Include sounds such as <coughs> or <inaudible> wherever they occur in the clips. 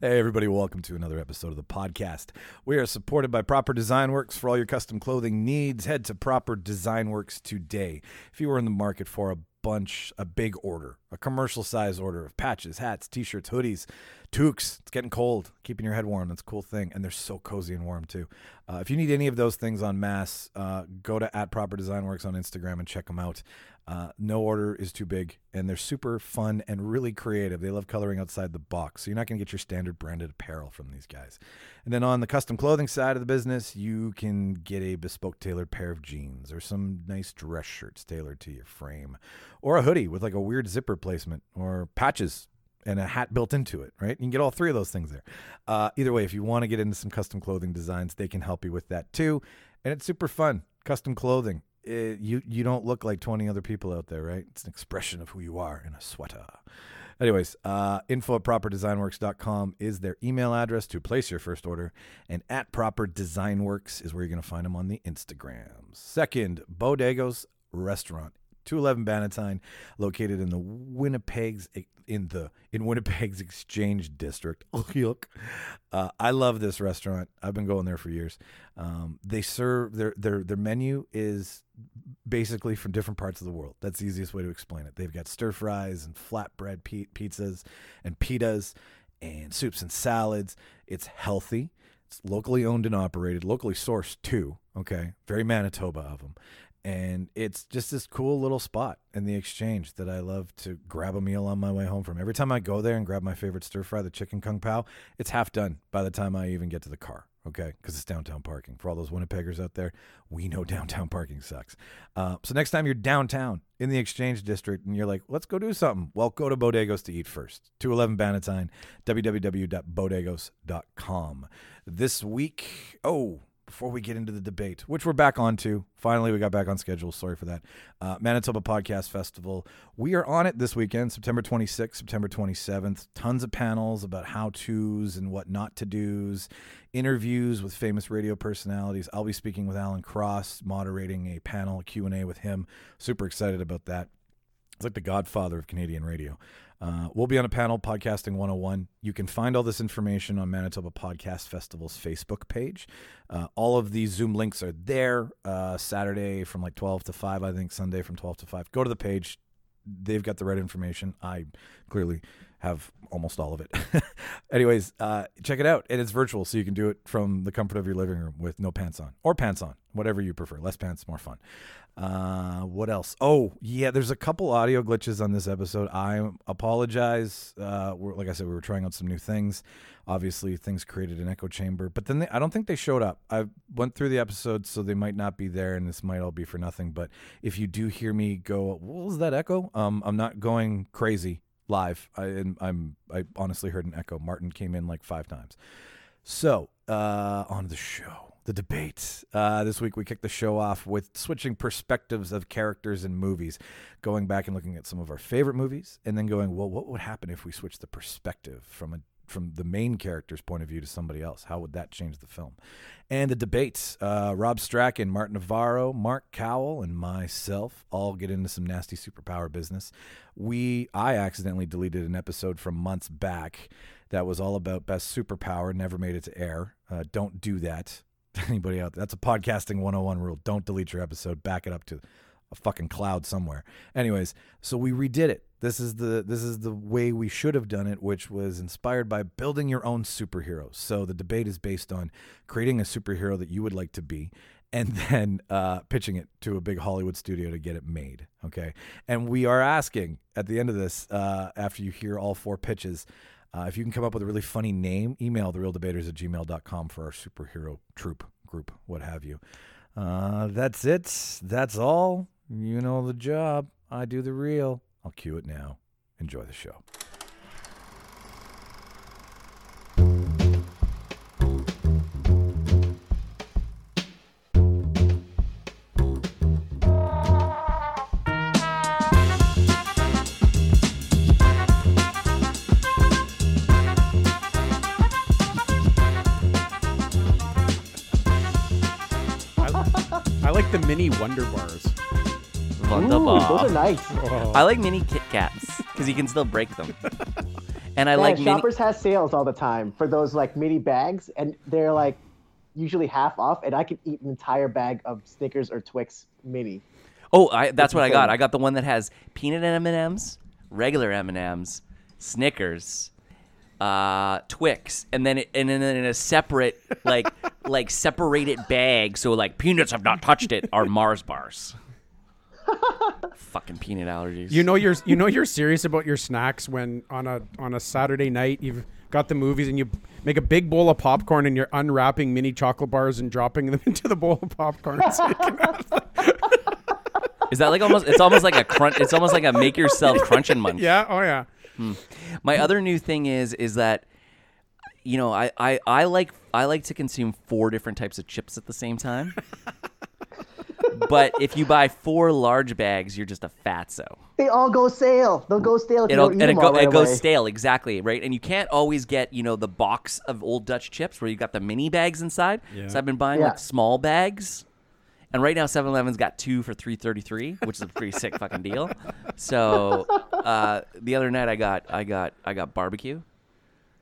Hey, everybody, welcome to another episode of the podcast. We are supported by Proper Design Works for all your custom clothing needs. Head to Proper Design Works today. If you are in the market for a bunch, a big order, a commercial size order of patches, hats, t shirts, hoodies, toques, it's getting cold, keeping your head warm. That's a cool thing. And they're so cozy and warm, too. Uh, if you need any of those things on mass, uh, go to at Proper Design Works on Instagram and check them out. Uh, no order is too big, and they're super fun and really creative. They love coloring outside the box, so you're not going to get your standard branded apparel from these guys. And then on the custom clothing side of the business, you can get a bespoke tailored pair of jeans or some nice dress shirts tailored to your frame, or a hoodie with like a weird zipper placement or patches and a hat built into it, right? You can get all three of those things there. Uh, either way, if you want to get into some custom clothing designs, they can help you with that too. And it's super fun. Custom clothing. It, you you don't look like 20 other people out there, right? It's an expression of who you are in a sweater. Anyways, uh, info at properdesignworks.com is their email address to place your first order. And at Proper Design Works is where you're going to find them on the Instagram. Second, Bodego's Restaurant. 211 Bannatyne, located in the Winnipeg's in the in Winnipeg's Exchange District. <laughs> Oh, yuck. Uh, I love this restaurant. I've been going there for years. Um, they serve their their their menu is basically from different parts of the world. That's the easiest way to explain it. They've got stir fries and flatbread pi- pizzas and pitas and soups and salads. It's healthy. It's locally owned and operated, locally sourced too. Okay, very Manitoba of them and it's just this cool little spot in the exchange that I love to grab a meal on my way home from. Every time I go there and grab my favorite stir fry, the chicken kung pao, it's half done by the time I even get to the car. Okay, because it's downtown parking. For all those Winnipeggers out there, we know <laughs> downtown parking sucks. Uh, so next time you're downtown in the Exchange District and you're like, let's go do something, well, go to Bodegos to eat first. 211 Bannatyne, www.bodegos.com. This week, oh, before we get into the debate, which we're back on to. Finally, we got back on schedule. Sorry for that. Uh, Manitoba Podcast Festival. We are on it this weekend, September 26th, September 27th. Tons of panels about how to's and what not to do's, interviews with famous radio personalities. I'll be speaking with Alan Cross, moderating a panel Q&A with him. Super excited about that. It's like the godfather of Canadian radio. Uh, we'll be on a panel, Podcasting 101. You can find all this information on Manitoba Podcast Festival's Facebook page. Uh, all of these Zoom links are there uh, Saturday from like 12 to 5, I think, Sunday from 12 to 5. Go to the page. They've got the right information. I clearly have almost all of it. <laughs> Anyways, uh, check it out. And it's virtual, so you can do it from the comfort of your living room with no pants on or pants on, whatever you prefer. Less pants, more fun. Uh, what else? Oh, yeah, there's a couple audio glitches on this episode. I apologize. Uh, we're, like I said, we were trying out some new things. Obviously, things created an echo chamber, but then they, I don't think they showed up. I went through the episode, so they might not be there, and this might all be for nothing. But if you do hear me go, what was that echo? Um, I'm not going crazy live. I, and I'm I honestly heard an echo. Martin came in like five times. So uh, on the show, the debate uh, this week we kicked the show off with switching perspectives of characters in movies, going back and looking at some of our favorite movies, and then going, well, what would happen if we switched the perspective from a from the main character's point of view to somebody else? How would that change the film? And the debates uh, Rob Strachan, Martin Navarro, Mark Cowell, and myself all get into some nasty superpower business. We I accidentally deleted an episode from months back that was all about best superpower, never made it to air. Uh, don't do that. <laughs> Anybody out there? That's a podcasting 101 rule. Don't delete your episode, back it up to a fucking cloud somewhere. Anyways, so we redid it. This is the this is the way we should have done it, which was inspired by building your own superhero. So the debate is based on creating a superhero that you would like to be, and <laughs> then uh, pitching it to a big Hollywood studio to get it made. Okay, and we are asking at the end of this, uh, after you hear all four pitches. Uh, if you can come up with a really funny name, email therealdebaters at gmail.com for our superhero troop, group, what have you. Uh, that's it. That's all. You know the job. I do the real. I'll cue it now. Enjoy the show. I, I like the mini Wonder Bars. Wonderbar. Ooh, those are nice. <laughs> I like mini Kit Kats because you can still break them. And I Yeah, like mini- Shoppers has sales all the time for those like mini bags, and they're like usually half off, and I could eat an entire bag of Snickers or Twix mini. Oh, I, that's what I got. thing? I got the one that has peanut M and M's, regular M and M's, Snickers, uh, Twix, and then it, and then in a separate <laughs> like like separated bag. So like peanuts have not touched it are Mars <laughs> bars. Fucking peanut allergies. You know you're you know you're serious about your snacks when on a on a Saturday night you've got the movies and you make a big bowl of popcorn and you're unwrapping mini chocolate bars and dropping them <laughs> into the bowl of popcorn. It's <laughs> like- is that like almost? It's almost like a crunch. It's almost like a make yourself crunch and munch. yeah, oh yeah. My other new thing is is that you know I, I I like I like to consume four different types of chips at the same time. but if you buy four large bags, you're just a fatso. They all go stale. They'll go stale if It'll you and don't eat it, them go, all right it goes away. stale exactly right, and you can't always get you know the box of old Dutch chips where you got the mini bags inside. Yeah. So I've been buying Yeah. like small bags. And right now, 7-Eleven's got two for three thirty three, which is a pretty sick fucking deal. So uh, the other night, I got I got I got barbecue,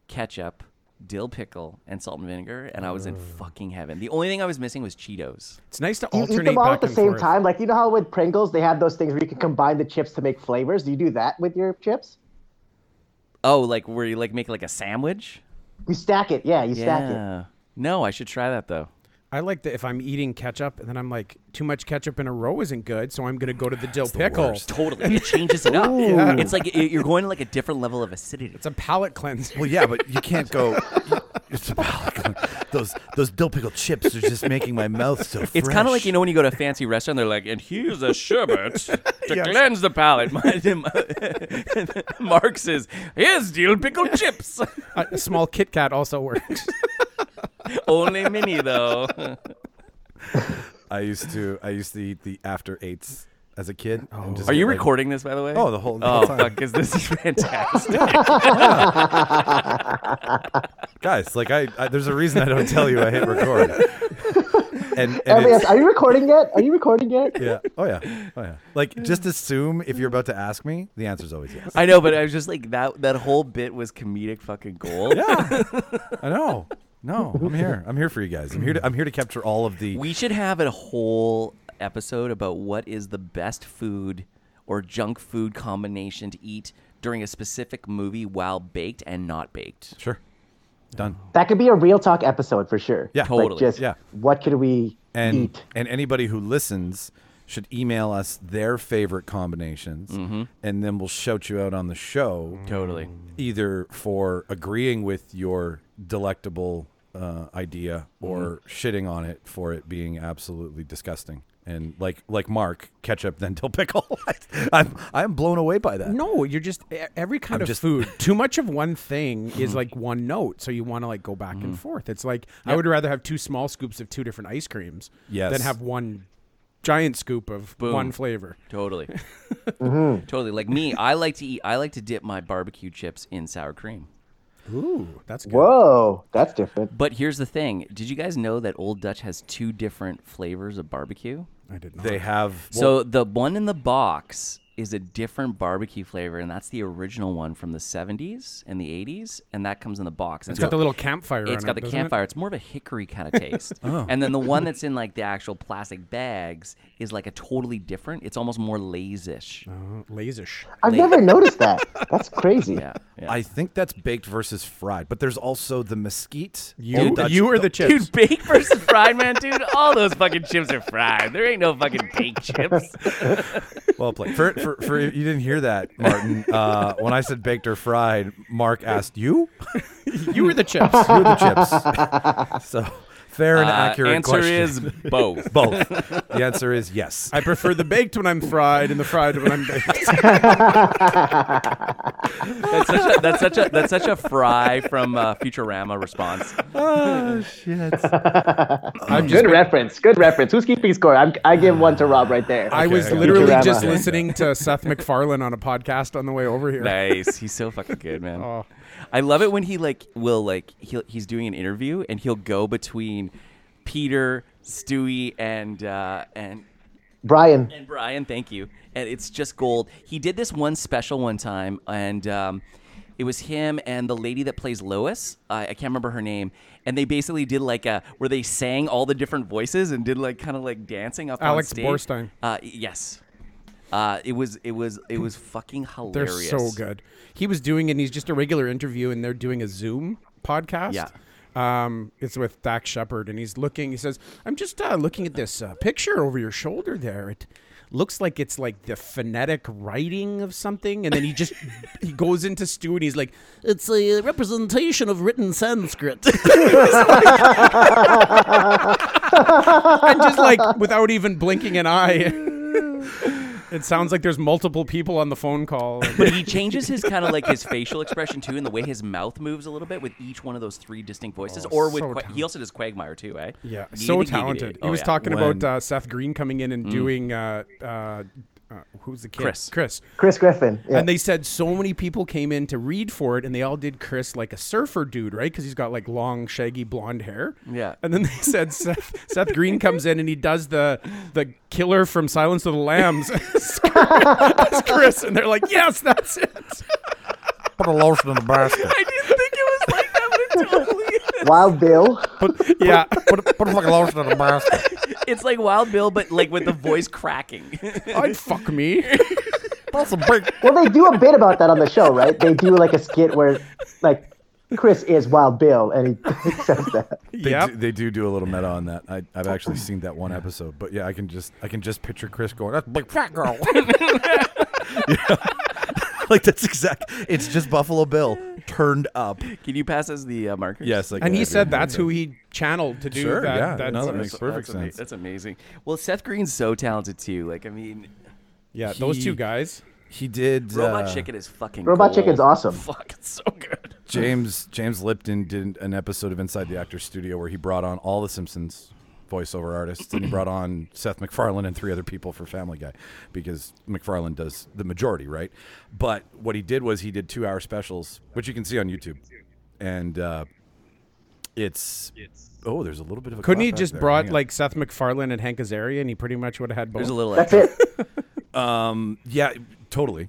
ketchup, dill pickle, and salt and vinegar, and I was in fucking heaven. The only thing I was missing was Cheetos. It's nice to Do you alternate eat them all back at the and same forth. time? Like you know how with Pringles they have those things where you can combine the chips to make flavors. Do you do that with your chips? Oh, like where you like make like a sandwich? You stack it. Yeah, you stack it. Yeah. No, I should try that though. I like that if I'm eating ketchup and then I'm like too much ketchup in a row isn't good, so I'm gonna go to the dill pickle. worst. Totally, it changes it up. It's like y- you're going to like a different level of acidity. It's a palate cleanser. <laughs> Well, yeah, but you can't go. <laughs> It's about those those dill pickle chips are just making my mouth so. Fresh. It's kind of like you know when you go to a fancy restaurant, they're like, "And here's a sherbet <laughs> to Yes. cleanse the palate." <laughs> My- Mark says, "Here's dill pickle chips, <laughs> A, a small Kit Kat also works. <laughs> only <laughs> mini though." I used to I used to eat the after eights as a kid. and just Are you get, like- recording this by the way? Oh, the whole- the oh whole time. fuck, 'cause this <laughs> is fantastic. guys? Like I, I, there's a reason I don't tell you I hit <laughs> record. and, and LBS, it's- are you recording yet? Are you recording yet? yeah, oh yeah, oh yeah. Like just assume if you're about to ask me, the answer's always yes. I know, but I was just like that. That whole bit was comedic fucking gold. Yeah, <laughs> I know. No, I'm here. I'm here for you guys. I'm here. To, I'm here to capture all of the. We should have a whole episode about what is the best food or junk food combination to eat during a specific movie while baked and not baked. sure, done. That could be a real talk episode for sure. Yeah. Like Totally. just Yeah. what could we and eat? and anybody who listens should email us their favorite combinations and then we'll shout you out on the show Totally. either for agreeing with your delectable uh, idea or shitting on it for it being absolutely disgusting and like like mark ketchup then dill pickle <laughs> i'm i'm blown away by that No, you're just e- every kind of just- food. Too much of one thing is like one note, so you want to like go back and forth. It's like I would rather have two small scoops of two different ice creams Yes. than have one giant scoop of Boom. one flavor. Totally. Totally. Like me, I like to eat. I like to dip my barbecue chips in sour cream. Ooh, that's good. Whoa, that's different. But here's the thing: Did you guys know that Old Dutch has two different flavors of barbecue? I did not. they have So the one in the box is a different barbecue flavor, and that's the original one from the 70s and the 80s, and that comes in the box. And it's got the little campfire. it's on got it, the doesn't it? Oh. campfire. It's more of a hickory kind <laughs> of taste. And then the one that's in like the actual plastic bags is like a totally different. It's almost more lazish. Uh, lazish. I've Like- never noticed that. That's crazy. Yeah. yeah. I think that's baked versus fried, but there's also the mesquite. You, Old Dutch- you are the chips. <laughs> Dude, baked versus fried, man, dude. All those fucking chips are fried. There ain't no fucking <laughs> baked chips. <laughs> Well played. For, for, for you didn't hear that, Martin. Uh, when I said baked or fried, Mark asked you. <laughs> you were the chips. You're the chips. So fair and accurate Uh, answer question. is both. <laughs> both. The answer is yes. I prefer the baked when I'm fried and the fried when I'm baked. That's such a that's such a that's such a fry from uh, Futurama response. Oh shit. I've just Good been- reference. Good reference. Who's keeping score? I'm, I give one to Rob right there. I was Okay, I got literally it. just <laughs> Futurama. listening to Seth MacFarlane on a podcast on the way over here. Nice. He's so fucking good, man. <laughs> Oh. I love it when he like will like he he's doing an interview and he'll go between Peter, Stewie, and uh, and Brian. and Brian. Thank you. And it's just gold. He did this one special one time, and um, It was him and the lady that plays Lois. I, I can't remember her name. And they basically did like a where they sang all the different voices and did like kind of like dancing up Alex on stage. Borstein. Uh, yes. Uh, it was it was it was fucking They're hilarious. so good. He was doing it, and he's just a regular interview, and they're doing a Zoom podcast. Yeah. Um, it's with Dak Shepard, and he's looking. He says, "I'm just uh, looking at this uh, picture over your shoulder there. It looks like it's like the phonetic writing of something." And then he <laughs> just he goes into stew, and he's like, It's a representation of written <laughs> <laughs> Sanskrit. "I'm just like without even blinking an eye." <laughs> it sounds like there's multiple people on the phone <laughs> call. But he changes his kind of like his facial expression too, and the way his mouth moves a little bit with each one of those three distinct voices. or with Oh, so Qua- he also does Quagmire too, eh? Yeah, Giggity, so giggity. talented. He Oh, was yeah. Mm. talking When- about uh, Seth Green coming in and doing uh, uh, uh, who's the kid? Chris. Chris. Chris Griffin. Yeah. And they said so many people came in to read for it, and they all did Chris like a surfer dude, right? Because he's got like long, shaggy blonde hair. Yeah. And then they <laughs> said Seth, Seth Green comes in and he does the the killer from Silence of the Lambs <laughs> as Chris, and they're like, yes, that's it. Put a lotion in the basket. I didn't think it was like that, but it totally is. Wild Bill. <laughs> Yeah. Put, put a fucking lotion in the basket. It's like Wild Bill, but like <laughs> with the voice cracking. <laughs> I'd fuck me. <laughs> Put some big. Well, they do a bit about that on the show, right? They do like a skit where, like, Chris is Wild Bill, and he <laughs> says that. They, yep. do, they do do a little meta on that. I, I've actually seen that one episode, but yeah, I can just I can just picture Chris going, "That's a big fat girl." <laughs> Yeah. <laughs> Like that's exact. It's just Buffalo Bill turned up. Can you pass us the uh, markers? Yes, I And he can- said that's who he channeled to do Sure, that. yeah, that no, that sort of makes stuff. perfect Ama- sense. That's amazing. Well, Seth Green's so talented too. Like, I mean, Yeah, those He- two guys. He did. Robot uh, Chicken is fucking. Robot gold. Chicken's <laughs> awesome. Fuck, it's so good. <laughs> James James Lipton did an episode of Inside the Actors Studio where he brought on all the Simpsons voiceover artists and he brought on Seth MacFarlane and three other people for Family Guy because MacFarlane does the majority, right? But what he did was he did two hour specials, which you can see on YouTube, and uh, it's. Oh, there's a little bit of a. Couldn't he clapback just there. brought Hang on. like Seth MacFarlane and Hank Azaria, and he pretty much would have had both. There's a little. That's extra. it. Yeah, totally.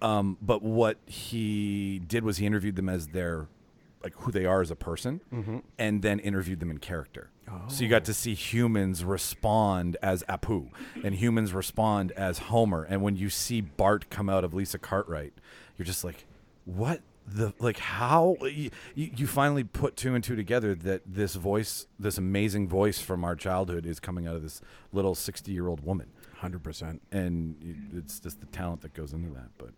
Um, but what he did was he interviewed them as their like who they are as a person, and then interviewed them in character. So you got to see humans respond as Apu, and humans respond as Homer. And when you see Bart come out of Lisa Cartwright, you're just like, what the like how you, you finally put two and two together that this voice this amazing voice from our childhood is coming out of this little 60 year old woman hundred percent. and you- it's just the talent that goes into that. But,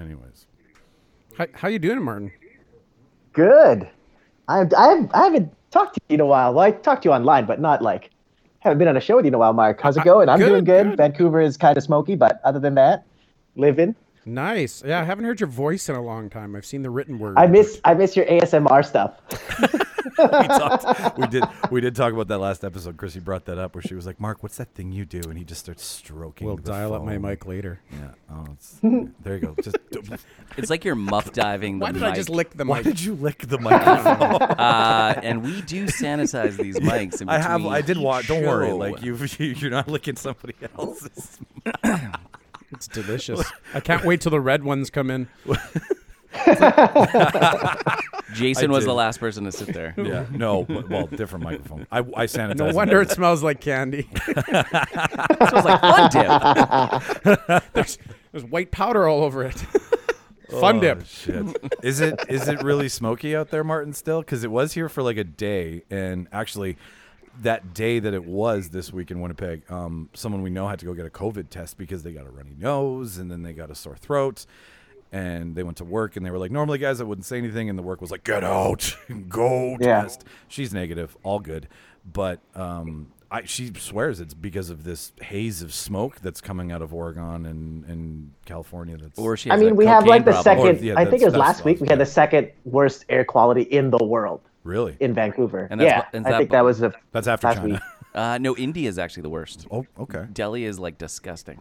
anyways, How, how you doing, Martin? Good. I, I, I haven't talked to you in a while. Well, I talked to you online, but not like haven't been on a show with you in a while, Mark. How's it going? I'm Uh, good, doing good. good. Vancouver is kind of smoky, but other than that, living. Nice. Yeah, I haven't heard your voice in a long time. I've seen the written word. I miss I miss your ASMR stuff. <laughs> we talked, we did, we did talk about that last episode. Chrissy brought that up where she was like, "Mark, what's that thing you do?" And he just starts stroking. We'll the dial up my phone. mic later. Yeah. Oh, it's, there you go. Just <laughs> It's like you're muff diving. The Why did I mic. just lick the why mic? did you lick the microphone? <laughs> Uh, and we do sanitize these <laughs> mics. In I have, between I did each watch. Don't worry, show. like you, <laughs> you're not licking somebody else's. It's delicious. I can't wait till the red ones come in. Jason I was the did. last person to sit <laughs> there. Yeah. No. but- Well, different microphone. <laughs> I, I sanitized. No it. wonder it smells like candy. <laughs> This was like <laughs> fun dip. There's, there's white powder all over it. Fun Oh, dip. Shit. Is it is it really smoky out there, Martin? Still, because it was here for like a day, and actually, that day that it was this week in Winnipeg, um, someone we know had to go get a COVID test because they got a runny nose, and then they got a sore throat, and they went to work, and they were like, normally guys, I wouldn't say anything, and the work was like, get out, <laughs> go Yeah. test. She's negative, all good, but um. I, she swears it's because of this haze of smoke that's coming out of Oregon and, and California. That's Or she I has mean, that we have like the cocaine problem. Or- second. yeah, I think that's- it was that's last week. We had awesome. the second worst air quality in the world really in Vancouver. And that's yeah, bu- and I that think bu- that was the. That's after last China. week. Uh, no, India is actually the worst. Oh, okay. Delhi is like disgusting.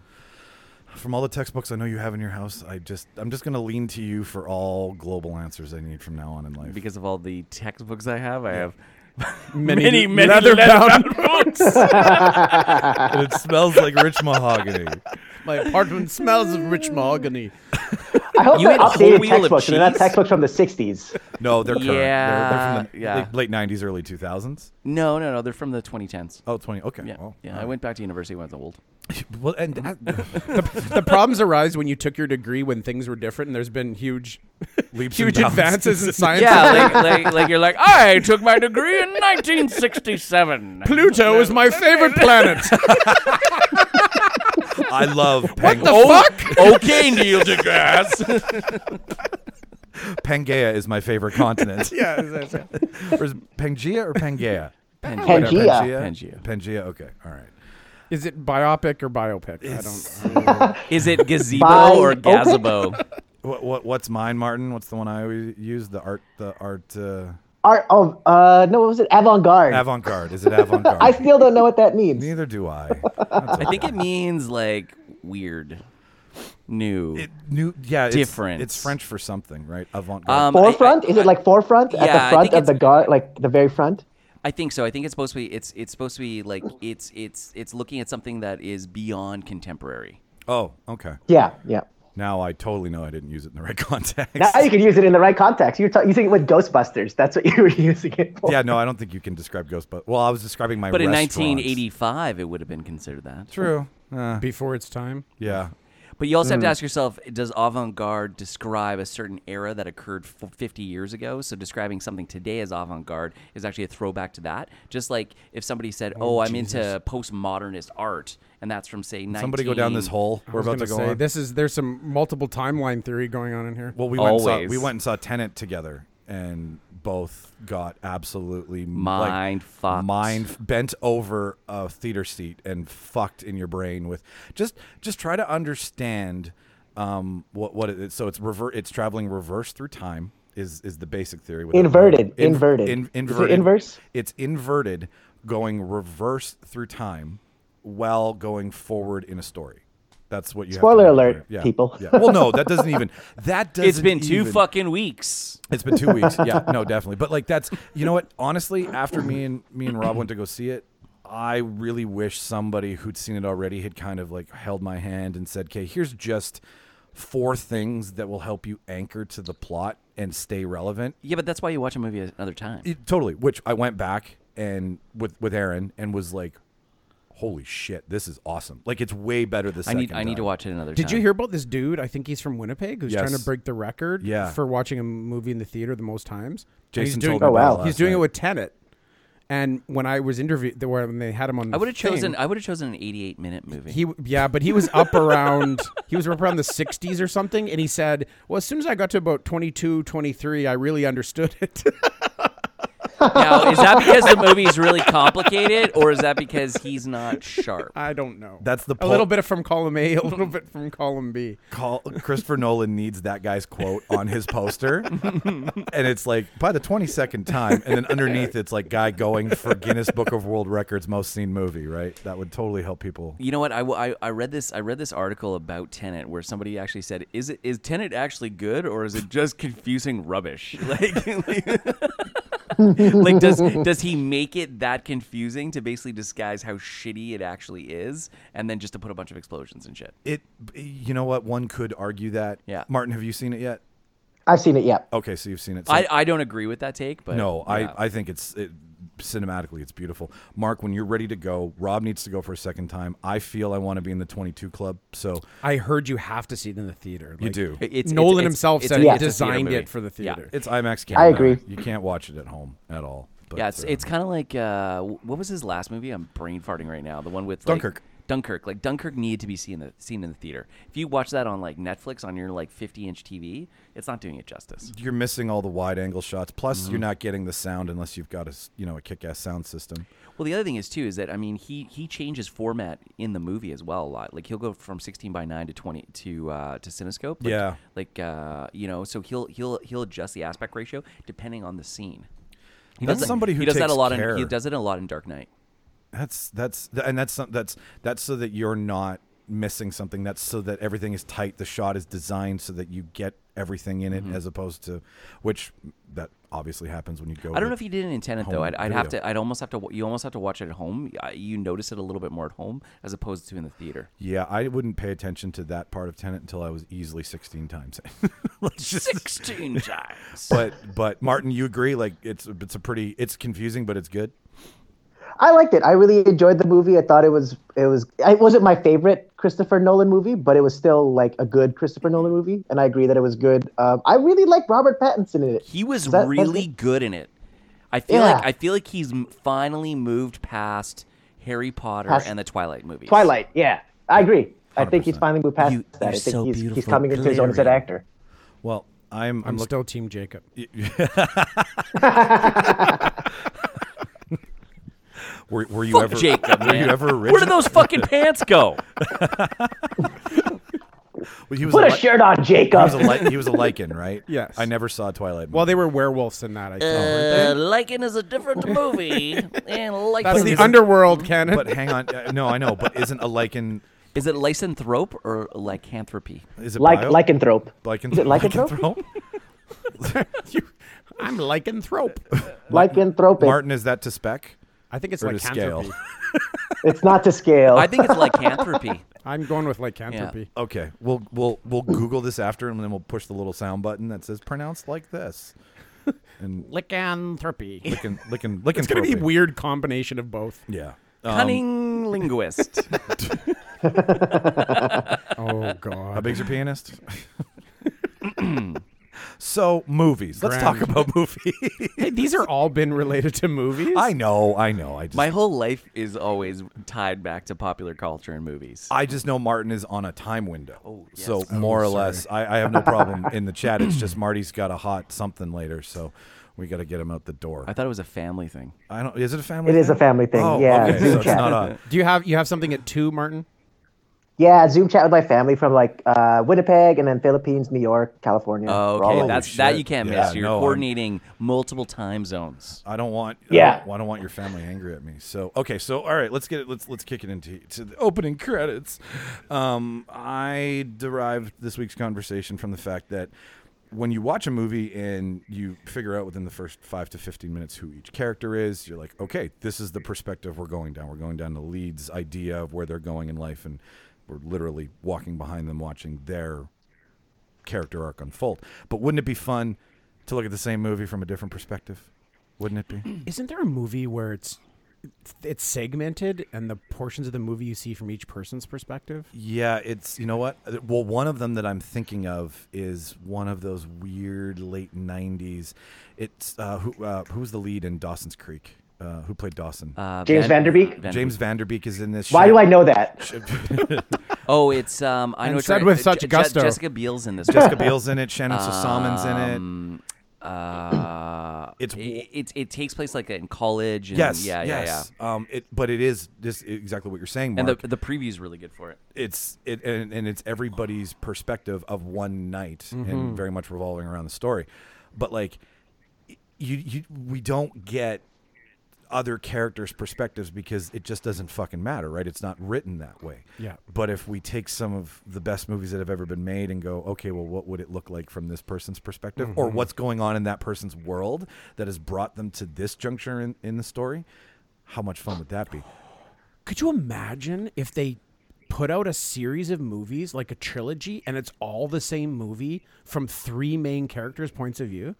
From all the textbooks I know you have in your house, I just I'm just gonna lean to you for all global answers I need from now on in life. because of all the textbooks I have. I have Many, leather-bound <laughs> books. And it smells like rich mahogany. My apartment smells of rich mahogany. I <laughs> hope You they're ate a whole updated wheel of textbooks and they're not cheese? textbooks from the 60s. No, they're current. They're, they're from the Yeah, yeah. late- late 90s, early 2000s. No, no, no. They're from the 2010s. Oh, 20. Okay. Yeah, Well, yeah. I went back to university when I was old. <laughs> well and that- the problems arise when you took your degree when things were different and there's been huge Leaps and huge bounds. advances in science. Yeah, like, like, like you're like, I took my degree in 1967. Pluto is <laughs> my favorite planet. <laughs> I love Pang- fuck? <laughs> Okay, Neil deGrasse. Pangaea is my favorite continent. yeah, that's- <laughs> Or is it Pangaea or Pangaea? Pangea. Whatever, Pangea. Pangea. Pangea. Okay. All right. is it biopic or biopic? I don't. Is it gazebo By or open? gazebo? What, what what's mine, Martin? What's the one I always use? The art the art uh, Art of, uh, no, what was it? Avant garde. avant garde. Is it avant I garde? still don't know what that means. Neither do I. That's I think okay. it means like weird, new. It- new. Yeah. it's- Difference. It's, French for something, right? Avant Um, garde. I- I- Forefront? is it like forefront? Yeah, At I the front think of it's- the guard, like the very front? I think so. I think it's supposed to be. It's it's supposed to be like it's it's it's looking at something that is beyond contemporary. oh, okay. Yeah, yeah. Now I totally know I didn't use it in the right <laughs> context. Now you can use it in the right context. You're ta- using it with Ghostbusters. That's what <laughs> you were using it for. yeah, no, I don't think you can describe Ghost, but well, I was describing my. But in restaurants. 1985, it would have been considered that. True. Uh, Before its time. yeah. But you also Hmm. have to ask yourself: Does avant-garde describe a certain era that occurred f- 50 years ago? So describing something today as avant-garde is actually a throwback to that. Just like if somebody said, "Oh, I'm into postmodernist art," and that's from say 19. Somebody go down this hole. We're I was about to gonna go say, on. this is there's some multiple timeline theory going on in here. well, we went, and saw, Always. we went and saw Tenant together, and both got absolutely like, Mind fucked. mind f- bent over a theater seat and fucked in your brain with just just try to understand um, what what it is. So it's rever- it's traveling reverse through time is is the basic theory. with it. Inverted, inverted. Is it inverted. inverse? It's inverted, going reverse through time while going forward in a story. That's what you. Spoiler have to alert, people. <laughs> Yeah. Well, no, that doesn't even. That doesn't. It's been two even- fucking weeks. It's been two weeks. <laughs> Yeah, no, definitely. But like that's you know what? Honestly, after me and me and Rob went to go see it, I really wish somebody who'd seen it already had kind of like held my hand and said, "Okay, here's just four things that will help you anchor to the plot and stay relevant." Yeah, but that's why you watch a movie another time. It- totally. Which I went back and with with Aaron and was like, "Holy shit, this is awesome!" Like it's way better the I second. need I need to time. watch it another time. Did you hear about this dude? I think he's from Winnipeg who's trying Yes. to break the record Yeah. for watching a movie in the theater the most times. And Jason he's doing, told me Oh, about wow. it He's last doing night. it with Tenet. And when I was interviewed, the- when they had him on, the I would have thing, chosen. I would have chosen an 88 minute movie. He yeah, but he was <laughs> up around he was up around the 60s or something and he said, "Well, as soon as I got to about 22, 23, I really understood it." <laughs> now, is that because the movie's really complicated, or is that because he's not sharp? I don't know. That's the a pol- little bit from column A, a little bit from column B. call Christopher Nolan needs that guy's quote on his poster, and it's like by the twenty second time, and then underneath it's like guy going for Guinness Book of World Records most seen movie, right? That would totally help people. You know what? I, w- I- I read this. I read this article about Tenet where somebody actually said, "Is it is Tenet actually good, or is it just confusing rubbish?" <laughs> Like, like, like, does does he make it that confusing to basically disguise how shitty it actually is, and then just to put a bunch of explosions and shit? It, you know what? One could argue that. Yeah. Martin, have you seen it yet? I've seen it, yeah. Okay, so you've seen it. So- I, I don't agree with that take, but no, yeah. I, I think it's it, cinematically it's beautiful. Mark, when you're ready to go, Rob needs to go for a second time. I feel I want to be in the 22 club, so I heard you have to see it in the theater. you do. It- it's- Nolan it's- himself it's said a- he it's a theater designed movie. it for the Yeah. theater. It's IMAX camera. I agree. You can't watch it at home at all. But, Yeah, it's, uh, it's kind of like uh, wh- what was his last movie? I'm brain farting right now. The one with like, Dunkirk. Dunkirk, like Dunkirk, needed to be seen in the seen in the theater. If you watch that on like Netflix on your like 50 inch TV, it's not doing it justice. you're missing all the wide angle shots. Plus, Mm-hmm. you're not getting the sound unless you've got a s- you know a kick ass sound system. Well, the other thing is too is that I mean he he changes format in the movie as well a lot. Like he'll go from 16 by 9 to 20 to uh, to Cinescope. Like, Yeah. Like uh, you know, so he'll he'll he'll adjust the aspect ratio depending on the scene. He does That's that- somebody who he does that takes a lot. care. In, he does it a lot in Dark Knight. That's that's th- and that's some, that's that's so that you're not missing something. That's so that everything is tight. The shot is designed so that you get everything in it, Mm-hmm. as opposed to which that obviously happens when you go. I don't know with- if you did it in Tenet though. home I'd, I'd have video. to. I'd almost have to. wa- You almost have to watch it at home. I- You notice it a little bit more at home as opposed to in the theater. Yeah, I wouldn't pay attention to that part of Tenet until I was easily sixteen times. <laughs> in. Let's just- <laughs> <laughs> Sixteen times. <laughs> but but Martin, you agree? Like it's it's a pretty it's confusing, but it's good. I liked it. I really enjoyed the movie. I thought it was it was it wasn't my favorite Christopher Nolan movie, but it was still like a good Christopher Nolan movie, and I agree that it was good. Um, I really like Robert Pattinson in it. He was Is that- that's really it? good in it. I feel like Yeah. I feel like he's m- finally moved past Harry Potter Past- and the Twilight movies. Twilight, yeah, I agree. I think he's 100%. finally moved past You- that. I you're think so he's, he's beautiful, coming into his own as an Clary. actor. Well, I'm I'm, I'm looking. still Team Jacob. Were, were you Fuck ever Oh, <laughs> Jacob, <laughs> Were you man. ever Where did original? those fucking pants <laughs> go? He was Put a li- shirt on, He was Jacob. a li- he was a lichen, <laughs> right? Yes. I never saw Twilight. Well, movie. they were werewolves in that. I think. Uh, Lycan is a different <laughs> movie, and That's Lycan the underworld canon. But hang on, uh, no, I know, but isn't a lichen? is it lycanthrope or lycanthropy? Is it <laughs> Like bio? lycanthrope. Lichen- Is it lycanthrope? <laughs> I'm lycanthrope. <laughs> Lycanthropic. Martin, is that to spec? I think it's Or to scale. lycanthropy. It's not to scale. I think it's <laughs> lycanthropy. I'm going with lycanthropy. Okay, we'll we'll we'll Google this after, and then we'll push the little sound button that says "pronounced like this." And Lycanthropy. lichen, lichen, lichen. It's gonna be a weird combination of both. Yeah. Um, Cunning linguist. <laughs> Oh How god. big's your pianist? <clears throat> so movies. Let's talk Grand. about movies. Hey, these are all been related to movies. I know, I know. I just My whole life is always tied back to popular culture and movies. I just know Martin is on a time window. Oh, yes. So more or less, I, I have no <laughs> problem in the chat. It's just Marty's got a hot something later, so we got to get him out the door. I thought it was a family thing. I don't. Is it a family? it is a family thing. Oh, yeah, okay, Zoom so it's chat. not a. Do you have you have something at two, Martin? yeah, Zoom chat with my family from like uh, Winnipeg and then Philippines, New York, California. We're all Oh, Okay, over. that's that shit. you can't Yeah, miss. You're no, I'm- coordinating multiple time zones. I don't want. I Yeah. don't, I don't want your family angry at me. So okay. So all right. Let's get it. Let's let's kick it into to the opening credits. Um, I derived this week's conversation from the fact that when you watch a movie and you figure out within the first five to fifteen minutes who each character is, you're like, okay, this is the perspective we're going down. We're going down the lead's idea of where they're going in life, and we're literally walking behind them, watching their character arc unfold. But wouldn't it be fun to look at the same movie from a different perspective? Wouldn't it be? Isn't there a movie where it's it's segmented and the portions of the movie you see from each person's perspective? Yeah, it's you know what? Uh, Well, one of them that I'm thinking of is one of those weird late '90s. It's uh, who uh, who's the lead in Dawson's Creek? Uh, who played Dawson? Uh, James Vanderbeek? Van- James Vanderbeek is in this. Why shit. do I know that? Oh, it's um. I And know what said you're- with such Je- Je- gusto. Jessica Biel's in this. <laughs> <laughs> Jessica Biel's in it. Shannon Sosamon's in it. Um, uh, It's- it, it it takes place like in college. And, Yes. Yeah. Yeah. yes. Yeah. Um, it, but it is just exactly what you're saying, Yeah. Mark. And the the preview's really good for it. it's it and, and it's everybody's perspective of one night and very much revolving around the story but like y- you you we don't get other characters perspectives because it just doesn't fucking matter right it's not written that way Yeah. but if we take some of the best movies that have ever been made and go okay well what would it look like from this person's perspective or what's going on in that person's world that has brought them to this juncture in, in the story how much fun would that be Could you imagine if they put out a series of movies like a trilogy and it's all the same movie from three main characters' points of view?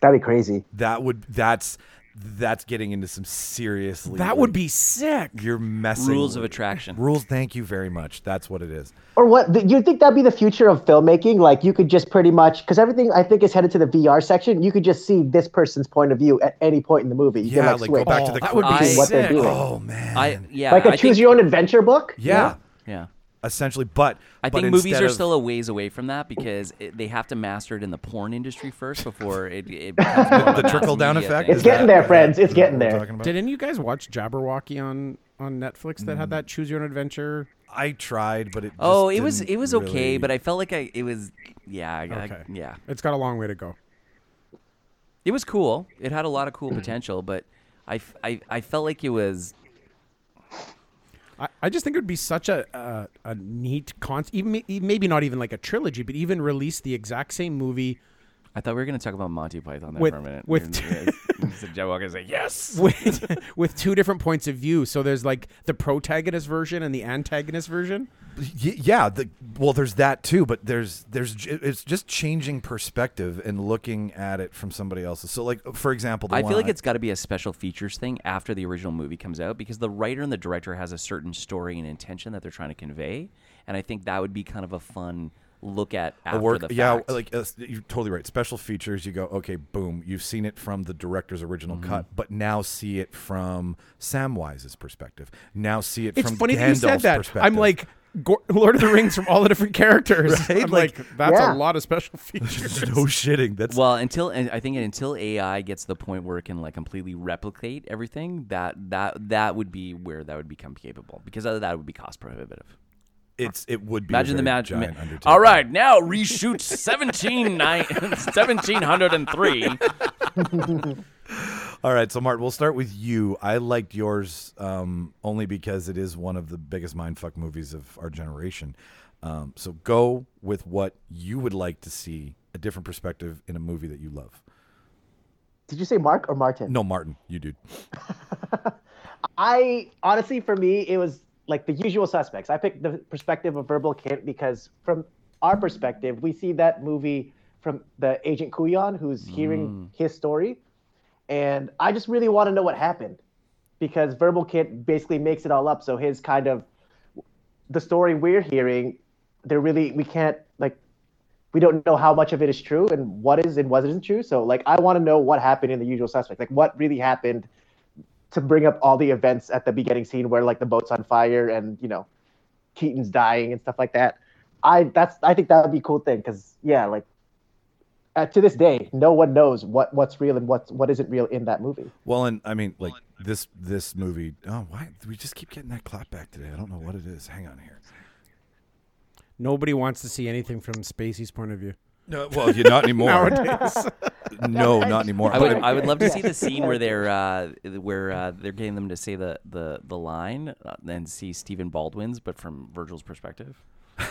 That'd be crazy. That would that's that's getting into some seriously. That would be sick. you're messing Rules of with- attraction. Rules. Thank you very much. That's what it is. Or what? th- You think that'd be the future of filmmaking? Like you could just pretty much because everything I think is headed to the VR section. You could just see this person's point of view at any point in the movie. You Yeah, can, like go switch. back to the. that would be I- what they're sick. doing. oh man. I yeah. like I a choose think- your own adventure book. yeah, Yeah. Essentially, but I but think movies instead are of- still a ways away from that because it, they have to master it in the porn industry first before it, <laughs> it becomes more of the a mass trickle down media effect. thing. Is It's getting that- there, friends. is It's that getting what we're there. talking about? Did any of you guys watch Jabberwocky on on Netflix that had that choose your own adventure? I tried, but it. Oh, just it was didn't it was okay, really- but I felt like I it was yeah I, I- Okay. yeah It's got a long way to go. it was cool. It had a lot of cool potential, but I, f- I- I felt like it was I, I just think it would be such a a, a neat con. Even ma- even- maybe not even like a trilogy, but even release the exact same movie <laughs> I thought we were going to talk about Monty Python there With- for a minute. with- <laughs> so <laughs> Joe Walker's like, yes. with with two different points of view. So there's like the protagonist version and the antagonist version. Y- yeah the, well there's that too but there's there's j- it's just changing perspective and looking at it from somebody else's so like for example the I one feel like it's got to be a special features thing after the original movie comes out because the writer and the director has a certain story and intention that they're trying to convey, and I think that would be kind of a fun look at a after work the fact. yeah like uh, you're totally right special features you go okay boom you've seen it from the director's original Mm-hmm. cut but now see it from samwise's perspective now see it It's from funny Gandalf's that you said that. perspective. I'm like Go- Lord of the Rings from all the different characters. <laughs> Right? I'm Like- like, that's Yeah. a lot of special <laughs> <laughs> features. no shitting that's well, until and I think until AI gets to the point where it can like completely replicate everything, that that that would be where that would become capable because other than that it would be cost prohibitive. it's it would be a Imagine the very magic. giant undertaking. All right, now reshoot 17, <laughs> 1703. All right, so Mart, we'll start with you. I liked yours um, only because it is one of the biggest mindfuck movies of our generation. Um, so go with what you would like to see a different perspective in a movie that you love. Did you say Mark or Martin? No, Martin, you dude. I honestly, for me, it was like the usual suspects. I picked the perspective of Verbal Kid because, from our perspective, we see that movie from the agent Kuyon who's hearing his story. And I just really want to know what happened because Verbal Kid basically makes it all up. So his kind of the story we're hearing, they're really, we can't, like, we don't know how much of it is true and what is and what isn't true. So, like, I want to know what happened in the usual suspect, like, what really happened to bring up all the events at the beginning scene where like the boat's on fire and you know Keaton's dying and stuff like that. I that's I think that would be a cool thing because yeah, like uh, to this day, no one knows what what's real and what's what isn't real in that movie. Well, and I mean, like this this movie. Oh, why we just keep getting that clap back today? I don't know what it is. Hang on here. Nobody wants to see anything from Spacey's point <laughs> of view. No, well, you're not anymore. Nowadays. <laughs> No, not anymore. I would, But- I would love to see the scene where they're uh, where uh, they're getting them to say the the the line uh, and see Stephen Baldwin's, but from Virgil's perspective. oh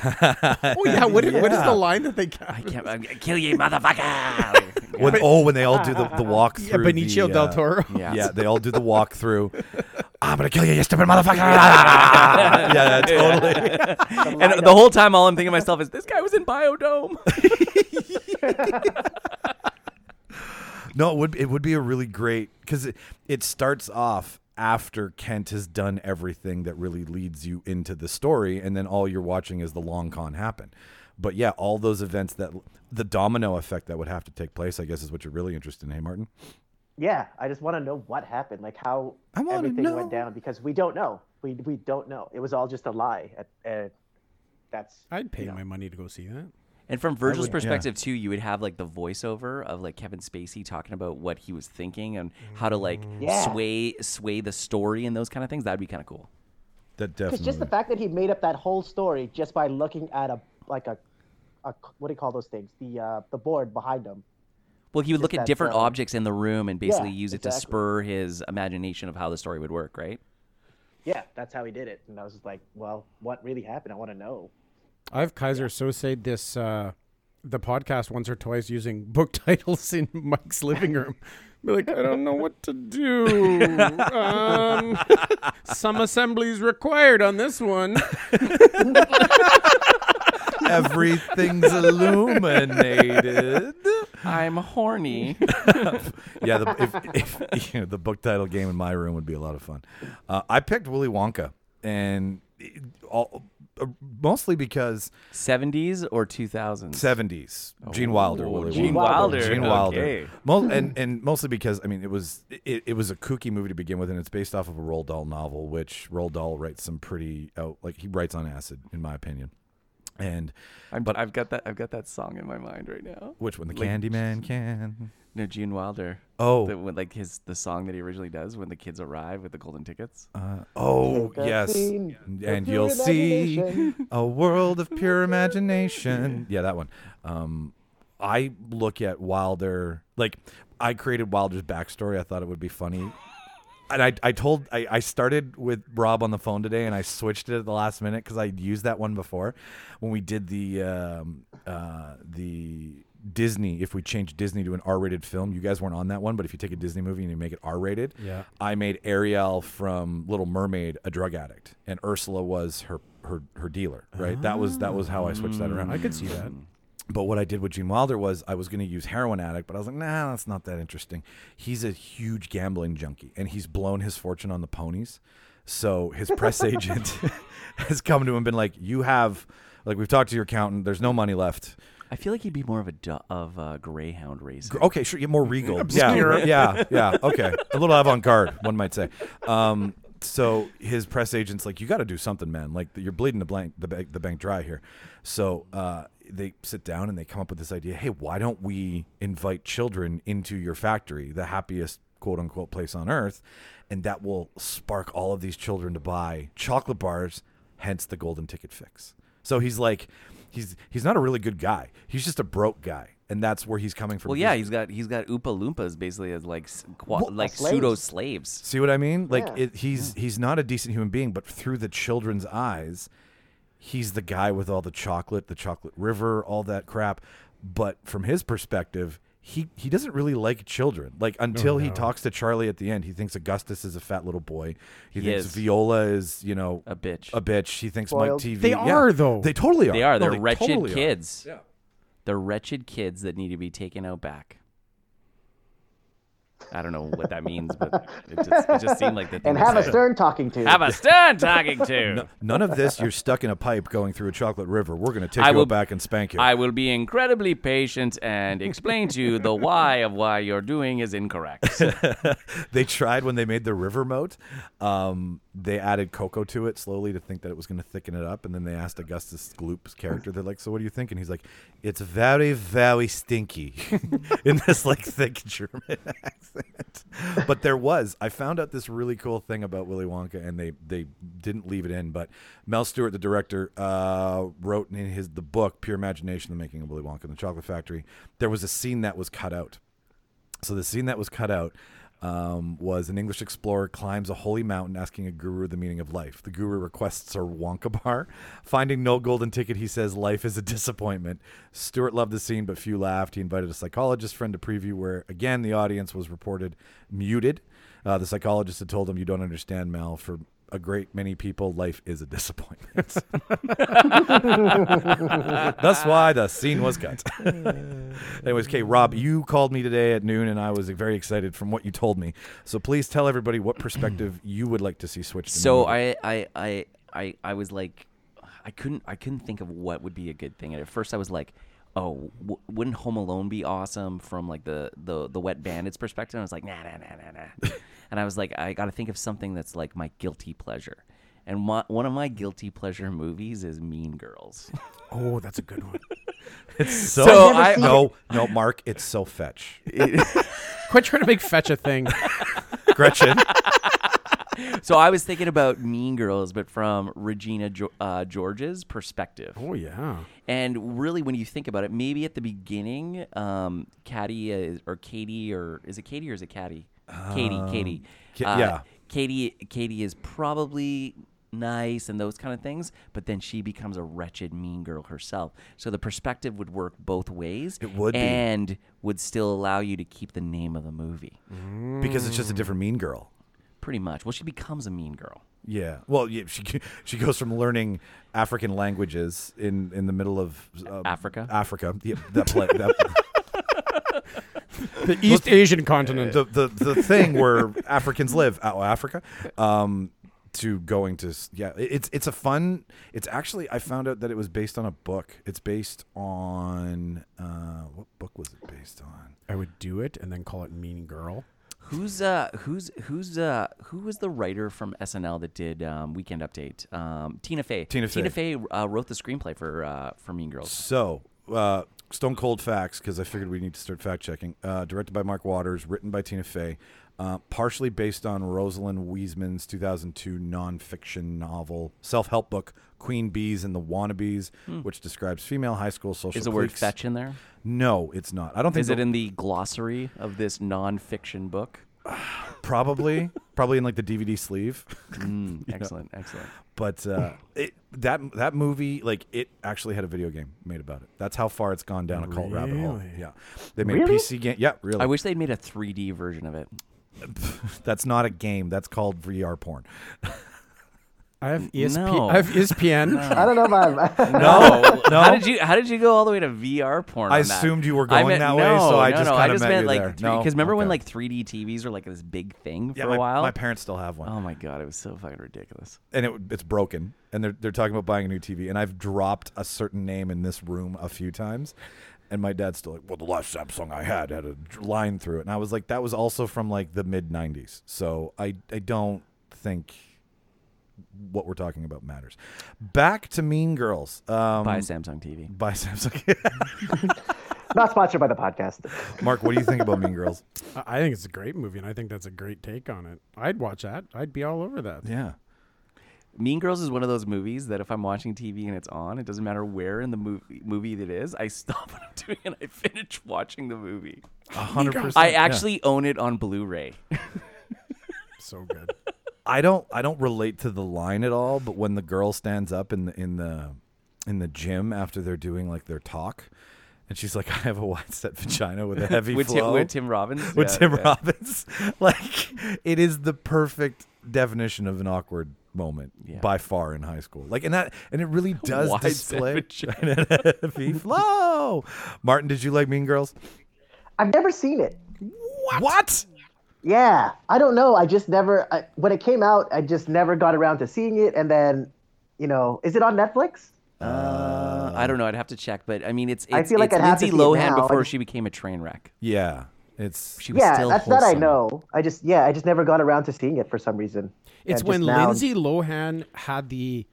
yeah, what, i- what is Yeah. the line that they got? I can't I'm gonna kill you, motherfucker. when, oh, when they all do the, the walk <laughs> Yeah, through. Benicio the, del uh, Toro. <laughs> Yeah. Yeah, they all do the walkthrough. I'm gonna kill you, you stupid motherfucker! <laughs> yeah, yeah, totally. and the whole time, all I'm thinking to myself is, this guy was in Biodome. No, it would it would be a really great because it, it starts off after Kent has done everything that really leads you into the story, and then all you're watching is the long con happen. But yeah, all those events that the domino effect that would have to take place, I guess, is what you're really interested in, hey Martin. Yeah, I just want to know what happened, like how I wanna everything went know. down because we don't know. We we don't know. It was all just a lie. At, at, that's <laughs> I'd pay my money to go see that. And from Virgil's perspective too, you would have like the voiceover of like Kevin Spacey talking about what he was thinking and how to like Yeah. sway sway the story and those kind of things. That'd be kind of cool. That Because definitely. just the fact that he made up that whole story just by looking at a like a, a what do you call those things? The uh, the board behind him. Well, he would look Just at that different film. objects in the room and basically use it to exactly. spur his imagination of how the story would work, right? Yeah, that's how he did it. And I was just like, well, what really happened? I want to know. I've Kaiser so said this uh, the podcast once or twice using <laughs> book titles in Mike's living room. Be like, I don't know what to do. Um, some assemblies required on this one. Everything's illuminated. I'm <laughs> horny. yeah, the, if, if <laughs> you know, the book title game in my room would be a lot of fun. Uh, I picked Willy Wonka, and it- all, uh, mostly because 70s or 2000s? seventies Oh, Gene Wilder, Willy Gene Wonka. Wilder, Gene Wilder, okay. Mo- and and mostly because I mean it was it, it was a kooky movie to begin with, and it's based off of a Roald Dahl novel, which Roald Dahl writes some pretty out like he writes on acid, in my opinion. And I'm, but I've got that I've got that song in my mind right now. which one? The Candyman can. No, Gene Wilder. Oh. The- when, like his the song that he originally does when the kids arrive with the golden tickets. Uh, oh I've yes, seen and pure you'll see imagination. a world of pure imagination. Yeah, that one. Um, I look at Wilder like I created Wilder's backstory. I thought it would be funny and I, I told I, I started with Rob on the phone today, and I switched it at the last minute because I'd used that one before when we did the um, uh, the Disney. If we change Disney to an R-rated film, you guys weren't on that one, but if you take a Disney movie and you make it R-rated, Yeah. I made Ariel from Little Mermaid a drug addict, and Ursula was her her her dealer. Right, that was that was how I switched that around. I could see that. But what I did with Gene Wilder was I was going to use heroin addict, but I was like, nah, that's not that interesting. He's a huge gambling junkie, and he's blown his fortune on the ponies. So his press agent <laughs> has come to him and been like, "You have, like, we've talked to your accountant. There's no money left. I feel like he'd be more of a du- of a greyhound racer. Okay, sure. Yeah, more regal. Yeah, yeah, yeah. Okay, a little avant-garde, one might say. Um, so his press agent's like, "You got to do something, man. Like you're bleeding the blank, the bank, the bank dry here." So uh, they sit down and they come up with this idea. Hey, why don't we invite children into your factory, the happiest quote unquote place on earth, and that will spark all of these children to buy chocolate bars, hence the golden ticket fix. So he's like. He's, he's not a really good guy. He's just a broke guy, and that's where he's coming from. Well, He's- yeah, he's got he's got Oompa Loompas basically as like s- qua- like slaves. pseudo slaves. See what I mean? Like Yeah. it, he's he's not a decent human being, but through the children's eyes, he's the guy with all the chocolate, the chocolate river, all that crap. But from his perspective, he he doesn't really like children. Like Oh, until he talks to Charlie at the end, he thinks Augustus is a fat little boy. He, He thinks is. Viola is you know A bitch. A bitch. He thinks Spoiled. Mike TV. They yeah. are, though. They totally are. They are. Uh, No, They're wretched totally are. kids. Yeah. They're wretched kids that need to be taken out back. I don't know what that means, but it just, it just <laughs> seemed like they and have a stern talking to. have a stern talking to. No- none of this. You're stuck in a pipe going through a chocolate river. We're gonna take I you will- back and spank you. I will be incredibly patient and explain to you the why of why you're doing is incorrect. <laughs> they tried when they made the river moat. Um, they added cocoa to it slowly to think that it was going to thicken it up, and then they asked Augustus Gloop's character, "They're like, so what do you think?" And he's like, "It's very, very stinky," <laughs> in this like thick German <laughs> accent. But there was, I found out this really cool thing about Willy Wonka, and they they didn't leave it in, but Mel Stewart, the director, uh, wrote in his the book "Pure Imagination: The Making of Willy Wonka and the Chocolate Factory." There was a scene that was cut out. So the scene that was cut out um, was an English explorer climbs a holy mountain asking a guru the meaning of life. The guru requests a Wonka bar. Finding no golden ticket, he says, Life is a disappointment. Stewart loved the scene, but few laughed. He invited a psychologist friend to preview, where again the audience was reported muted. Uh, the psychologist had told him, You don't understand, Mal. For a great many people, life is a <laughs> disappointment. That's Ah. why the scene was <laughs> cut. <laughs> Anyways, okay, Rob, you called me today at noon, and I was very excited from what you told me. So please tell everybody what <clears throat> perspective you would like to see switched. in the so movie. I, I I I I was like, I couldn't I couldn't think of what would be a good thing. And at first I was like, oh, w- wouldn't Home Alone be awesome from like the the the Wet Bandits perspective? And I was like, nah nah nah nah nah. and I was like, I got to think of something that's like my guilty pleasure. And my, one of my guilty pleasure movies is Mean Girls. Oh, that's a good one. so, so I've never I- seen no no Mark, it's so <laughs> fetch. Quit trying to make fetch a thing. Gretchen, so I was thinking about Mean Girls, but from Regina jo- uh, George's perspective. Oh yeah. And really, when you think about it, maybe at the beginning, um, Caddy is, or Katie or is it Katie or is it Caddy? Katie, Katie. Uh, Ki- Um, yeah. Katie, Katie is probably nice and those kind of things, but then she becomes a wretched mean girl herself. So the perspective would work both ways. It would be. and would still allow you to keep the name of the movie, Mm. because it's just a different mean girl. pretty much. Well, she becomes a mean girl. Yeah. Well, yeah, she she goes from learning African languages in in the middle of uh, Africa? Africa. Yeah, that play. That, The East Asian <laughs> continent. the, the the thing where Africans live, out Africa, um, to going to s- yeah, it- it's it's a fun. It's actually I found out that it was based on a book. It's based on uh, what book was it based on? I would do it and then call it Mean Girl. Who's uh who's who's uh who was the writer from SNL that did um, Weekend Update? Um, Tina Fey. Tina Tina Fey uh, wrote the screenplay for uh, for Mean Girls. So, uh, Stone Cold Facts, because I figured we need to start fact checking. Uh, directed by Mark Waters, written by Tina Fey, uh, partially based on Rosalind Wiesman's 2002 nonfiction novel, self help book, Queen Bees and the Wannabes, which describes female high school social Hmm. Is the word cliques. fetch in there? No, it's not. I don't think Is it the- in the glossary of this nonfiction book? <laughs> probably probably in like the DVD sleeve. Mm, excellent, excellent. But <laughs> uh, it, that that movie, like it actually had a video game made about it. That's how far it's gone down a cult rabbit hole. Yeah, they made a PC game. Yeah, really. I wish they'd made a 3D version of it. That's not a game. That's called VR porn. I have ESP. No. <laughs> I have E ESPN. I don't know if I'm. <laughs> No, no. <laughs> How did you How did you go all the way to VR porn? I on that? assumed you were I going meant- that way, so no, I no, just no, kinda met meant you like there. because No? remember when Okay. like 3D TVs were like this big thing <laughs> for Yeah, a my, while? my parents still have one, oh my god, it was so fucking ridiculous. and it, it's broken. And they're they're talking about buying a new TV, and I've dropped a certain name in this room a few times, and my dad's still like, "Well, the last Samsung I had had a d- line through it," and I was like, "That was also from like the mid '90s, so I I don't think." What we're talking about matters. Back to Mean Girls. Um, Buy a Samsung TV. by <laughs> Samsung. Not sponsored by the podcast. Mark, what do you think about Mean Girls? I I think it's a great movie, and I think that's a great take on it. I'd watch that. I'd be all over that. Yeah. Mean Girls is one of those movies that if I'm watching TV and it's on, it doesn't matter where in the movie movie that is, I <laughs> stop what I'm doing and I finish watching the movie. 100%. I yeah. actually own it on Blu-ray. So good. I don't I don't relate to the line at all, but when the girl stands up in the in the in the gym after they're doing like their talk and she's like, <laughs> I have a wide set vagina <laughs> with a heavy with, Tim, flow with Tim Robbins. <laughs> with Yeah, Tim yeah. Robbins. <laughs> like it is the perfect definition of an awkward moment Yeah. by far in high school. Like and that and it <laughs> really does Wide set display <laughs> vagina. heavy flow. Martin, did you like Mean Girls? I've never seen it. What? Yeah, I don't know. I just never. I, when it came out, I just never got around to seeing it. And then, you know, is it on Netflix? Uh, I don't know. I'd have to check, but I mean, it's it's, I feel like it's I'd have to Lindsay see it Lohan now. before I- she became a train wreck. Yeah. It's She was Yeah, still that's that I wholesome. know. I just yeah, I just never got around to seeing it for some reason. It's And just when now- Lindsay Lohan had the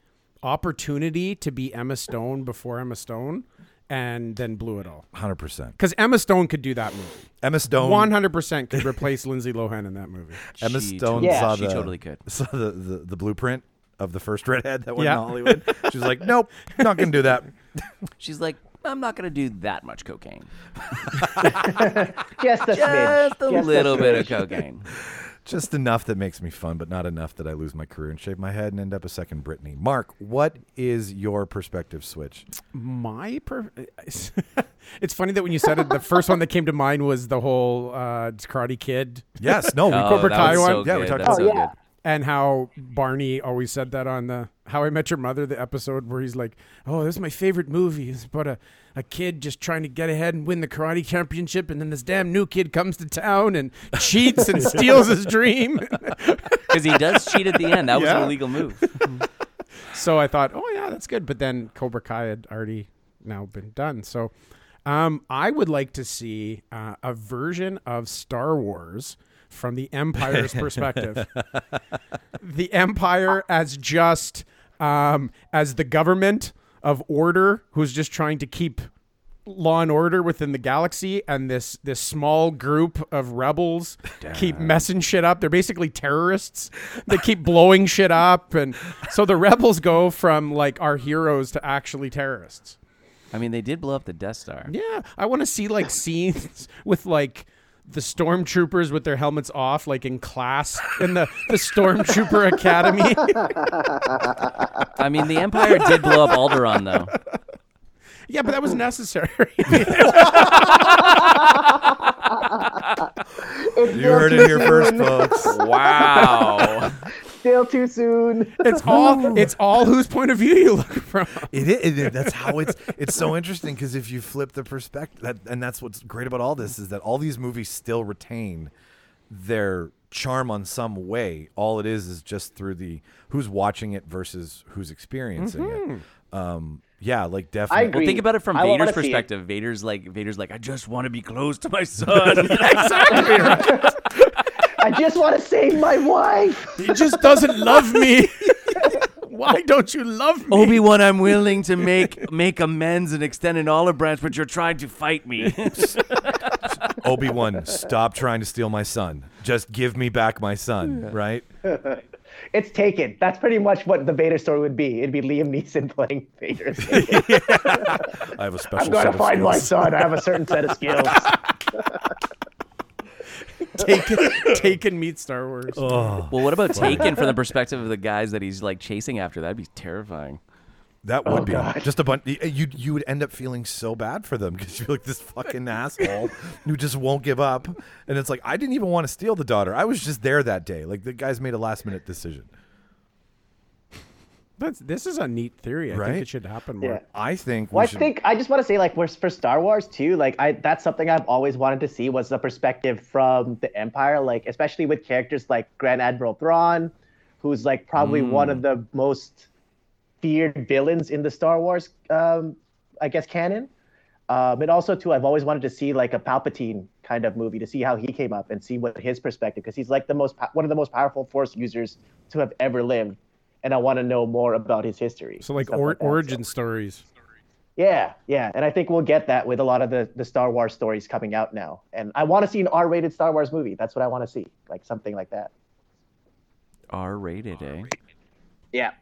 opportunity to be Emma Stone before Emma Stone, and then blew it all. 100%. Because Emma Stone could do that movie. Emma Stone One hundred percent could replace Lindsay Lohan in that movie. Emma She Stone totally- Yeah. saw she the, totally could. <laughs> saw the, the, the blueprint of the first <laughs> redhead that went Yeah. to Hollywood. She was like, nope, not gonna do <laughs> that. She's like, I'm not gonna do that much cocaine. <laughs> Just a smidge. Ah, Just a Just little bit of smidge. cocaine. Just enough that makes me fun, but not enough that I lose my career and shave my head and end up a second Britney. Mark, what is your perspective <laughs> switch? My per- <laughs> it's funny that when you said it, the first one that came to mind was the whole uh, Karate Kid Yes, no, we Oh, covered that was Taiwan. so Yeah, we good. talked That was about Oh, so yeah. good. and how Barney always said that on the How I Met Your Mother, the episode where he's like, "Oh, this is my favorite movie. It's about a, a kid just trying to get ahead and win the karate championship, and then this damn new kid comes to town and cheats and steals his dream." <laughs> Because he does cheat at the <laughs> end. That was an Yeah. illegal move. so I thought, "Oh yeah, that's good." But then Cobra Kai had already now been done, so. Um, I would like to see uh, a version of Star Wars from the Empire's perspective. the empire as just um, as the government of order who's just trying to keep law and order within the galaxy and this this small group of rebels keep messing shit up they're basically terrorists they keep blowing shit up and so the rebels go from like our heroes to actually terrorists I mean, they did blow up the Death Star. yeah, I want to see like scenes with like the stormtroopers with their helmets off, like in class in the the stormtrooper academy. I mean, the Empire did blow up Alderaan, though. <laughs> yeah, but that <laughs> was necessary. It's <laughs> You still heard too it <laughs> here soon. first, folks. Wow. Still too soon. <laughs> it's all it's all whose point of view you look <laughs> from. It is. It, that's how it's. It's so interesting because if you flip the perspective, that, and that's what's great about all this is that all these movies still retain their charm on some way. All it is is just through the who's watching it versus who's experiencing it. Um, yeah, like definitely. <laughs> agree. Well, think about it from I wanna Vader's see it. perspective. Vader's like, Vader's like, I just want to be close to <laughs> my son. I just want to save my wife. He just doesn't love me. <laughs> Why don't you love me? Obi Wan, I'm willing to make make amends and extend an olive branch, but you're trying to <laughs> fight me. Obi Wan, stop trying to steal my son. Just give me back my son, right? It's taken. That's pretty much what the Vader story would be. It'd be Liam Neeson <laughs> playing Vader. I have a special. I'm set going to of find my skills. son. I have a certain set of skills. Taken, Taken meets Star Wars. Well, what about Taken from the perspective of the guys that he's like chasing after? That'd be terrifying. That Oh, would be just a bunch. You you would end up feeling so bad for them because you're like this fucking asshole who just won't give up, and it's like I didn't even want to steal the daughter. I was just there that day. Like the guys made a last minute decision. That's, this is a neat theory. I Right? think it should happen more. Yeah. I think. Well, we I should, think I just want to say, like, we're for Star Wars too. Like, I that's something I've always wanted to see was the perspective from the Empire, like, especially with characters like Grand Admiral Thrawn, who's like probably one Mm. of the most feared villains in the Star Wars, um, I guess, canon. Um, and also too, I've always wanted to see like a Palpatine kind of movie to see how he came up and see what his perspective, because he's like the most po- one of the most powerful Force users to have ever lived, and I want to know more about his history. So like Stuff or, that, so- origin stories. yeah, yeah, and I think we'll get that with a lot of the the Star Wars stories coming out now. And I want to see an R-rated Star Wars movie. That's what I want to see, like something like that. R rated, eh? Yeah,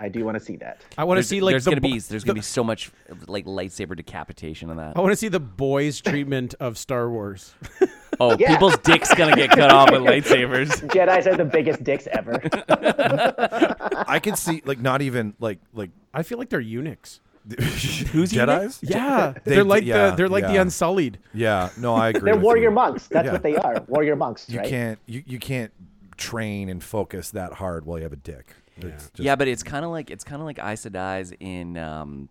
I do want to see that. I want to There's, see like there's the gonna bo- be there's gonna be so much like lightsaber decapitation on that. I want to see the boys' treatment of Star Wars. Oh, Yeah. people's dicks gonna get cut off <laughs> with lightsabers. Jedi's are the biggest dicks ever. I could see like not even like like <laughs> I feel like they're eunuchs. who's eunuch? Jedi's. Yeah, They they're d- like yeah, the they're like the yeah. Unsullied. Yeah, no, I agree. They're with warrior you. monks. That's Yeah. what they are. Warrior monks, You right? can't you, you can't train and focus that hard while you have a dick. It's just- yeah, but it's kind of like it's kind of like Aes Sedai's in um,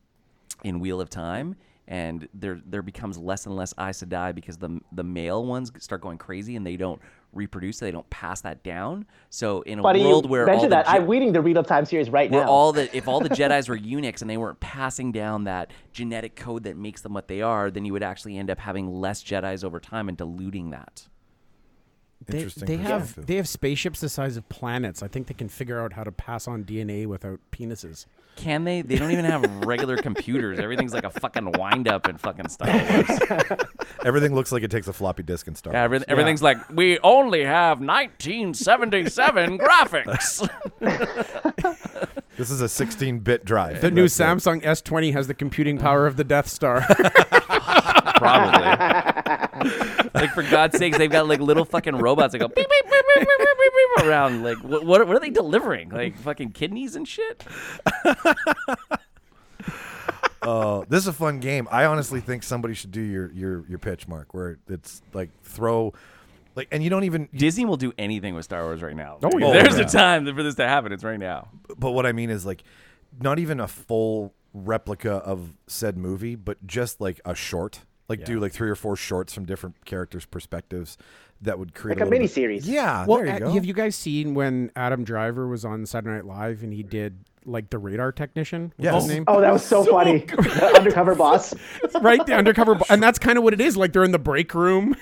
in Wheel of Time, and there there becomes less and less Aes Sedai because the the male ones start going crazy and they don't reproduce, they don't pass that down. So in a Funny world you where all mentioned the that. I'm Je- reading the Real Time series right where now. all the if <laughs> all the Jedi's were eunuchs and they weren't passing down that genetic code that makes them what they are, then you would actually end up having less Jedi's over time and diluting that. They- Interesting they have- perspective. they have spaceships the size of planets. I think they can figure out how to pass on DNA without penises. Can they? They don't even have regular computers. Everything's like a fucking wind up in fucking Star Wars. everything looks like it takes a floppy disk and Star Wars. Everyth- Everything's like we only have 1977 graphics. This is a 16-bit drive. The new That's it. Samsung S20 has the computing power of the Death Star. Probably. <laughs> like for God's sakes, they've got like little fucking robots that go beep beep beep beep beep beep, beep, beep around. Like what, what? What are they delivering? Like fucking kidneys and shit. Oh, this is a fun game. I honestly think somebody should do your your your pitch, Mark, where it's like throw, like, and you don't even. Disney will do anything with Star Wars right now. Oh, yeah. There's Oh, yeah. a time for this to happen. It's right now. But what I mean is like, not even a full replica of said movie, but just like a short. Like do like three or four shorts from different characters' perspectives that would create Like a little bit- miniseries. Yeah, <laughs> well, there you uh, go. have you guys seen when Adam Driver was on Saturday Night Live and he did like the radar technician? What's Yes. His name? oh, that was so, funny. The undercover boss. right, <laughs> the undercover, bo- and that's kind of what it is. Like they're in the break room.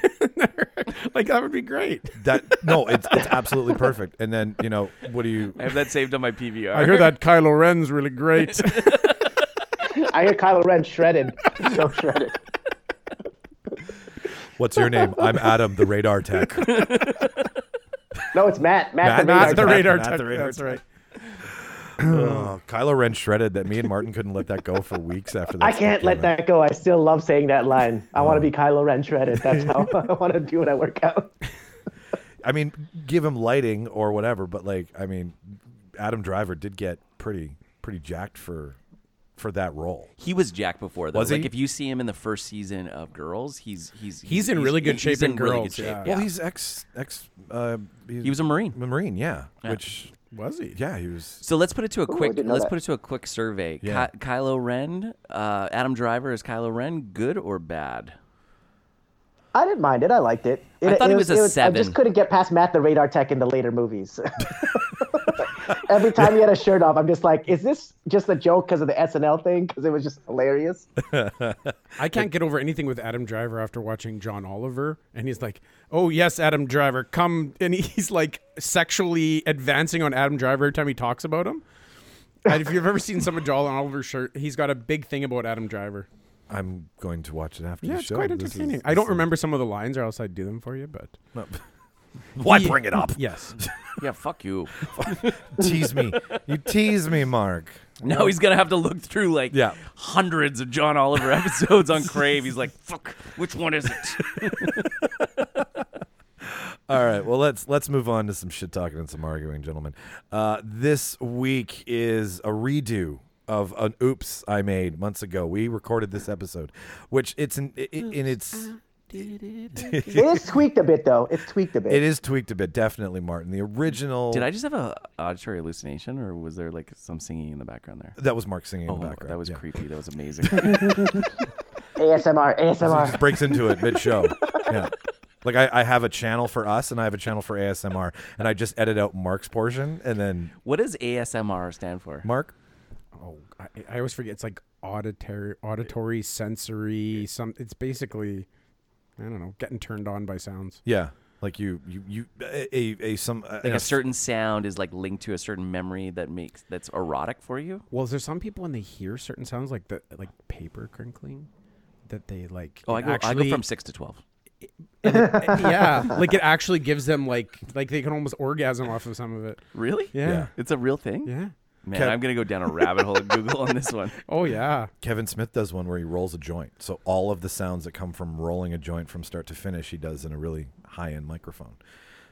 <laughs> like that would be great. <laughs> that no, it's it's absolutely perfect. And then you know what do you? I have that saved on my PVR. I <laughs> hear that Kylo Ren's really <laughs> great. I hear Kylo Ren shredded. So shredded. What's your name? I'm Adam, the radar tech. <laughs> No, it's Matt. Matt Matt, Not the the Matt radar. radar. Not tech- the radar that's tech. right. oh, Kylo Ren shredded that. Me and Martin couldn't let that go for weeks after that. I can't let that go. I still love saying that line. I want to be Kylo Ren shredded. That's <laughs> how I want to do when I work out. I mean, give him lighting or whatever, but like, I mean, Adam Driver did get pretty pretty jacked for for that role. He was Jack before, though. Was like he? if you see him in the first season of Girls, he's he's He's in really good shape in Girls, yeah. Well, he's ex ex. Uh, he was a Marine. Marine, yeah, Which Was he? yeah, he was. So let's put it to a quick didn't know let's that. put it to a quick survey. Yeah. Ky- Kylo Ren, uh, Adam Driver is Kylo Ren good or bad? I didn't mind it. I liked it. it I thought he was a I seven. just couldn't get past Matt the radar tech in the later movies. <laughs> Every time he had a shirt off, I'm just like, is this just a joke because of the SNL thing? Because it was just hilarious. I can't get over anything with Adam Driver after watching John Oliver, and he's like, "Oh yes, Adam Driver, come!" <laughs> And he's like sexually advancing on Adam Driver every time he talks <laughs> about him. And if you've ever seen some of John Oliver's shirt, he's got a big thing about Adam Driver. I'm going to watch it after Yeah, the it's show. quite This is- entertaining. I this don't is- remember some of the lines, or else I'd do them for you. But <laughs> Why bring it <laughs> up? yes, Yeah, fuck you. tease me. You tease me, Mark. <laughs> now he's gonna have to look through like Yeah. hundreds of John Oliver episodes on Crave. He's like, fuck, which one is it? All right. Well, let's let's move on to some shit talking and some arguing, gentlemen. Uh, this week is a redo of an oops I made months ago. We recorded this episode, which it's in, i i- in its It is tweaked a bit, though. It's tweaked a bit. it is tweaked a bit, definitely, Martin. The original Did I just have a auditory hallucination, or was there like some singing in the background there? that was Mark singing in Oh, the background. that was yeah. creepy. That was amazing. ASMR, ASMR. just breaks into it mid show. Yeah. Like I, I have a channel for us and I have a channel for ASMR and I just edit out Mark's portion and then what does ASMR stand for? Mark Oh, I, I always forget. It's like auditory, auditory, sensory. Some. It's basically, I don't know, getting turned on by sounds. yeah like you you you a a, a some uh, Like a certain sound is like linked to a certain memory that makes that's erotic for you. Well, is there some people when they hear certain sounds like the like paper crinkling, that they like? Oh, it I go, I go actually- <laughs> from six to twelve. yeah, <laughs> like it actually gives them like like they can almost orgasm off of some of it. Really? Yeah. It's a real thing. Yeah. Man, Kev- I'm gonna go down a rabbit hole at Google on this <laughs> one. Oh yeah. Kevin Smith does one where he rolls a joint so all of the sounds that come from rolling a joint from start to finish he does in a really high end microphone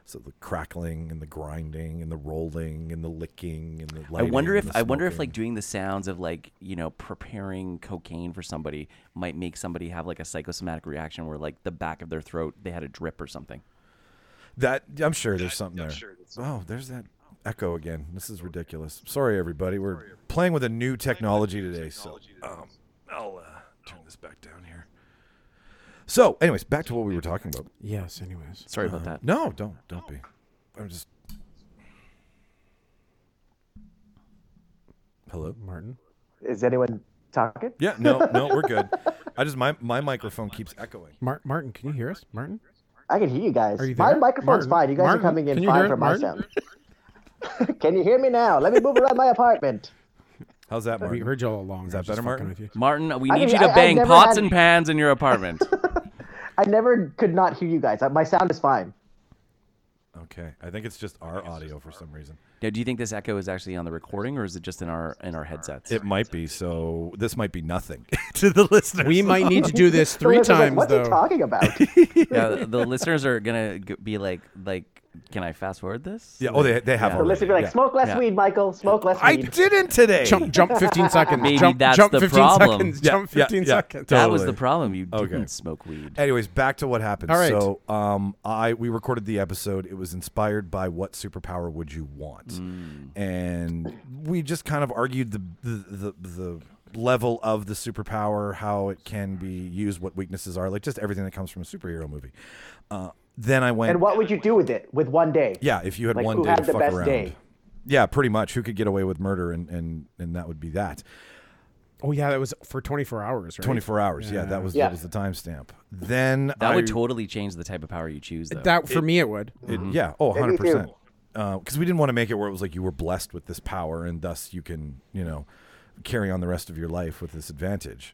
so the crackling and the grinding and the rolling and the licking and the I lighting wonder if and the I wonder if smoking. like doing the sounds of like you know preparing cocaine for somebody might make somebody have like a psychosomatic reaction where like the back of their throat they had a drip or something. That I'm sure there's something there. oh, there's that echo again. This is ridiculous. Sorry, everybody. We're playing with a new technology today, so um, I'll uh, turn this back down here. So, anyways, back to what we were talking about. Yes. Anyways. Sorry about that. No, don't don't be. I'm just. Hello. Martin. Is anyone talking? Yeah. No. No. We're good. I just my my microphone keeps echoing. Mar- Martin, can you hear us? Martin. I can hear you guys. you my there? microphone's Martin, fine. You guys Martin, are coming can in you hear fine it, for my Martin? sound. <laughs> can you hear me now? Let me move around my apartment. How's that, We Martin? heard you all along. Is that better, Martin? Martin, we I need mean, you to I- I've bang never pots had- and pans in your <laughs> apartment. I never could not hear you guys. Uh, My sound is fine. Okay. I think it's just our audio for some reason. now, do you think this echo is actually on the recording or is it just in our in our headsets? It might be. So this might be nothing <laughs> to the listeners. We might need to do <laughs> this The three listener's like, times what are you though. talking about? <laughs> yeah, the- the listeners are gonna g- be like, like, can I fast forward this? Yeah. Oh, they, they have. Yeah. The already, listener's like, yeah. smoke less Yeah. weed, Michael. Smoke less I weed. didn't today. Jump, jump 15 seconds. Maybe jump, that's jump the 15 problem. seconds. Yeah, jump yeah, 15 yeah. seconds. Don't- That was the Totally. problem. You Okay. didn't smoke weed. Anyways, back to what happened. All right. So, um, I we recorded the episode. It was inspired by what superpower would you want, and we just kind of argued the the, the the level of the superpower, how it can be used, what weaknesses are, like just everything that comes from a superhero movie. Uh, then I went. And what would you do with it with one day? yeah, if you had Like, one who day had to the fuck best around. day? Yeah, pretty much. Who could get away with murder, and and and that would be that. Oh yeah, that was for 24 hours, right? 24 hours. Yeah, that was Yeah. that was the timestamp. Then That I, would totally change the type of power you choose, though. That for me it would. it, Mm-hmm. yeah, oh, 100%. too. Because Uh, we didn't want to make it where it was like you were blessed with this power and thus you can, you know, carry on the rest of your life with this advantage.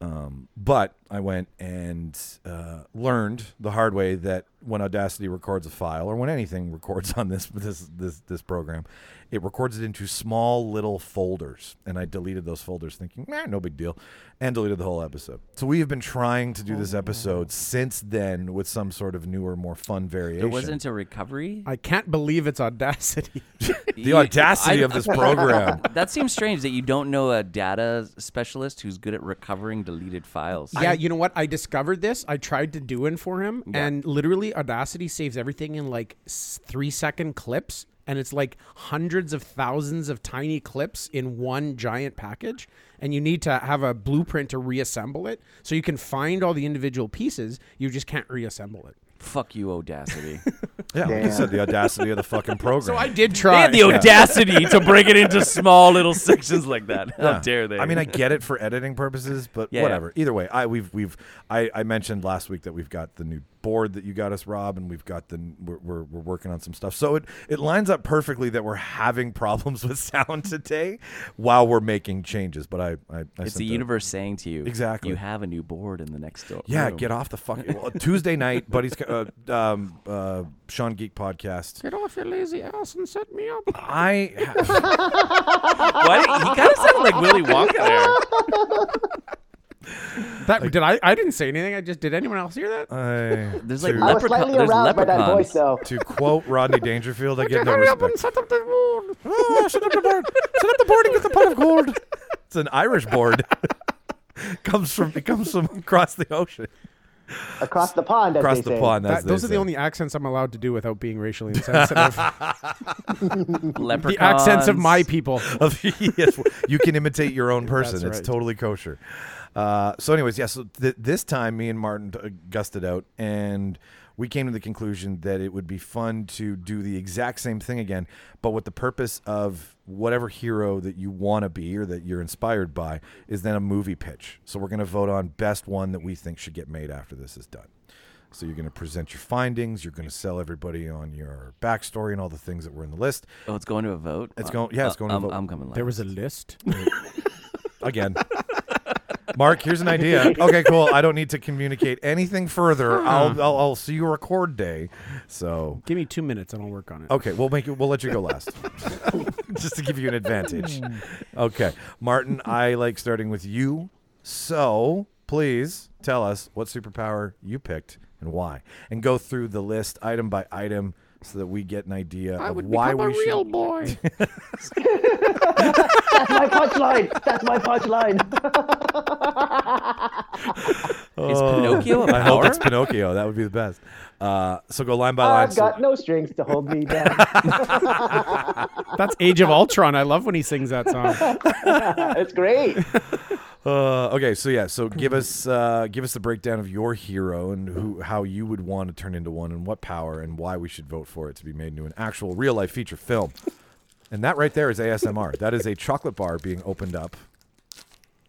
Um, but I went and uh, learned the hard way that when Audacity records a file or when anything <laughs> records on this this this this program, it records it into small little folders. And I deleted those folders, thinking, "Nah, no big deal," and deleted the whole episode. So we have been trying to do this episode since then with some sort of newer, more fun variation. There wasn't a recovery. I can't believe it's audacity. <laughs> the audacity of this <laughs> program. That seems strange that you don't know a data specialist who's good at recovering deleted files. Yeah, you know what? I discovered this. I tried to do in for him, and literally, Audacity saves everything in like s- three second clips, and it's like hundreds of thousands of tiny clips in one giant package. And you need to have a blueprint to reassemble it, so you can find all the individual pieces. You just can't reassemble it. Fuck you, <laughs> Audacity. Yeah, like you said, the audacity of the <laughs> fucking program. So I did they try. had the audacity to break it <laughs> into small little sections like that. How dare they? I mean, I get it for editing purposes, but Yeah, yeah. whatever. Either way, I we've we've I, I mentioned last week that we've got the new board that you got us, Rob, and we've got the we're we're, we're working on some stuff. So it it lines up perfectly that we're having <laughs> problems with sound today while we're making changes. But I I, I it's sent the universe saying to you, Exactly. You have a new board in the next door. Yeah, room. get off the fucking <laughs> well, Tuesday night, buddies. Uh, um, uh, Sean Geek podcast. Get off your lazy ass and set me up. I <laughs> Why did- he kind of sounded like Willy Wonka <laughs> there. That did I? I didn't say anything. I just did. Anyone else hear that? I, <laughs> There's like to, I was Leprechaun- slightly there's aroused by that leprechauns. voice, though. to quote Rodney Dangerfield, I get no Hurry up and respect. set up the moon. Oh, set up the board. Set up the board and get the pot of gold. <laughs> It's an Irish <laughs> board. comes from it comes from across the ocean, Across the pond, as across they the say. pond. As That, those they are the say. only accents I'm allowed to do without being racially insensitive. Leprechauns. the accents of my people. <laughs> of yes, you can imitate your own person. <laughs> That's It's right. totally kosher. Uh, so, anyways, yeah. So th- this time, me and Martin uh, gussed it out, and we came to the conclusion that it would be fun to do the exact same thing again, but with the purpose of whatever hero that you want to be or that you're inspired by is then a movie pitch. So we're going to vote on best one that we think should get made after this is done. So you're going to present your findings. You're going to sell everybody on your backstory and all the things that were in the list. Oh, it's going to a vote. It's Uh, going- yeah, it's uh, going to I'm, vote. I'm coming. <laughs> There last. was a list. again. Mark, here's an idea. Okay, cool. I don't need to communicate anything further. I'll I'll, I'll see you record day. So Give me two minutes and I'll work on it. okay, we'll make you. We'll let you go last, <laughs> just to give you an advantage. Hmm. Okay, Martin, I like starting with you. So please tell us what superpower you picked and why, and go through the list item by item so that we get an idea of why we should. <laughs> boy. That's my punchline. That's <laughs> my punchline. Is Pinocchio <laughs> <laughs> a I hope power? it's Pinocchio. That would be the best. Uh, so go line by Oh, line. I've So- got no strings to hold <laughs> me down. That's Age of Ultron. I love when he sings that song. It's great. Uh, okay, so yeah, so give us uh, give us the breakdown of your hero and who how you would want to turn into one and what power and why we should vote for it to be made into an actual real life feature film. And that right there is ASMR. that is a chocolate bar being opened up.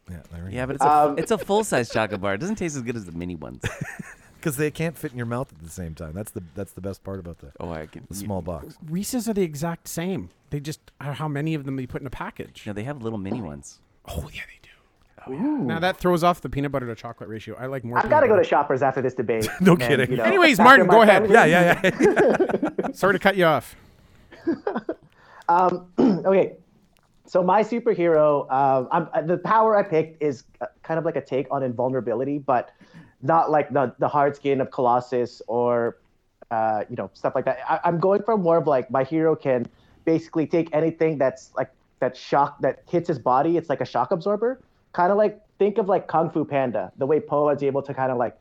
Yeah, there we Yeah, but it's a, Um, it's a full size chocolate bar. It doesn't taste as good as the <laughs> mini ones. because they can't fit in your mouth at the same time. That's the that's the best part about that. Oh, I can. The small <laughs> box. <laughs> Reese's are the exact same. They just are how many of them you put in a package. No, they have little mini ones. Oh yeah, they do. Now that throws off the peanut butter to chocolate ratio. I like more. I've got to go to Shoppers after this debate. No kidding. Anyways, after Martin, my go ahead. family- Yeah, yeah, yeah. <laughs> Sorry to cut you off. Okay. So my superhero, um, I'm, uh, the power I picked is uh, kind of like a take on invulnerability, but not like the the hard skin of Colossus or uh, you know stuff like that. I, I'm going for more of like my hero can basically take anything that's like that shock that hits his body. It's like a shock absorber. Kind of like think of like Kung Fu Panda, the way Po is able to kind of like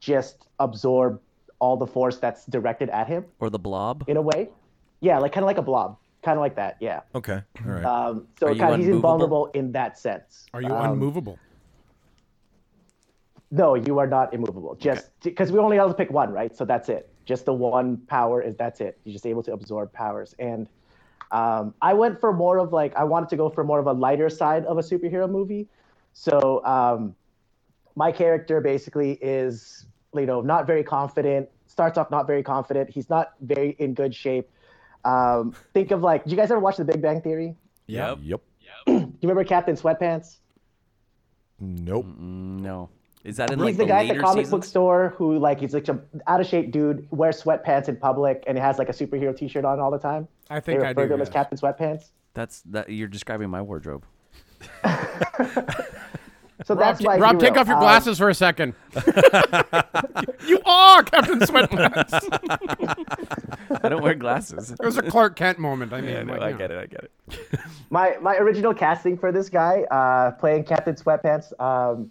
just absorb all the force that's directed at him Or the blob. in a way. Yeah, like kind of like a blob, kind of like that. Yeah. okay, all right. Uh, Um, so Are kind you of, he's unmovable? invulnerable in that sense. Are you Um, unmovable? No, you are not immovable. Just because we only allowed to pick one, right? So that's it. Just the one power is that's it. You're just able to absorb powers. And um, I went for more of like I wanted to go for more of a lighter side of a superhero movie. So um, my character basically is you know not very confident. Starts off not very confident. He's not very in good shape. Um, think of like, do you guys ever watch The Big Bang Theory? Yep. yep. Do you remember Captain Sweatpants? Nope. No. Is that in he's like the, guy at the later comic seasons? book store who like he's like some out of shape dude wears sweatpants in public and has like a superhero t-shirt on all the time I think they I refer do. to him as yes. captain sweatpants That's that. You're describing my wardrobe. so Rob, that's t- my Rob hero. take off your Um, glasses for a <laughs> second. <laughs> you are Captain <laughs> Sweatpants. I don't wear glasses. <laughs> It was a Clark Kent moment. I mean, I, know, like, I no. get it. I get it. my my original casting for this guy uh, playing Captain Sweatpants um,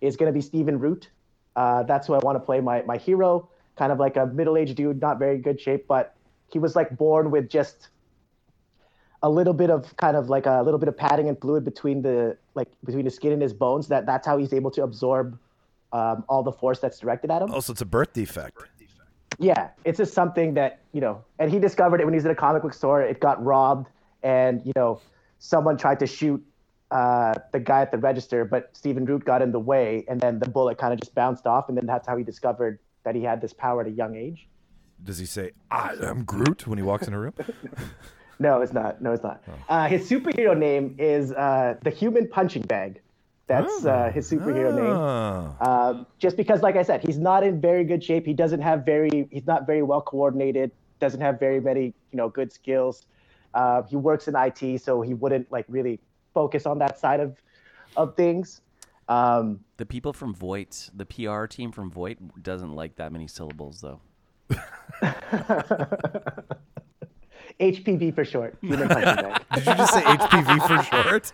is going to be Steven Root. Uh, that's who I want to play my my hero, kind of like a middle-aged dude, not very good shape, but he was like born with just a little bit of kind of like a little bit of padding and fluid between the like between his skin and his bones. That that's how he's able to absorb um, all the force that's directed at him. Also, it's a birth defect. Yeah, it's just something that you know, and he discovered it when he was in a comic book store. It got robbed, and you know, someone tried to shoot uh, the guy at the register, but Stephen Root got in the way, and then the bullet kind of just bounced off, and then that's how he discovered that he had this power at a young age. Does he say I am Groot when he walks in a room? No, it's not. No, it's not. Uh, his superhero name is uh, the Human Punching Bag. That's uh, his superhero name. Ah. Um, just because, like I said, he's not in very good shape. He doesn't have very, he's not very well coordinated. Doesn't have very many, you know, good skills. Uh, he works in IT, so he wouldn't like really focus on that side of, of things. Um, The people from Voight, the PR team from Voight, doesn't like that many syllables though. HPB for short. Human punching bag. Did you just say HPV <laughs> for short?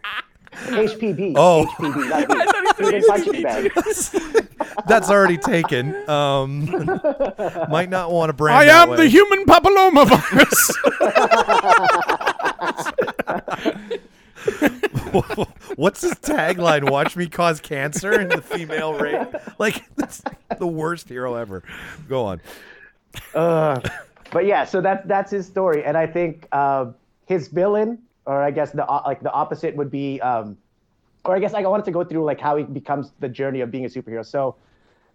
HPB. Oh. HPB. Not me. Human punching bag. That's already taken. Um, <laughs> might not want to brand. I that am the way. human papillomavirus. <laughs> What's his tagline? Watch me cause cancer in the female race. Like <laughs> that's the worst hero ever. Go on. But yeah, so that's that's his story, and I think uh, his villain, or I guess the o- like the opposite would be, um, or I guess like, I wanted to go through like how he becomes the journey of being a superhero. So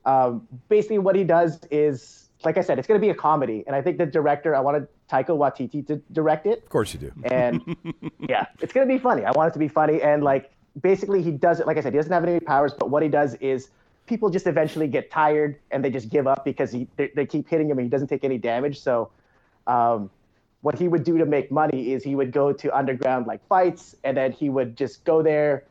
um, basically, what he does is, like I said, it's going to be a comedy, and I think the director, I wanted Taika Waititi to direct it, Of course you do. and yeah, it's gonna be funny. I want it to be funny, and like basically he does it. Like I said, he doesn't have any powers, but what he does is people just eventually get tired and they just give up because he they, they keep hitting him and he doesn't take any damage. So, um, what he would do to make money is he would go to underground like fights, and then he would just go there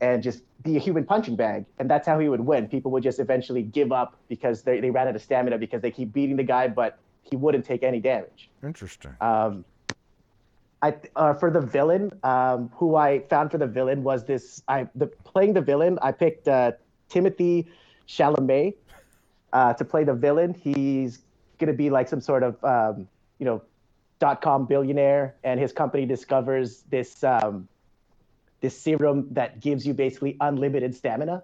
and just be a human punching bag, and that's how he would win. People would just eventually give up because they they ran out of stamina because they keep beating the guy, but he wouldn't take any damage. Interesting. Um, I uh, for the villain, um, who I found for the villain was this. I the playing the villain. I picked uh, Timothy Chalamet uh, to play the villain. He's gonna be like some sort of um, you know dot com billionaire, and his company discovers this um, this serum that gives you basically unlimited stamina.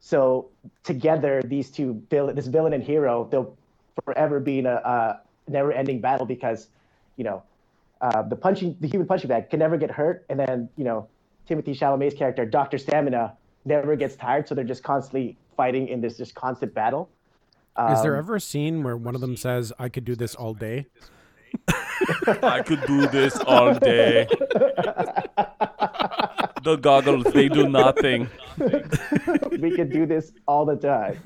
So together, these two villain, this villain and hero, they'll forever be in a uh, never-ending battle because, you know, uh, the punching the human punching bag can never get hurt, and then you know, Timothy Chalamet's character, Doctor Stamina, never gets tired, so they're just constantly fighting in this just constant battle. Is there ever a scene where one of them says, "I could do this all day"? I could do this all day. the <laughs> goggles, they do nothing. we could do this all the time.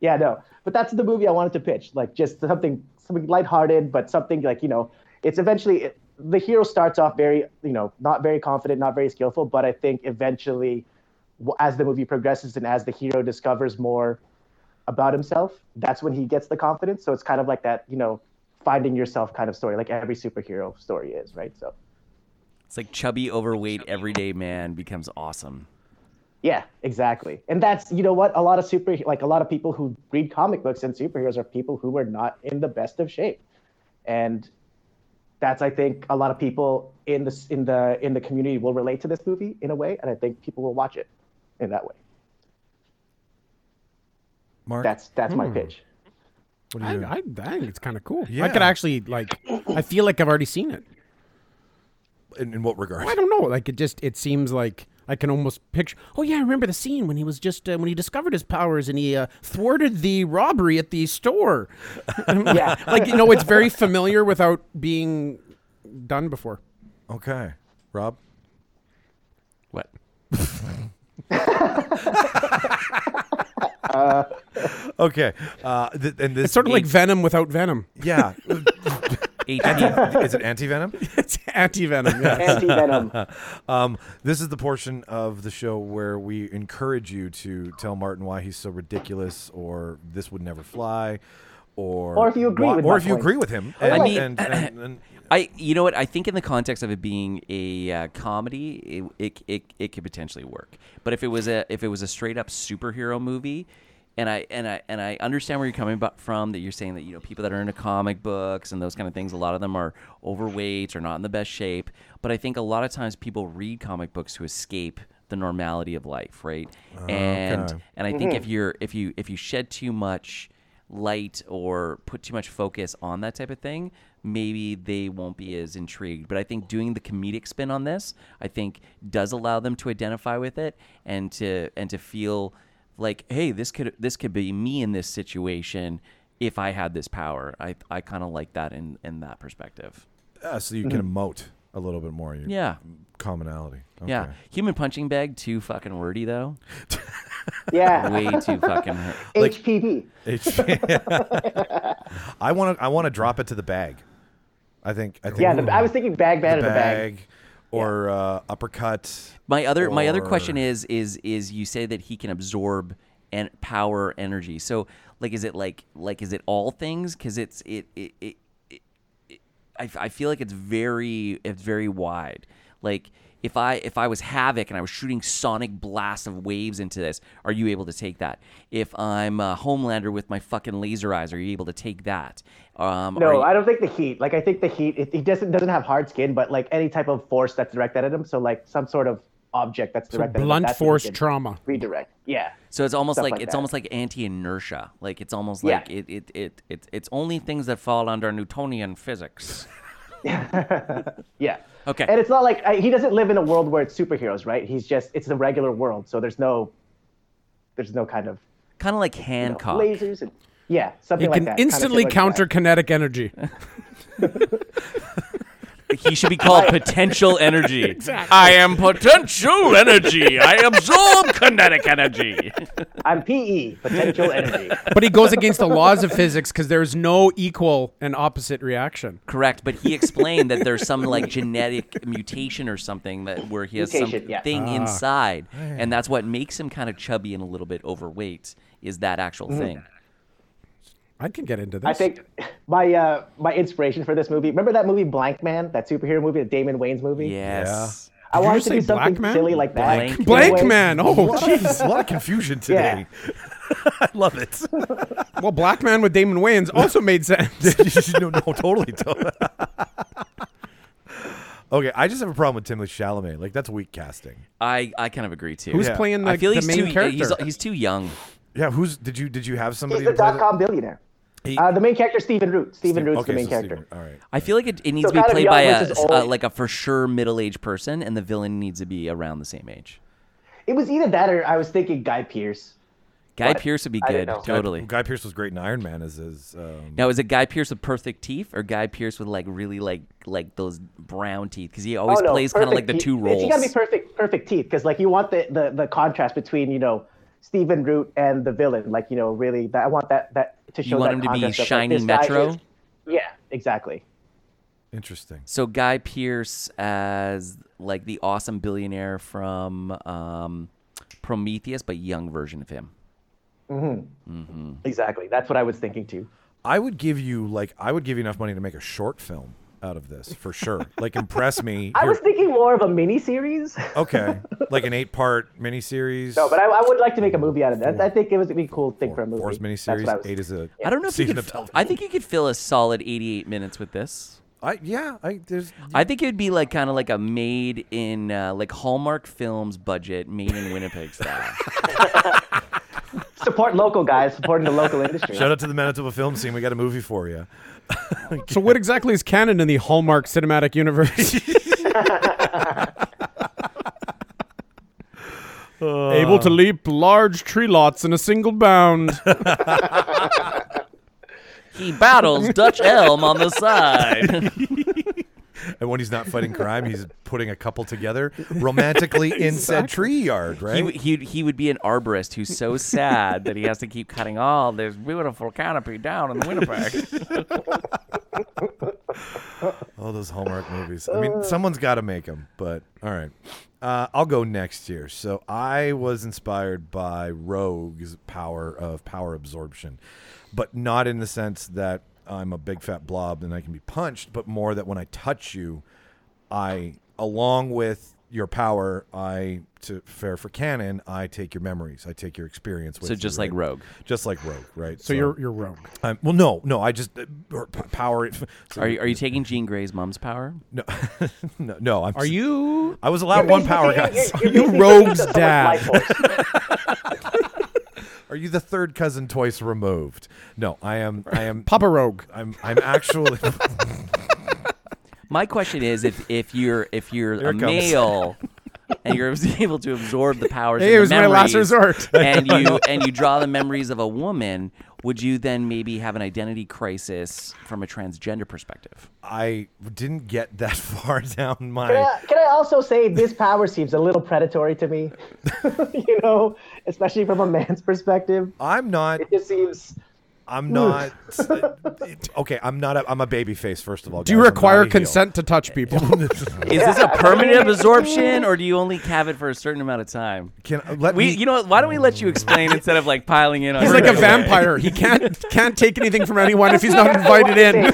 yeah, no, but that's the movie I wanted to pitch. Like just something something lighthearted, but something like you know, it's eventually it, the hero starts off very you know not very confident, not very skillful, but I think eventually, w- as the movie progresses and as the hero discovers more about himself, that's when he gets the confidence. So it's kind of like that you know, finding yourself kind of story, like every superhero story is, right? So It's like chubby, overweight, everyday man becomes awesome. Yeah, exactly. And that's you know what a lot of super like a lot of people who read comic books and superheroes are people who are not in the best of shape. And that's I think a lot of people in this in the in the community will relate to this movie in a way and I think people will watch it in that way. Mark, That's that's Hmm. <laughs> my pitch. what do I, you? I, I think it's kind of cool. I could Yeah. actually like. I feel like I've already seen it. in, in what regard? I don't know. Like it just it seems like I can almost picture. Oh yeah, I remember the scene when he was just uh, when he discovered his powers and he uh, thwarted the robbery at the store. <laughs> Yeah. Like you know, it's very familiar without being done before. Okay, Rob. What? Okay, uh, th- and this It's sort of like Venom without Venom. <laughs> <laughs> yeah. HP. Is it anti venom? It's anti Venom. Yeah. Anti-venom. <laughs> Um, this is the portion of the show where we encourage you to tell Martin why he's so ridiculous, or this would never fly, or Or if you agree why- with or my if you point. agree with him. I And, like- and, and, and- I, you know what? I think in the context of it being a uh, comedy, it, it it it could potentially work. But if it was a if it was a straight up superhero movie, and I and I and I understand where you're coming bu- from that you're saying that you know people that are into comic books and those kind of things, a lot of them are overweight or not in the best shape. But I think a lot of times people read comic books to escape the normality of life, right? And and I think if you're if you if you shed too much light or put too much focus on that type of thing, maybe they won't be as intrigued. But I think doing the comedic spin on this, I think does allow them to identify with it and to and to feel like, hey, this could this could be me in this situation if I had this power. I I kind of like that in in that perspective. uh, so you can Mm-hmm. emote a little bit more. your Yeah. commonality. Mm, Okay. Yeah, human punching bag too fucking wordy though. <laughs> Yeah. Way too fucking. wor- HPB. It's- <laughs> I want to. I want to drop it to the bag. I think. I think. Yeah, the, I was thinking bag man in the bag. bag, or uh, uppercut. My other my other question Or- is is is you say that he can absorb and power energy. So like is it like like is it all things? Because it's it it, it, it, it I, f- I feel like it's very it's very wide. Like if I if I was havoc and I was shooting sonic blasts of waves into this, are you able to take that? If I'm uh, Homelander with my fucking laser eyes, are you able to take that? Um, are No, you- I don't think the heat. Like I think the heat. It, he doesn't doesn't have hard skin, but like any type of force that's directed at him. So like some sort of object that's directed. at him, Blunt that's what he force can trauma. Redirect. Yeah. So it's almost Stuff like, like it's that. almost like anti-inertia. Like it's almost Yeah. like it, it, it, it it's only things that fall under Newtonian physics. Yeah. Okay. And it's not like I, he doesn't live in a world where it's superheroes, right? He's just it's the regular world, so there's no there's no kind of kind <laughs> of like Hancock. lasers and yeah, something It like can that. kinda instantly similar to counter that. kinetic energy. he should be <laughs> called potential energy. I am potential energy. I absorb kinetic energy. I'm PE, potential energy. but he goes against the laws of physics because there's no equal and opposite reaction. <laughs> Correct, but he explained that there's some like genetic mutation or something that where he has Mutation, something yeah. inside, and that's what makes him kind of chubby and a little bit overweight. Is that actual Mm. thing? I can get into this. I think my uh, my inspiration for this movie. Remember that movie Blank Man, that superhero movie, the Damon Wayans movie. Yes. I Did you wanted just to do say Black something Man? silly like that. Blank. In a Blank way- man. A Oh, lot, of, a <laughs> lot of confusion today. I love it. well, Black Man with Damon Wayans also made <laughs> sense. <laughs> no, no, totally. totally. <laughs> okay, I just have a problem with Timothy Chalamet. Like that's weak casting. I, I kind of agree too. Who's Yeah. playing the, I feel the he's main too character? he's, he's too young. Yeah, who's did you did you have somebody? He's the to play dot com billionaire. He- Uh, the main character, Stephen Root. Stephen Root's okay, the main so character. Steven- uh. all right. I feel like it, it needs So to be gotta be played by young a, versus s- uh, old. like a for sure middle aged person, and the villain needs to be around the same age. It was either that or I was thinking Guy Pierce. Guy Pearce would be I don't good, know. Guy- totally. Guy Pierce was great in Iron Man. As is um, now is it Guy Pearce with perfect teeth or Guy Pearce with like really like like those brown teeth? Because he always plays kind of like Oh, perfect the teeth. two It's- roles. You gotta be perfect, perfect teeth, because like you want the, the the contrast between you know Stephen Root and the villain. Like you know, really, that I want that that to show you want that him to be contrast of, shiny like, this guy Metro. is- yeah, exactly. interesting. So Guy Pearce as like the awesome billionaire from um, Prometheus, but young version of him. Exactly. That's what I was thinking too. I would give you like I would give you enough money to make a short film out of this for sure. like impress me. <laughs> I Here- was thinking more of a <laughs> mini series. okay, like an eight part miniseries. <laughs> No, but I, I would like to make a movie out of that. I think it would be a cool thing for a movie. Four's That's what miniseries. I was- Eight is a. I don't know if you season could. of f- television. I think you could fill a solid 88 minutes with this. I yeah. I there's. I think it'd be like kind of like a made in uh, like Hallmark Films budget, made in Winnipeg style. Support local guys, supporting the local industry. Shout out to the Manitoba film scene. We got a movie for you. so, what exactly is canon in the Hallmark cinematic universe? <laughs> Able to leap large tree lots in a single bound. <laughs> he battles Dutch Elm on <laughs> the side. And when he's not fighting crime, he's putting a couple <laughs> together romantically in said tree yard, he, right? w- he he would be an arborist who's so sad that he has to keep cutting all this beautiful canopy down in Winnipeg. All those Hallmark movies. I Uh. mean, someone's got to make them, but all right. Uh, I'll go next year. So I was inspired by Rogue's power of power absorption, but not in the sense that I'm a big fat blob and I can be punched, but more that when I touch you, I, along with your power, I, to fair for canon, I take your memories, I take your experience with so you, just like right? Rogue. Just like Rogue, right? So, <laughs> you're, you're rogue. I'm, well, no, no. I just uh, or p- power. <laughs> It, so- <laughs> Are you, are you taking Jean Grey's mom's power? no, <laughs> no, no. I'm Are you. I was allowed one power, You're- guys. <laughs> you're- You you're basically rogue's someone's dad. life force. <laughs> Are you the third cousin twice removed? No, I am. I am. Papa Rogue. <laughs> I'm. I'm actually. <laughs> My question is if if you're if you're Here a it comes. male and you're <laughs> able to absorb the powers, Hey, and it the was my last memories, <laughs> <laughs> resort. and you and you draw the memories of a woman. Would you then maybe have an identity crisis from a transgender perspective? I didn't get that <laughs> far down my. Can I- Can I also <laughs> say this power seems a little predatory to me? <laughs> you know, especially from a man's perspective. I'm not. It just seems <laughs> I'm not. uh, okay, I'm not. A, I'm a baby face. First of all, Do you guys. I'm not a require heel. consent to touch people? <laughs> Is this a permanent absorption, or do you only have it for a certain amount of time? Can uh, let We, me? you know, what? why don't we let <laughs> you explain instead of like piling in on? He's like a everybody? vampire. He can't can't take anything from anyone if he's <laughs> not invited in. <laughs>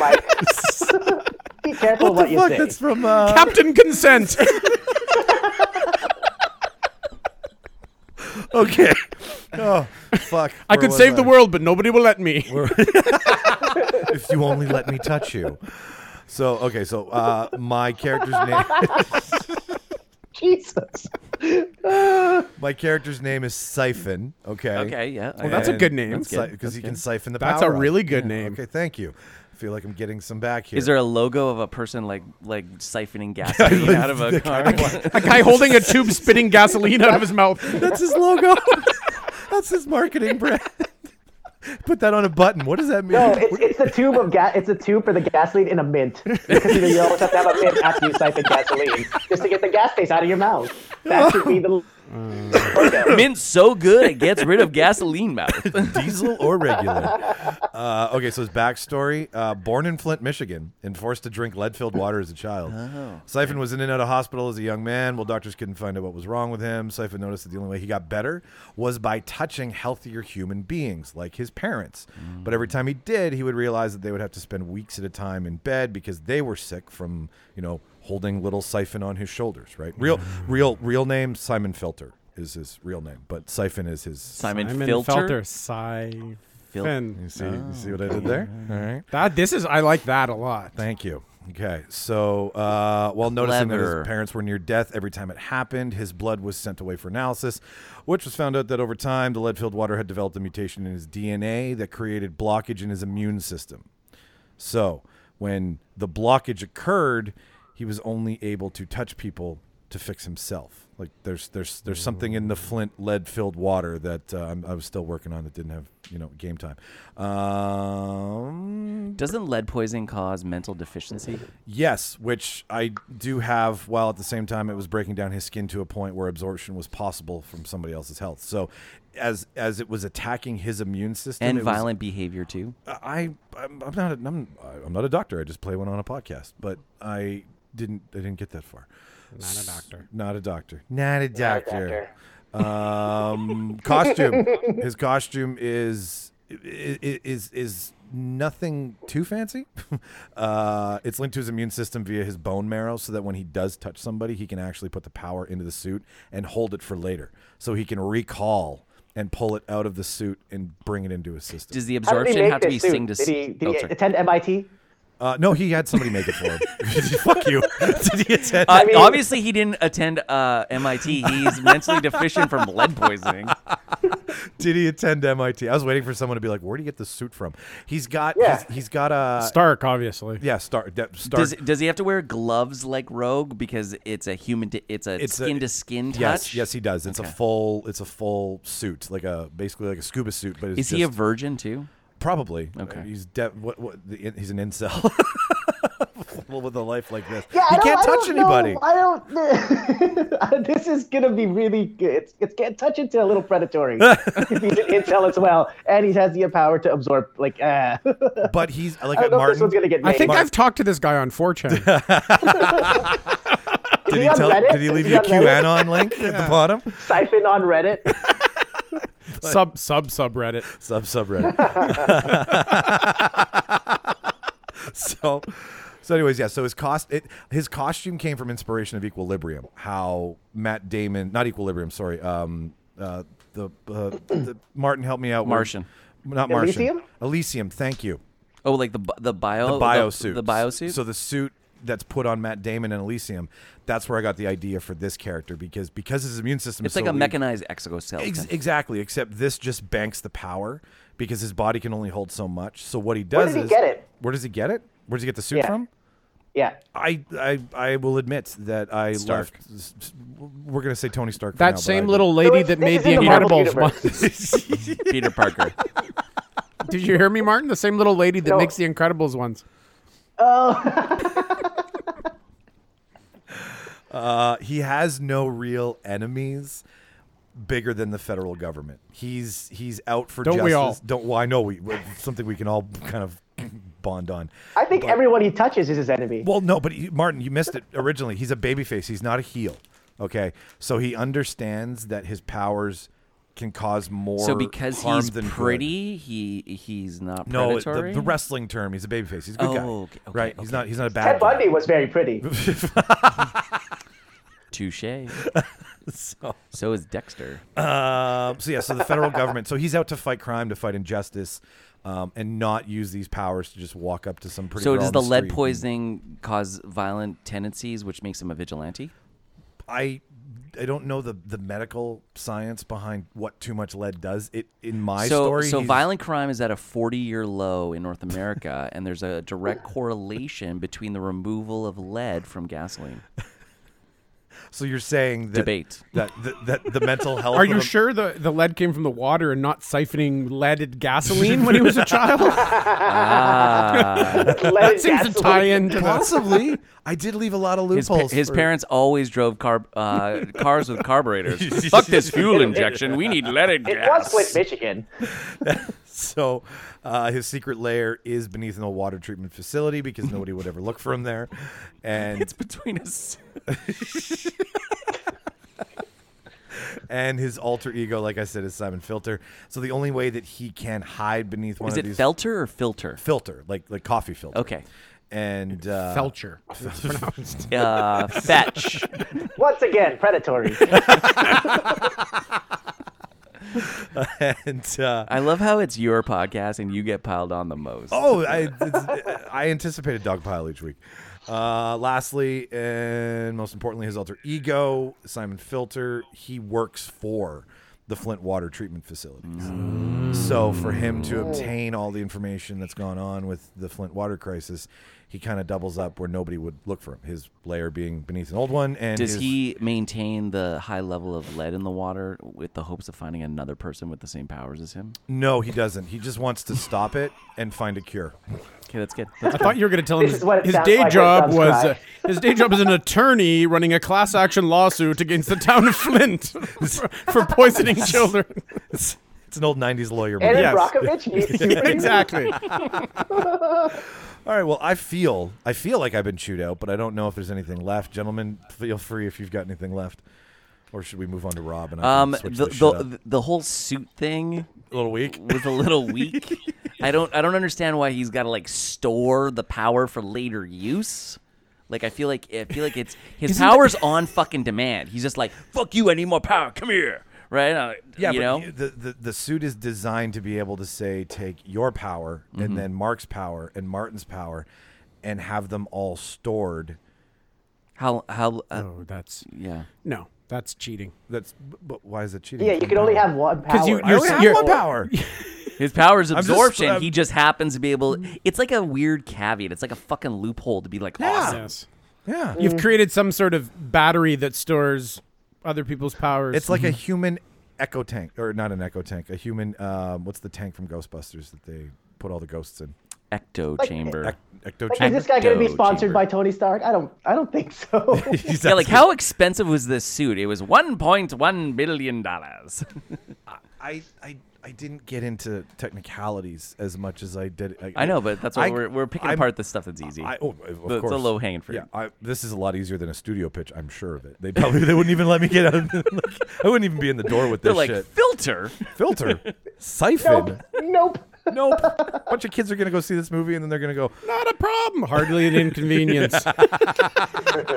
Be careful what, what the you fuck? say. That's from. Uh, Captain Consent. okay. <laughs> Oh fuck! <laughs> I Where could was save the I? world, but nobody will let me. if you only let me touch you. So okay, so uh, my <laughs> character's name. Jesus. My character's name is Siphon. Okay. Okay, yeah. Well, that's a good name. That's Because good, you can siphon the power. That's a up. really good name. Okay, thank you. I feel like I'm getting some back here. <laughs> Is there a logo of a person like like siphoning gasoline out of a car? <laughs> A guy holding a tube spitting gasoline out of his mouth. <laughs> That's his logo. That's his marketing brand. <laughs> Put that on a button. What does that mean? No, it's, it's a tube of gas. It's a tube for the gasoline in a mint. Because you, know, you always have to have a mint after you siphon gasoline, just to get the gas taste out of your mouth. That should <laughs> be the. Okay. Mint's so good it gets rid of <laughs> gasoline <laughs> mouth. Diesel or regular? Uh, okay, so his backstory: uh, born in Flint, Michigan, and forced to drink lead-filled water as a child. Siphon was in and out of hospital as a young man. While doctors couldn't find out what was wrong with him, Siphon noticed that the only way he got better was by touching healthier human beings, like his parents. But every time he did, he would realize that they would have to spend weeks at a time in bed because they were sick from you know holding little Siphon on his shoulders. Right? Real, real, real name Simon Filter is his real name, but Siphon is his. Simon, I'm in Filter. Siphon. Oh. You see, you see what I did there? Mm-hmm. All right. That this is I like that a lot. Thank you. Okay. So, uh, while noticing that Clever. his parents were near death every time it happened, his blood was sent away for analysis, which was found out that over time, the lead filled water had developed a mutation in his DNA that created blockage in his immune system. So, when the blockage occurred, he was only able to touch people to fix himself. Like there's there's there's something in the Flint lead filled water that uh, I'm, I was still working on that didn't have you know game time. Um, Doesn't lead poisoning cause mental deficiency? Yes, which I do have, while at the same time it was breaking down his skin to a point where absorption was possible from somebody else's health. So, as as it was attacking his immune system And it was- violent behavior too. I I'm, I'm not a, I'm, I'm not a doctor. I just play one on a podcast, but I didn't I didn't get that far. Not a doctor. Not a doctor. Not a doctor. Um, <laughs> costume. His costume is i- i- is is nothing too fancy. <laughs> uh, it's linked to his immune system via his bone marrow, so that when he does touch somebody, he can actually put the power into the suit and hold it for later, so he can recall and pull it out of the suit and bring it into his system. Does the How did he absorption make have to be this suit? sing to Did he, did Oh, he <laughs> sorry. attend MIT? Uh, no, he had somebody make it for him. <laughs> Fuck you. <laughs> Did he attend? Uh, mean- obviously, he didn't attend uh, MIT. <laughs> He's mentally deficient from lead poisoning. Did he attend MIT? I was waiting for someone to be like, "Where do you get this suit from?" He's got. Yeah. He's, he's got a. Stark, obviously. yeah, star. De, star Does does he have to wear gloves like Rogue because it's a human? To, it's a It's a- skin to skin touch. yes, yes, he does. It's a Okay. full. It's a full suit, like a basically like a scuba suit, but it's Is he a just- virgin too? probably? uh, Okay. He's de- what? What? The, he's an incel. <laughs> well, with a life like this, Yeah, he I don't- can't I touch don't anybody. know. I don't. <laughs> this is gonna be really good. It's it's getting touch into a little <laughs> predatory. if he's an intel as well, and he has the power to absorb. Like, uh, <laughs> I But he's like don't know if Martin. this one's gonna get I made. think I've talked to this guy <laughs> on 4chan. Is did, he he on tell, Reddit? did he Is <laughs> leave he you a on Reddit? QAnon link <laughs> at the bottom? Siphon on Reddit. sub sub subreddit. sub subreddit. <laughs> so, so anyways, yeah. So his cost, it, his costume came from inspiration of Equilibrium. How Matt Damon, not Equilibrium, sorry. Um, uh, the, uh, the Martin, help me out. where- Martian. not Martian. Elysium? Elysium. Thank you. Oh, like the bi- the bio The bio suit. The bio suit. So the suit that's put on Matt Damon and Elysium. That's where I got the idea for this character because because his immune system it's is like so a weak- mechanized exoskeleton. Ex- exactly, except this just banks the power because his body can only hold so much. So what he does Where did he is get it? Where does he get it? Where does he get the suit Yeah. from? Yeah. I, I I will admit that I Stark. left. s- s- We're gonna say Tony Stark. for now, That but same I- little So lady it's- that this made is the in the Marvel Incredibles. universe. once. <laughs> Peter <laughs> Parker. <laughs> Did you hear me, Martin? The same little lady that No. makes the Incredibles ones. Uh, he has no real enemies. bigger than the federal government. He's he's out for Don't justice. we all? Don't why? No, we it's something we can all kind of bond on. I think everyone he touches is his enemy. Well, no, but you, Martin, you missed it originally. He's a babyface. He's not a heel. Okay, so he understands that his powers can cause more. So because harm he's than good. pretty, he he's not No, it- predatory. the, the wrestling term. He's a babyface. He's a good guy, Oh, okay, okay, right? He's not. He's not a bad. Ted guy. Bundy was very pretty. touche. <laughs> So- So is Dexter. Um, so yeah, so the federal government. So he's out to fight crime, to fight injustice, um, and not use these powers to just walk up to some pretty. So girl does on the the lead street. poisoning cause violent tendencies, which makes him a vigilante? I I don't know the the medical science behind what too much lead does. It in my so story. so he's- violent crime is at a 40-year low in North America, <laughs> and there's a direct correlation between the removal of lead <laughs> from gasoline. So you're saying that Debate. that the, that the <laughs> mental health. Are of you a- sure the, the lead came from the water and not siphoning leaded gasoline when he was a child? Leaded <laughs> that seems to <laughs> gasoline. tie into the. Possibly. I did leave a lot of His, pa- loopholes. his for- parents always drove carb, uh, <laughs> cars with carburetors. <laughs> Fuck this fuel injection. We need leaded It was gas. Flint, Michigan. So uh, his secret lair is beneath an old water treatment facility because nobody would ever look for him there. And <laughs> it's between us. and his alter ego, like I said, is Simon Filter. So the only way that he can hide beneath one of Is it these Felter <laughs> or Filter? filter, like like coffee filter. Okay. And uh, Felcher. <laughs> It's pronounced. <laughs> Uh, fetch. Once <laughs> again, predatory. <laughs> and uh, I love how it's your podcast and you get piled on the most. oh, I it's, I anticipate a dog pile each week. Uh, lastly, and most importantly, his alter ego, Simon Filter. He works for the Flint Water Treatment Facilities. So for him to obtain all the information that's gone on with the Flint water crisis, he kind of doubles up where nobody would look for him. His lair being beneath an old one, and Does his- he maintain the high level of lead in the water with the hopes of finding another person with the same powers as him? No, he doesn't. He just wants to stop it and find a cure. Okay, that's good. I thought you were going to tell him This his, is what it his sounds day like when job thumbs was cry. uh, his day job is an attorney running a class action lawsuit against the town of <laughs> Flint for, for poisoning children. It's, it's an old '90s lawyer. movie. Aaron Yes. Brockovich <laughs> meets Hugh exactly. All right. Well, I feel I feel like I've been chewed out, but I don't know if there's anything left. Gentlemen, feel free if you've got anything left, or should we move on to Rob and I can <laughs> Um, switch the, this shit up? the, the whole suit thing a little weak. was <laughs> a little weak. I don't I don't understand why he's got to like store the power for later use. Like I feel like I feel like <laughs> it's his power's on fucking demand. He's just like fuck you. I need more power. Come here, right? Uh, Yeah, you but know. y- the, the the suit is designed to be able to say take your power Mm-hmm. and then Mark's power and Martin's power, and have them all stored. how how uh, Oh, that's yeah. no, that's cheating. That's but why is it cheating? Yeah, you can only have one power. 'Cause you- I only You're- have you're- one <laughs> power. His power is just- absorption. I'm- he just happens to be able. It's like a weird caveat. It's like a fucking loophole to be like awesome. Yes. yeah, Mm-hmm. You've created some sort of battery that stores other people's powers. It's Mm-hmm. like a human echo tank, or not an echo tank, a human. Um, what's the tank from Ghostbusters that they put all the ghosts in? Ecto Ec- chamber. ecto Like, is chamber. this guy going to be Ecto sponsored chamber. by Tony Stark? I don't. I don't think so. <laughs> He's yeah, like actually- how expensive was this suit? It was one point one <laughs> billion dollars. I, I I didn't get into technicalities as much as I did. I, I know, but that's why I- we're we're picking I'm- apart the stuff that's easy. I, oh, of the course. low hanging fruit. Yeah, I, this is a lot easier than a studio pitch. I'm sure of it. They probably they wouldn't even let me get out. Of, <laughs> like, I wouldn't even be in the door with They're this like shit. filter. <laughs> Filter, <laughs> nope. siphon. Nope. <laughs> Nope. A bunch of kids are gonna go see this movie and then they're gonna go. not a problem. Hardly an <laughs> inconvenience.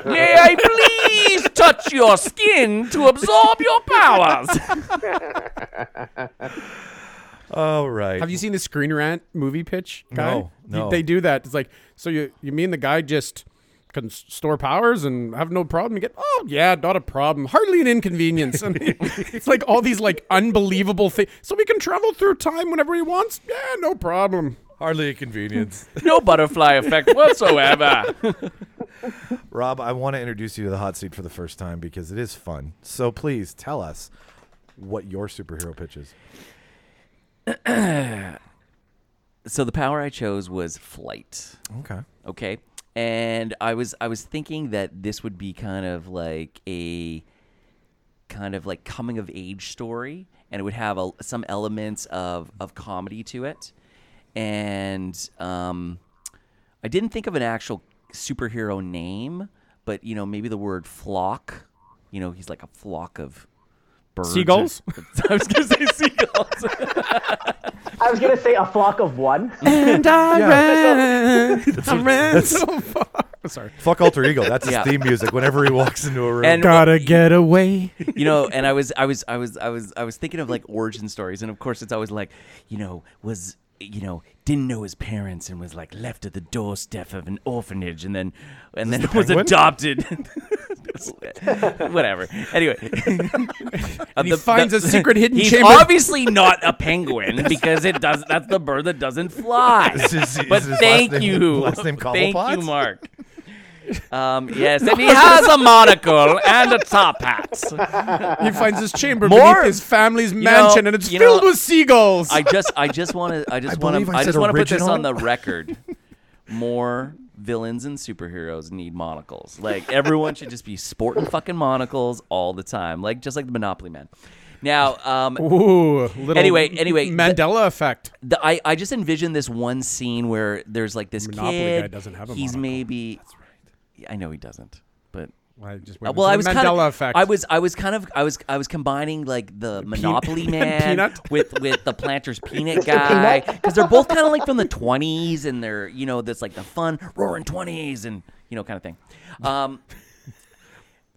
May I please touch your skin to absorb your <laughs> powers? All right. Have you seen the Screen Rant movie pitch? Guy? No, You- no. They do that. It's like, so you you mean the guy just can s- store powers and have no problem? You get, oh yeah, not a problem. Hardly an inconvenience. And <laughs> it's like all these like unbelievable things. So we can travel through time whenever he wants. Yeah, no problem. Hardly a convenience. <laughs> no butterfly effect whatsoever. Rob, I want to introduce you to the hot seat for the first time because it is fun. So please tell us what your superhero pitch is. so the power I chose was flight. Okay. okay and i was i was thinking that this would be kind of like a kind of like coming of age story, and it would have a, some elements of of comedy to it. And um, I didn't think of an actual superhero name, but you know maybe the word flock. You know, he's like a flock of <laughs> birds. Seagulls? I was gonna say seagulls. I was gonna say a flock of one. And I Yeah. ran, I ran so far. Sorry. Fuck alter ego. That's his Yeah. theme music whenever he walks into a room. And- Gotta get away. you know and i was i was i was i was i was thinking of like origin stories and of course it's always like you know was you know didn't know his parents and was like left at the doorstep of an orphanage and then and <laughs> then was penguin? adopted <laughs> whatever <laughs> anyway he finds a secret hidden he's chamber. obviously not a penguin because it does that's the bird that doesn't fly Is <laughs> his- is but his last thank name- you last name thank you Cobblepot? mark um, yes, and he has a monocle and a <laughs> top hat. He finds his chamber More- beneath his family's mansion, know- and it's you filled know, with seagulls. I just I just want to I just I want believe to I I, just said want to put this original. on the record. More villains and superheroes need monocles. Like everyone should just be sporting fucking monocles all the time. Like just like the Monopoly man. Now, um, Ooh, little Anyway, anyway, Mandela effect. the, I I just envision this one scene where there's like this Monopoly kid. guy doesn't have a he's monocle. maybe. That's right. I know he doesn't, but I just Uh, well, I was Mandela kind of, effect. I was, I was kind of, I was, I was combining like the <laughs> Monopoly Man Peanut? with with <laughs> the Planters Peanut guy because they're both kind of like from the twenties and they're you know that's like the fun roaring twenties and you know kind of thing. Um,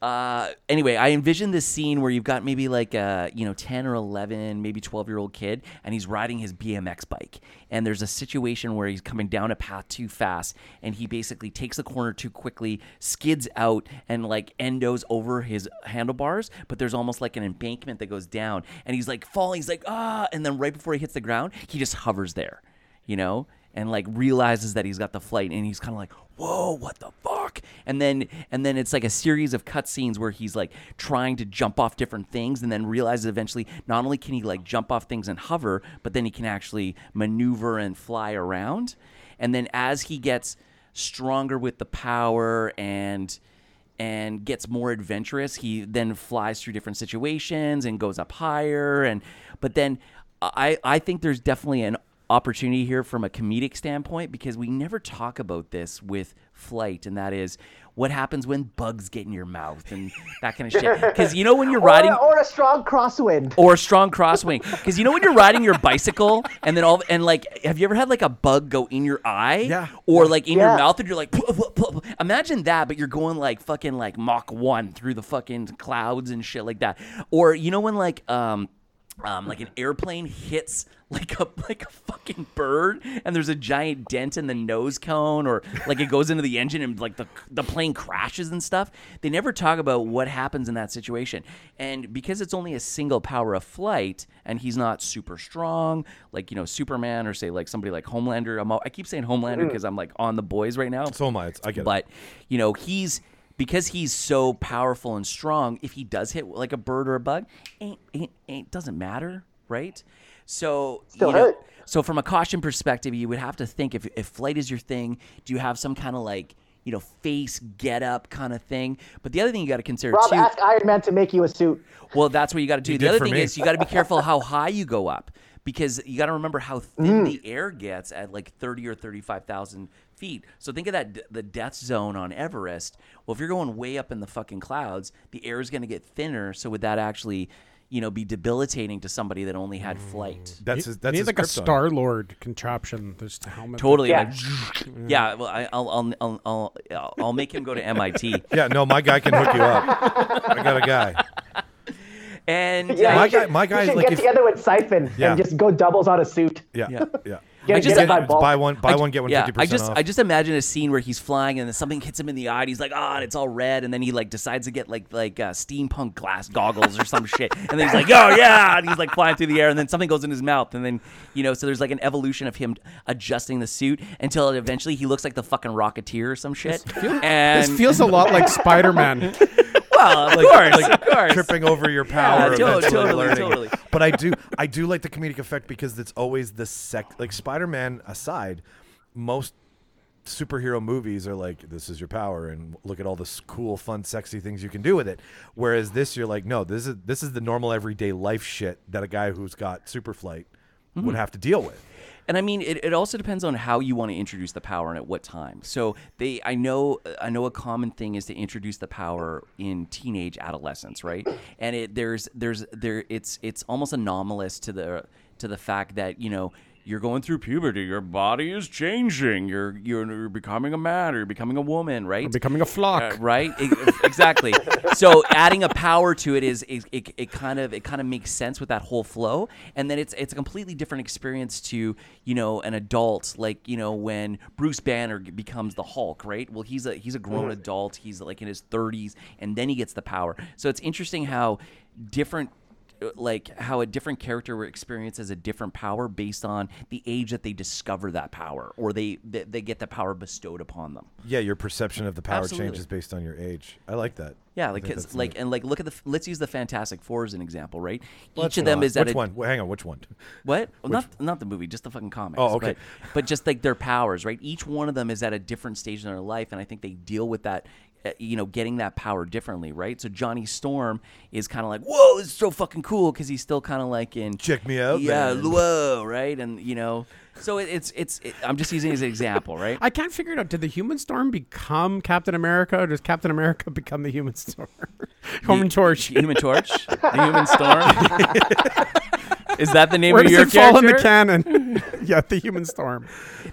uh, anyway, I envisioned this scene where you've got maybe like a you know ten or eleven, maybe twelve year old kid, and he's riding his BMX bike, and there's a situation where he's coming down a path too fast, and he basically takes the corner too quickly, skids out, and like endos over his handlebars. But there's almost like an embankment that goes down, and he's like falling. He's like ah, and then right before he hits the ground, he just hovers there, you know, and like realizes that he's got the flight and he's kind of like whoa what the fuck and then and then it's like a series of cutscenes where he's like trying to jump off different things and then realizes eventually not only can he like jump off things and hover but then he can actually maneuver and fly around and then as he gets stronger with the power and and gets more adventurous. He then flies through different situations and goes up higher. And but then I I think there's definitely an opportunity here from a comedic standpoint because we never talk about this with flight, and that is what happens when bugs get in your mouth and that kind of shit. Because you know when you're riding. <laughs> Or, or a strong crosswind. <laughs> Or a strong crosswing, because you know when you're riding your bicycle and then all and like, have you ever had like a bug go in your eye? Yeah. Or like in your Yeah. mouth, and you're like, "Puh, puh, puh, puh." imagine that, but you're going like fucking like Mach one through the fucking clouds and shit like that. Or you know when like um. Um, like an airplane hits like a like a fucking bird, and there's a giant dent in the nose cone, or like it goes into the engine and like the the plane crashes and stuff. They never talk about what happens in that situation, and because it's only a single power of flight, and he's not super strong, like you know Superman or say like somebody like Homelander. I'm all, I keep saying Homelander because I'm like on the boys right now. so am I. It's- I get it. But you know, he's because he's so powerful and strong. If he does hit like a bird or a bug, eh, ain't ain't, ain't doesn't matter, right? So Still you know, hurt. so from a caution perspective, you would have to think if if flight is your thing, do you have some kind of like you know face get up kind of thing? But the other thing you got to consider Rob, too. ask Iron Man to make you a suit. Well, that's what you got to do. the did other for thing me. is you got to be careful how high you go up because you got to remember how Mm. thin the air gets at like 30 or 35,000 feet. So think of that d- the death zone on Everest. Well, if you're going way up in the fucking clouds, the air is going to get thinner, so would that actually, you know, be debilitating to somebody that only had flight? That's his. That's Need his like a Krypton. Star Lord contraption. There's the helmet. Totally. Yeah. like, <laughs> yeah well, I, I'll, I'll, I'll, I'll, I'll, I'll make him go to <laughs> MIT. Yeah, no, my guy can hook you up. I got a guy. And uh, Yeah, My you should- guy- my guy you is should like get if- together with Siphon Yeah. and just go doubles on a suit. Yeah, yeah. <laughs> Yeah. Get, I I just- just, I get it by just- bulk. buy one, buy one, get one Yeah, fifty I percent just off. I just imagine a scene where he's flying and then something hits him in the eye and he's like, ah, and it's all red, and then he like decides to get like like uh, steampunk glass goggles or some shit, and then he's like, oh yeah, and he's like flying through the air, and then something goes in his mouth, and then you know, so there's like an evolution of him adjusting the suit until eventually he looks like the fucking Rocketeer or some shit. and This feels a lot <laughs> like Spider Man. well, of course, of course. tripping over your power. to- eventually totally, learning. totally. But I do, I do like the comedic effect because it's always the sec. Like Spider-Man aside, most superhero movies are like, this is your power, and look at all the s- cool, fun, sexy things you can do with it. Whereas this, you're like, no, this is this is the normal everyday life shit that a guy who's got super flight Mm-hmm. would have to deal with. And I mean, it, it also depends on how you want to introduce the power and at what time. So they, I know, uh, I know a common thing is to introduce the power in teenage adolescence, right? And it, there's, there's, there, it's, it's almost anomalous to the, to the fact that you know you're going through puberty, your body is changing, you're, you're, you're becoming a man, or you're becoming a woman, right? becoming a flock. Uh, right? E- exactly. so adding a power to it is it, it, it kind of it kind of makes sense with that whole flow, and then it's it's a completely different experience to you know an adult like you know when Bruce Banner g- becomes the Hulk, right? Well, he's a he's a grown adult. He's like in his thirties, and then he gets the power. So it's interesting how different uh, like how a different character experiences a different power based on the age that they discover that power or they they, they get the power bestowed upon them Yeah, your perception of the power Absolutely. changes based on your age. I like that. Yeah, I like think 'cause- that's like neat. and like look at the f- let's use the Fantastic Four as an example, right? Let's Each of them not. is at which a, one? Well, hang on, which one? What? Well, not not the movie, just the fucking comics. Oh, okay. But, but just like their powers, right? Each one of them is at a different stage in their life, and I think they deal with that. uh, You know, getting that power differently, right? So Johnny Storm is kind of like, "Whoa, this is so fucking cool," because he's still kind of like in Check me out, yeah, man. whoa, right? And you know, so it, it's it's it, I'm just using it as an example, right? I can't figure it out. Did the Human Storm become Captain America, or does Captain America <laughs> become the Human Storm? Human Torch. <laughs> Human Torch, the Human Storm. <laughs> Is that the name Where of does your it fall in the character? <laughs> canon? <laughs> yeah, the Human Storm.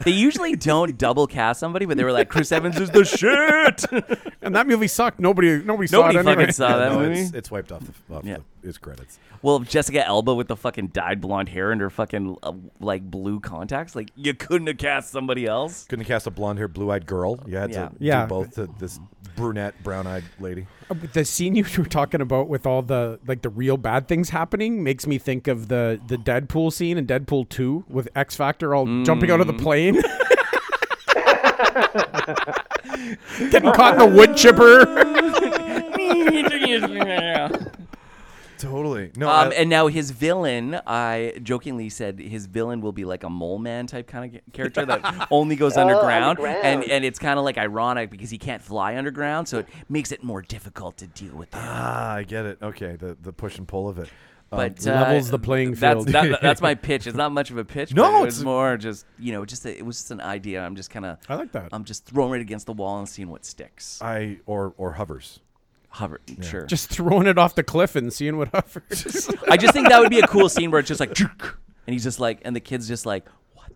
They usually don't double cast somebody, but they were like, Chris Evans is the shit. <laughs> And that movie sucked. Nobody, nobody, saw Nobody it anyway. fucking saw Uh, <laughs> that no, movie. it's, it's wiped off, the, off Yeah. the, its credits. Well, Jessica Elba with the fucking dyed blonde hair and her fucking uh, like blue contacts, like you couldn't have cast somebody else. Couldn't cast a blonde haired, blue eyed girl. You had Yeah. to Yeah. do both to this brunette, brown eyed lady. Uh, but The scene you <laughs> were talking about with all the like the real bad things happening makes me think of the the Deadpool scene in Deadpool Two with X Factor all jumping out of the plane, <laughs> getting caught in the wood chipper. <laughs> Totally. No, Uh, Um, I- and now his villain, I jokingly said his villain will be like a mole man type kind of <laughs> character that only Oh, goes underground, and underground. and it's kind of like ironic because he can't fly underground, so it makes it more difficult to deal with him. ah, I get it. Okay, the, the push and pull of it. Um, But levels uh, the playing that's- field. That, <laughs> that's my pitch. It's not much of a pitch. No, but it was it's- more just you know, just a, it was just an idea. I'm just kind of I like that. I'm just throwing it against the wall and seeing what sticks. I or or hovers. Hover, sure. Just throwing it off the cliff and seeing what hovers. I <laughs> just think that would be a cool scene where it's just like, and he's just like, and the kid's just like, what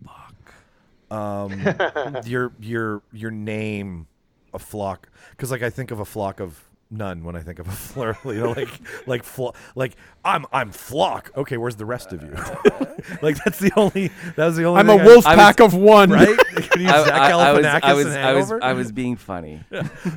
the fuck? your your your name a flock because like I think of a flock of none when I think of a <laughs> flock. You know, like like flo- like I'm I'm flock. Okay, where's the rest of you? <laughs> like that's the only that's the only. I'm a thing I- wolf I was- pack of <laughs> one. right? Can you I, Zach I- I was, Galifianakis I was, in I was, Hangover? I was being funny.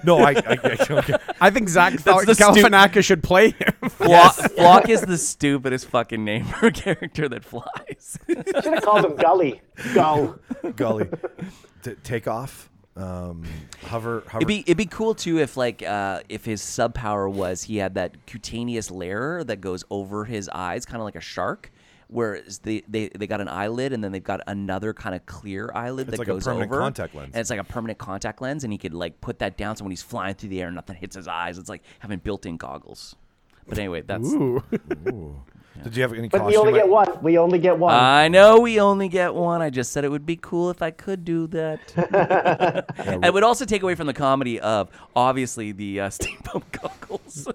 no, I, I, I okay. <laughs> I think Zach That's the stu- Galifianakis should play him. <laughs> Flock, Flock is the stupidest fucking name for a character that flies. Should have called him Gully. Go. Golly, <laughs> T- take off. Um, hover, hover. It'd be it'd be cool too if like uh, if his sub power was he had that cutaneous layer that goes over his eyes, kind of like a shark. Whereas they, they they got an eyelid and then they've got another kind of clear eyelid that like a goes permanent over. contact lens. And it's like a permanent contact lens, and he could like put that down so when he's flying through the air, nothing hits his eyes. It's like having built-in goggles. But anyway, that's Did you have any? But costume? we only get one. We only get one. I know we only get one. I just said it would be cool if I could do that. <laughs> and it would also take away from the comedy of obviously the uh, <laughs> steampunk goggles.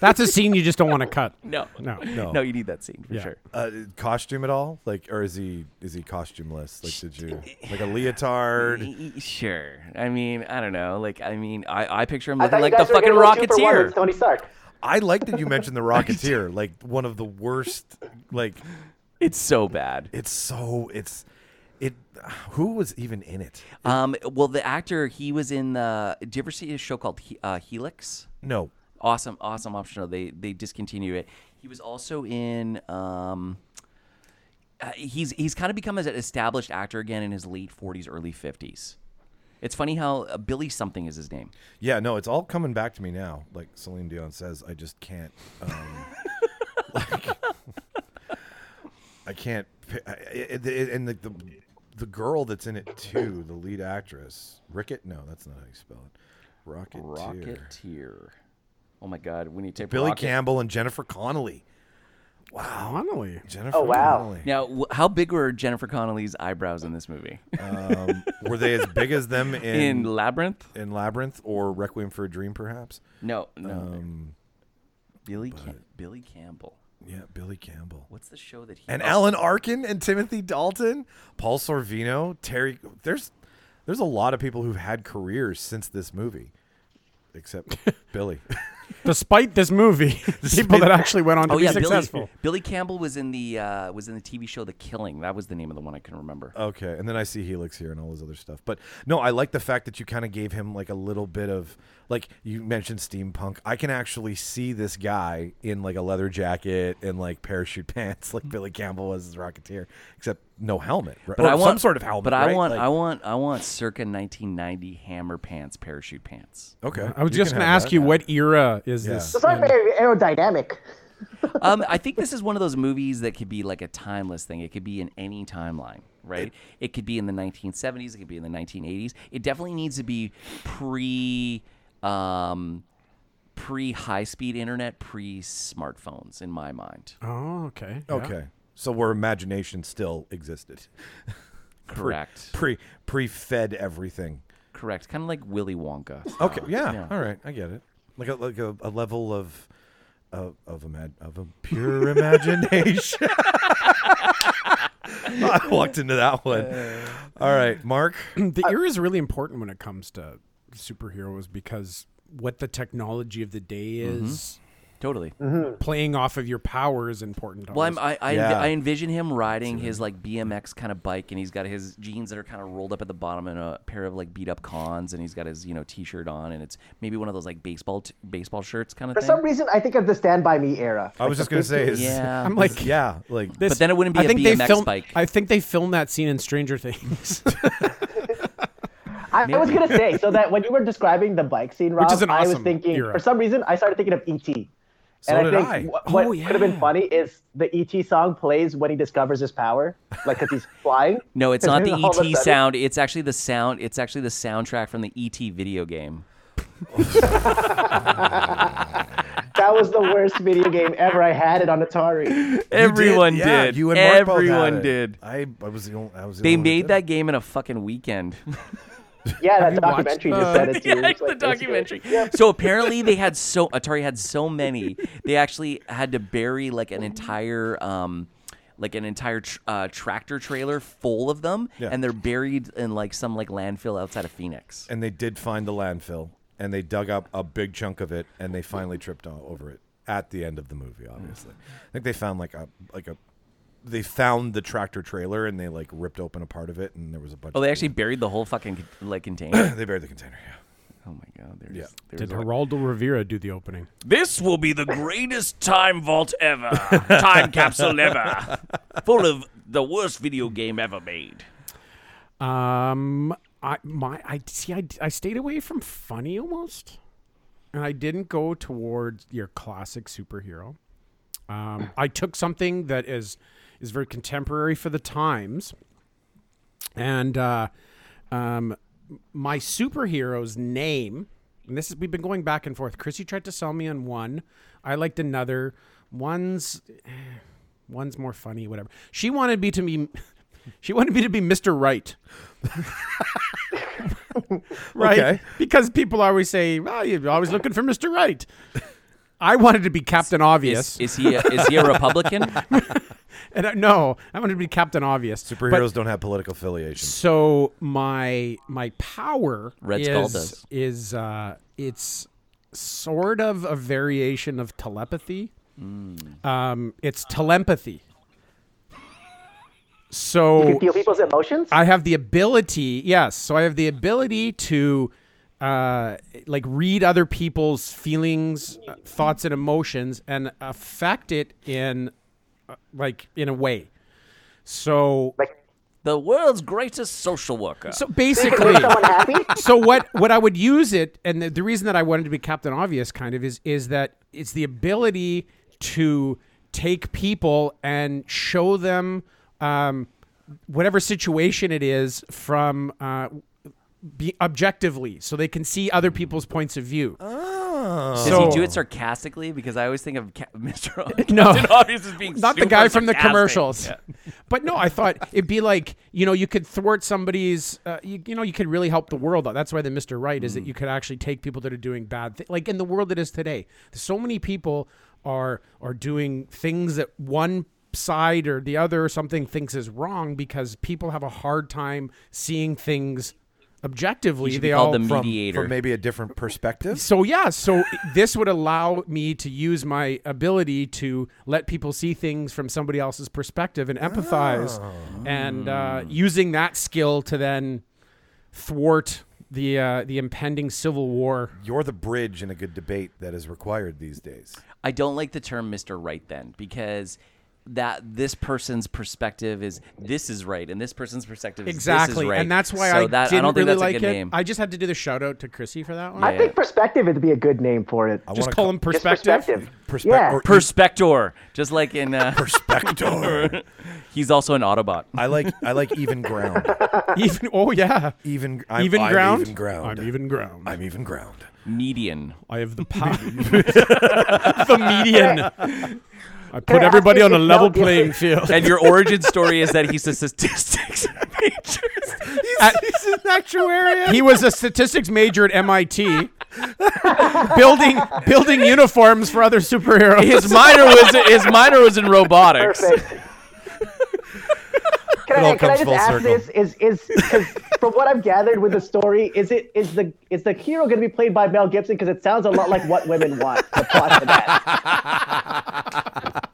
That's a scene you just don't want to cut. <laughs> no, No. no, you need that scene for Yeah. sure. uh, costume at all? Like, or is he is he costumeless? Like, did you like a <laughs> leotard? E- e- Sure. I mean, I don't know. Like, I mean, I, I picture him I thought looking like the you guys were fucking gonna go two for one with Rocketeer. Tony Stark. I like that you mentioned the Rocketeer, like one of the worst. Like, It's so bad. it's so it's it. Who was even in it? Um, well, the actor he was in. Uh, did you ever see a show called he- uh, Helix? No, Awesome, awesome optional. They they discontinue it. He was also in. Um, uh, he's he's kind of become an established actor again in his late forties, early fifties. It's funny how uh, Billy something is his name. yeah, no. It's all coming back to me now. Like Celine Dion says, I just can't. Um, <laughs> like, I can't. pi- I- I- it- it- And the, the the girl that's in it too, the lead actress, Rickett. No, that's not how you spell it. Rocket. Rocketeer. Oh my God, we need to Billy Rocket. Campbell and Jennifer Connelly. Connolly. Jennifer Oh, wow. Connelly. Now, w- how big were Jennifer Connelly's eyebrows in this movie? Um, were they as big as them in in, in Labyrinth? Labyrinth or Requiem for a Dream, perhaps? No, no. um, Billy Cam- Billy Campbell. Yeah, Billy Campbell. What's the show that he And oh, Alan Arkin and Timothy Dalton, Paul Sorvino, Terry. There's there's a lot of people who've had careers since this movie, <laughs> except Billy. Despite this movie, people that actually went on to Oh be yeah, Billy, successful. Billy Campbell was in the uh, was in the TV show The Killing. That was the name of the one I can remember. Okay, and then I see Helix here and all this other stuff. But no, I like the fact that you kind of gave him like a little bit of like you mentioned steampunk. I can actually see this guy in like a leather jacket and like parachute <laughs> pants, like Billy Campbell was his Rocketeer, except no helmet. Right? But I want some sort of helmet. But I right? want Like- I want I want circa 1990 hammer pants, parachute pants. okay. I was you just can going to have ask that. you, what era is this? It's not very aerodynamic. um, I think this is one of those movies that could be like a timeless thing. It could be in any timeline, right? It could be in the 1970s. It could be in the 1980s. It definitely needs to be pre, um, pre high speed internet, pre smartphones, in my mind. Oh, okay. yeah. Okay, so where imagination still existed, Correct. Uh, pre pre fed everything. Correct. Kind of like Willy Wonka. style. Okay, yeah, all right, I get it. Like a like a, a level of. Of of, imag- of a pure <laughs> imagination. <laughs> I walked into that one. Uh, All right, Mark. <clears throat> The era is really important when it comes to superheroes because what the technology of the day Mm-hmm. is, Totally. playing off of your power is important. Well, I'm, I I, Yeah. I envision him riding his like BMX kind of bike, and he's got his jeans that are kind of rolled up at the bottom, and a pair of like beat up cons, and he's got his you know T-shirt on, and it's maybe one of those like baseball t- baseball shirts kind of For thing. some reason, I think of the Stand By Me era. I was just gonna say, is, <laughs> yeah, I'm like, yeah, like this, but then it wouldn't be I a think they BMX filmed- bike. I think they filmed that scene <laughs> in Stranger Things, I, I was gonna say so that when you were describing the bike scene, Rob, is an I was awesome thinking era. for some reason I started thinking of ET. So and did I think I. wh- what Oh, could have been yeah. funny is the ET song plays when he discovers his power, like because he's flying. no, it's not the <laughs> All of a ET sudden- sound. It's actually the sound. It's actually the soundtrack from the ET video game. That was the worst video game ever. I had it on <laughs> Atari. you Everyone yeah, did. You and Mark both had Everyone it. did. I, I was the only. I was the They only one made did that it. game in a fucking weekend. Yeah, that you watched documentary just that? said it <laughs> to yeah, you. like It's the like, it's good. documentary. So apparently they had so Atari had so many. They actually had to bury like an entire um like an entire tr- uh, tractor trailer full of them Yeah. and they're buried in like some like landfill outside of Phoenix. and they did find the landfill, and they dug up a big chunk of it, and they finally tripped all over it at the end of the movie. Obviously, I think they found like a like a. They found the tractor trailer and they like ripped open a part of it and there was a bunch. Oh, of they actually buried the whole fucking con- <coughs> like <coughs> container. they buried the container. Yeah. oh my god, there's Yeah. did Geraldo Rivera do the opening? This will be the greatest time vault ever. time capsule ever. Full of the worst video game ever made. <laughs> Um, I my I see. I, I stayed away from funny almost, and I didn't go towards your classic superhero. Um, I took something that is is very contemporary for the times, and uh, um, my superhero's name. And this is we've been going back and forth. Chrissy tried to sell me on one. I liked another. One's eh, one's more funny, whatever. She wanted me to be <laughs> she wanted me to be Mr. Right. <laughs> right? Okay. Because people always say, "Well, you're always looking for Mr. Right." I wanted to be Captain Obvious, Is, is he a, is he a Republican? <laughs> and I, no, I wanted to be Captain Obvious. But- Superheroes don't have political affiliation. so my my power Red is Skull does. is uh, it's sort of a variation of telepathy. Mm. Um, it's telepathy. You So can feel people's emotions. I have the ability, yes. So I have the ability to, uh, like read other people's feelings, uh, thoughts, and emotions, and affect it in, uh, like, in a way. So, Like, The world's greatest social worker. so basically, <laughs> someone happy. so what what I would use it, and the, the reason that I wanted to be Captain Obvious, kind of, is is that it's the ability to take people and show them um, whatever situation it is from uh, be objectively, so they can see other people's points of view. Does So- he do it sarcastically? Because I always think of Ca- <laughs> Mr. No. Captain Obvious is being not the super guy from the sarcastic. commercials. Yeah. <laughs> <laughs> But no, I thought it'd be like you know you could thwart somebody's uh, you, you know you could really help the world. out. That's why the Mister Right Hmm. is that you could actually take people that are doing bad things. Like in the world that is today, so many people are are doing things that one side or the other or something thinks is wrong because people have a hard time seeing things objectively. He should They be called all the from, mediator. from maybe a different perspective. so yeah, so this would allow me to use my ability to let people see things from somebody else's perspective and empathize, Oh. and Hmm. uh, using that skill to then thwart the uh, the impending civil war. You're the bridge in a good debate that is required these days. I don't like the term Mr. Right then because that this person's perspective is this is right and this person's perspective is Exactly, this is right. and that's why So I that, didn't I don't think really that's like a good it. name. I just had to do the shout out to Chrissy for that one. I think perspective would be a good name for it. I just wanna call co- him Just perspective. perspe- Yeah. or Perspector, just like in uh, perspector. he's also an Autobot. I like I like even ground. <laughs> even oh yeah, Even I'm, even I'm ground. Even ground. I'm even ground. I'm even ground. Median. I have the power. <laughs> the median. I put I everybody think on a it's level Mel Gibson. playing <laughs> field. And your origin story is that he's a statistics major. he's an actuary. He was a statistics major at MIT, building building uniforms for other superheroes. His <laughs> minor was his minor was in robotics. Perfect. <laughs> Can all I, can I comes just full ask circle. this? Is is because from what I've gathered with the story, is it is the is the hero going to be played by Mel Gibson? Because it sounds a lot like what women want. The plot <laughs> to that.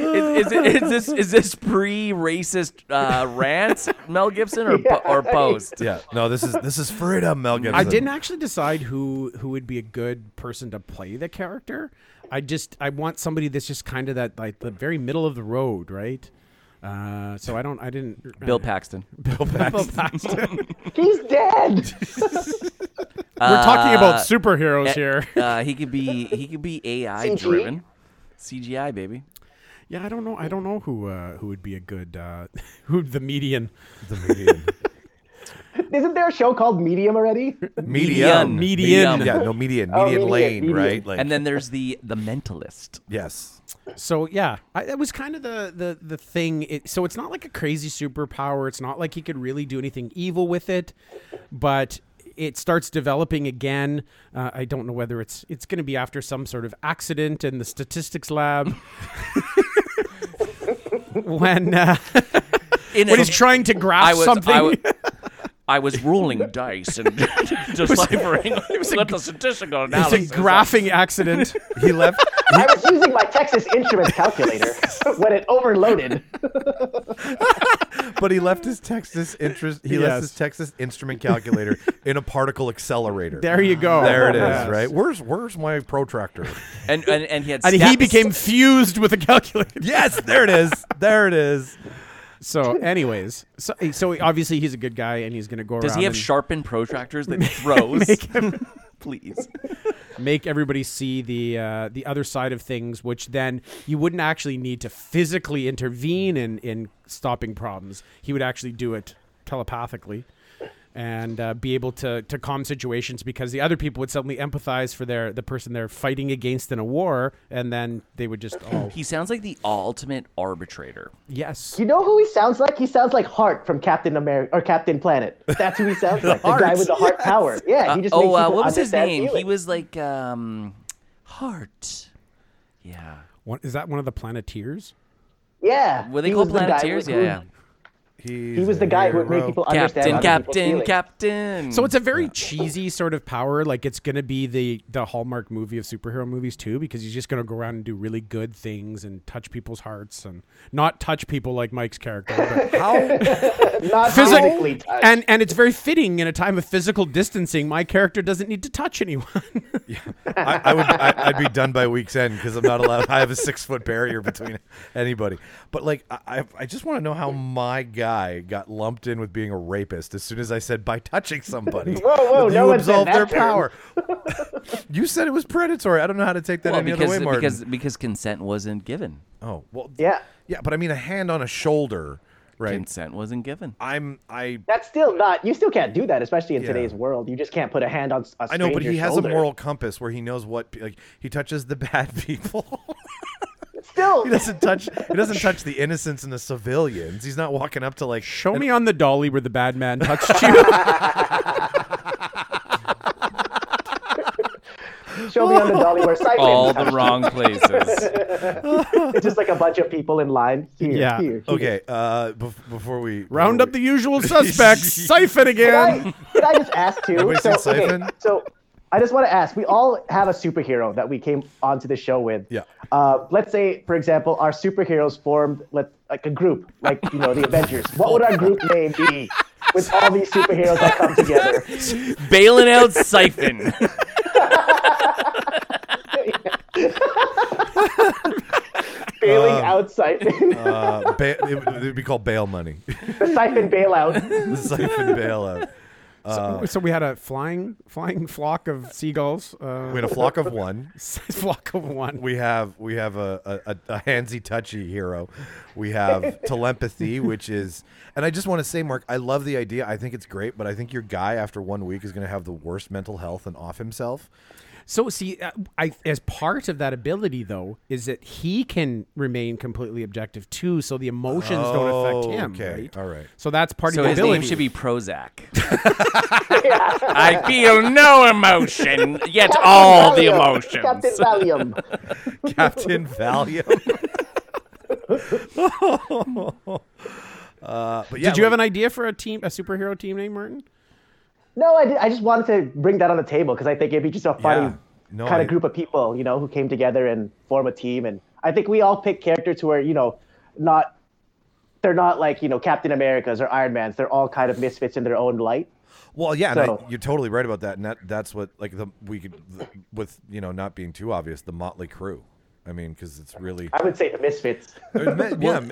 Is, is, it, is this is this pre-racist uh, rant, Mel Gibson, or po- or post? Yeah. No, this is this is freedom, Mel Gibson. I didn't actually decide who who would be a good person to play the character. I just I want somebody that's just kind of that like the very middle of the road, right? Uh, so I don't I didn't uh, Bill Paxton. Bill Paxton. He's dead. We're talking Uh, about superheroes here. Uh, he could be he could be AI driven. CGI baby. Yeah, I don't know. I don't know who uh, who would be a good uh, <laughs> who the median The median. Isn't there a show called Medium already? Medium. Median. Yeah, no median. Median Oh, median, lane, median. right? Like And then there's the the mentalist. yes. So yeah, I, that was kind of the the the thing. It, so it's not like a crazy superpower. It's not like he could really do anything evil with it, but it starts developing again. Uh, I don't know whether it's it's going to be after some sort of accident in the statistics lab. <laughs> <laughs> when uh, In when a- he's trying to grasp I was something, <laughs> I, wa- I was rolling dice and deciphering Let the statistical it's a analysis. graphing accident. <laughs> He left I was using my Texas Instruments <laughs> calculator when it overloaded. but he left his Texas interest he Yes. left his Texas instrument <laughs> calculator in a particle accelerator. There you go. There it is, Yes. right? Where's where's my protractor? and, and and he had And he stat- became fused with a calculator. <laughs> yes, there it is. There it is. So, anyways, so, eh, so obviously he's a good guy, and he's going to go <laughs> Does around. he have and- sharpened protractors <laughs> that he throws? <laughs> Please. make everybody see the uh, the other side of things, which then you wouldn't actually need to physically intervene in in stopping problems. He would actually do it telepathically and uh, be able to to calm situations because the other people would suddenly empathize for their the person they're fighting against in a war, and then they would just oh He sounds like the ultimate arbitrator. yes. You know who he sounds like? He sounds like Hart from Captain America or Captain Planet. That's who he sounds like. The guy with the heart power. Yeah, he just. oh, makes uh, people what was his understand name? He feelings. was like um, Hart. Yeah. One, is that one of the Planeteers? Yeah. Were they he called was the guy Planeteers? who- Yeah, yeah. He's He was the guy who would make hero. people Captain, understand. Captain, Captain. So it's a Mm, very cheesy sort of power. Like it's gonna be the the hallmark movie of superhero movies too, because he's just gonna go around and do really good things and touch people's hearts and not touch people like Mike's character. <laughs> How But Not Physic- physically. touched. and and it's very fitting in a time of physical distancing. My character doesn't need to touch anyone. <laughs> I, I would I, I'd be done by week's end because I'm not allowed. I have a six foot barrier between anybody. But like I I- I just want to know how my guy guy got lumped in with being a rapist as soon as I said by touching somebody. <laughs> Whoa, whoa, you no one absolve said that their term. power. <laughs> you said it was predatory. I don't know how to take that Well, any because, other way, Martin. because because consent wasn't given. oh, well, Yeah. yeah, but I mean a hand on a shoulder, right? Consent wasn't given. I'm I That's still not. You still can't do that, especially in Yeah. today's world. You just can't put a hand on s- a I know, but he stranger's has shoulder. a moral compass where he knows what pe- like he touches the bad <laughs> people. <laughs> Still, he doesn't touch he <laughs> doesn't touch the innocents and the civilians. He's not walking up to like Show me on the dolly where the bad man touched you. show me on the dolly <laughs> where Simon. All the wrong places. It's just like a bunch of people in line. Here, Yeah. here. here. <laughs> Okay, uh bef- before we Round before up we- the <laughs> usual suspects. Siphon again. Can I, can I just ask too? Everybody so, seen Siphon? so I just want to ask. We all have a superhero that we came onto the show with. Yeah. Uh, let's say, for example, our superheroes formed let like a group, like you know the Avengers. What would our group name be with all these superheroes that come together? <laughs> Bailing out siphon. <laughs> Bailing Um, out siphon, uh, ba- it, would- it would be called bail money. <laughs> <laughs> the siphon bailout. <laughs> the siphon bailout. Uh, so we had a flying flying flock of seagulls. Uh, We had a flock of one. <laughs> flock of one. We have we have a a, a, a handsy touchy hero. We <laughs> have telepathy, which is and I just want to say, Mark, I love the idea. I think it's great, but I think your guy after one week is going to have the worst mental health and off himself. So see, uh, I as part of that ability though is that he can remain completely objective too, so the emotions don't affect him. Oh, okay. right? All right. So that's part So of the his name ability. should be Prozac. I feel no emotion, yet all the emotions. Captain Valium. Captain Valium. uh, but yeah, Did you have an idea for a team, a superhero team name, Martin? No, I, did, I just wanted to bring that on the table because I think it'd be just a funny Yeah. No, kind I- of group of people, you know, who came together and form a team. And I think we all pick characters who are, you know, not they're not like you know Captain Americas or Iron Mans. They're all kind of misfits in their own light. Well, yeah, and So- I, you're totally right about that, and that that's what like the we could the, with you know not being too obvious the Motley Crew. I mean, because it's really I would say <laughs> the misfits. yeah,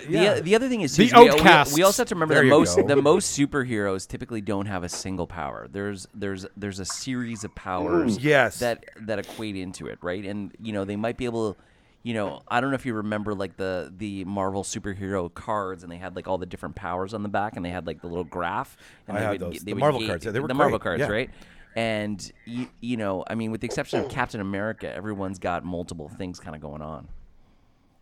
yeah. The, the other thing is The too, is we- we, we, outcasts. also have to remember There that you most go. the most superheroes typically don't have a single power. There's there's there's a series of powers Mm, yes. that that equate into it, right? And you know, they might be able you know, I don't know if you remember like the the Marvel superhero cards, and they had like all the different powers on the back, and they had like the little graph. And I they had would, those. get- The would Marvel gauge- cards, yeah, they were the Marvel great, cards, yeah. right? And you, you know, I mean, with the exception of Captain America, everyone's got multiple things kind of going on.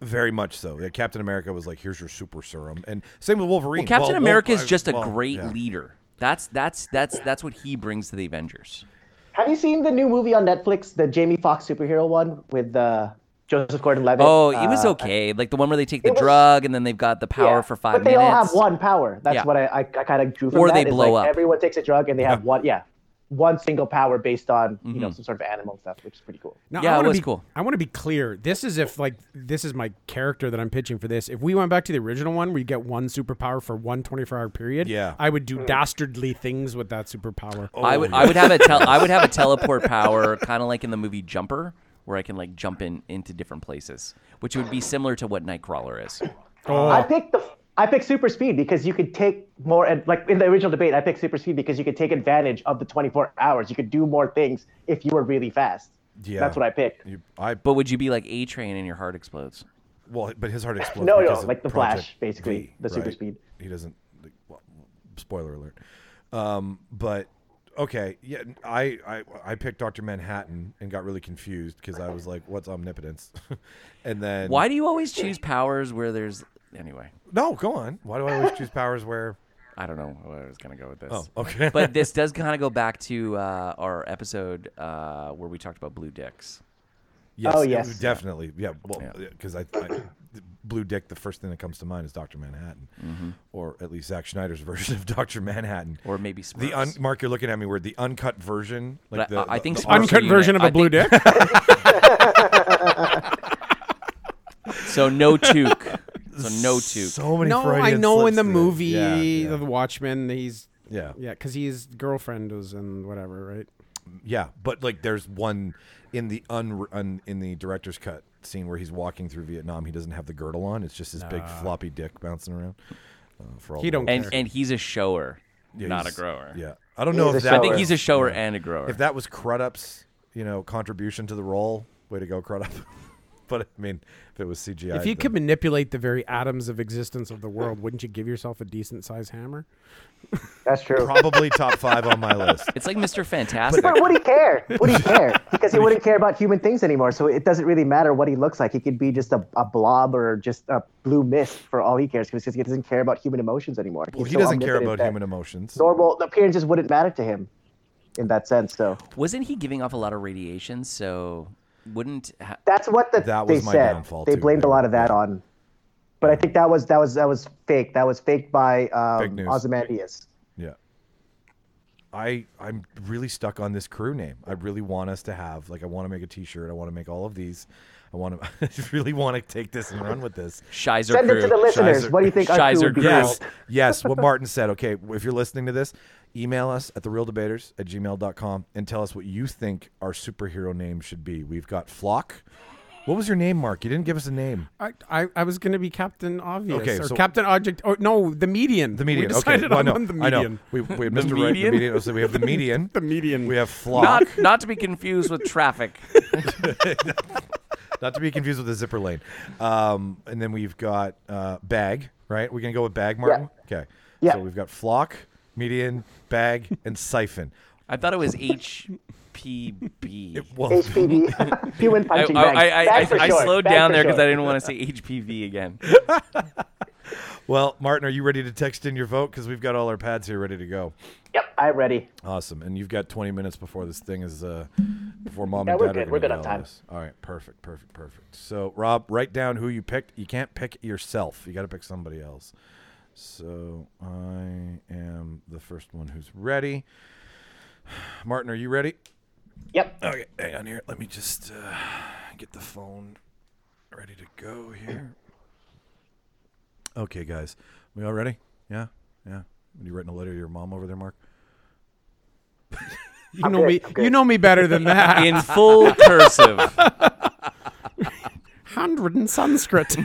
very much so. Yeah, Captain America was like, "Here's your super serum," and same with Wolverine. Well, Captain Well, Wol- America is I- just a well, great yeah. leader. That's that's that's that's what he brings to the Avengers. Have you seen the new movie on Netflix, the Jamie Foxx superhero one with uh, Joseph Gordon-Levitt? Oh, it was Uh, okay. Like the one where they take the was- drug and then they've got the power yeah, for five but they minutes. all have one power. That's Yeah. what I, I, I kind of drew from Or that, they is blow like up. Everyone takes a drug and they have one, yeah, one single power based on you Mm-hmm. know some sort of animal stuff, which is pretty cool. Now, Yeah, it I wanna was be, cool. I want to be clear. This is if like this is my character that I'm pitching for this. If we went back to the original one, where you get one superpower for one 24 hour period. Yeah. Oh, I would do dastardly things with that superpower. I would I would have a tel- I would have a teleport power, <laughs> kind of like in the movie Jumper, where I can like jump in into different places, which would be similar to what Nightcrawler is. Oh. I picked the I picked super speed because you could take more and like in the original debate, I picked super speed because you could take advantage of the 24 hours. You could do more things if you were really fast. Yeah. that's what I picked. You- I But would you be like A Train and your heart explodes? well, but his heart explodes. No, because no, of like the Project Flash, basically V, the super right? speed. He doesn't. Like, well, spoiler alert. Um, but okay, yeah, I, I I picked Doctor Manhattan and got really confused because I was like, "What's omnipotence?" <laughs> and then Why do you always choose powers where there's anyway? No, go on. Why do I always choose powers where? I don't know where I was gonna go with this. Oh, okay. but this does kind of go back to uh, our episode uh, where we talked about blue dicks. yes, Oh, yes. definitely. Yeah, well, because I, I the Blue Dick, the first thing that comes to mind is Doctor Manhattan, or at least Zack Schneider's <laughs> version of Doctor Manhattan, Mm-hmm. Or maybe the un- Smurfs. Mark. You're looking at me weird. The uncut version, like But the, I- I think the- the Smurfs- Uncut Unit, version of <laughs> I a blue dick. So no toque. so no toque. So many. no, I Freudian know in slips the there. movie Yeah, yeah. The Watchmen, he's Yeah. yeah, because his girlfriend was in whatever, right? Yeah, but like there's one in the un, un in the director's cut scene where he's walking through Vietnam. He doesn't have the girdle on. It's just his big floppy dick bouncing around. uh, for all He the- don't and care. and he's a shower, Yeah, not a he's- grower. Yeah, I don't He know is if a that I think Grower. he's a shower and a grower. if that was Crudup's you know contribution to the role. Way to go, Crudup. <laughs> but I mean, if it was CGI, if you then- could manipulate the very atoms of existence of the world, wouldn't you give yourself a decent sized hammer? That's true. probably top five on my <laughs> list. It's like <laughs> Mr. Fantastic. But would he care? Would he care? Because he wouldn't care about human things anymore. So it doesn't really matter what he looks like. He could be just a, a blob or just a blue mist for all he cares because he doesn't care about human emotions anymore. Well, He's he so doesn't care omnipotent about that human emotions. Normal appearances wouldn't matter to him in that sense. So Wasn't he giving off a lot of radiation? So wouldn't ha- that's what the, That they was my said. downfall, they too. blamed a lot of that on. But I think that was that was that was fake. That was faked by Fake um, news. Ozymandias. Yeah. I I'm really stuck on this crew name. I really want us to have like I want to make a T-shirt. I want to make all of these. I want to <laughs> I really want to take this and run with this. Shizer Send crew? it to the listeners. Shizer- what do you think? our crew Shizer <laughs> would be Group. Yes, called? yes. What Martin said. Okay, if you're listening to this, email us at therealdebaters at gmail.com and tell us what you think our superhero name should be. We've got Flock. What was your name, Mark? You didn't give us a name. I, I, I was going to be Captain Obvious Okay, or so- Captain Object. Or no, the median. The median. We okay. decided Well, on, no, on the I median. know. We, we have Mr. Right. The median? median. So we <laughs> have the median. The median. We have Flock. Not <laughs> not to be confused with traffic. <laughs> Not to be confused with the zipper lane. Um, and then we've got uh, bag, right? We're gonna go with bag, Martin. Okay. Yeah. So we've got flock, median, bag, and siphon. I thought it was HPB. Well, <laughs> HPV, human I, punching bag. I, I, I, Bag for I short. slowed Bag down for there because I short. didn't want to say HPV <laughs> again. well, Martin, are you ready to text in your vote? Because we've got all our pads here ready to go. Yep, I'm ready. Awesome. And you've got 20 minutes before this thing is uh, before mom Yeah, and we're dad are good. We're gonna good be on all this. All right. Perfect. Perfect. Perfect. So Rob, write down who you picked. You can't pick yourself. You got to pick somebody else. So I am the first one who's ready. <sighs> Martin, are you ready? <laughs> Yep. Okay, hang on here. Let me just uh, get the phone ready to go here. Okay, guys, we all ready? Yeah, yeah. Are you writing a letter to your mom over there, Mark? You know me. I'm good. You know me better <laughs> than that. In full cursive. Hundred in Sanskrit.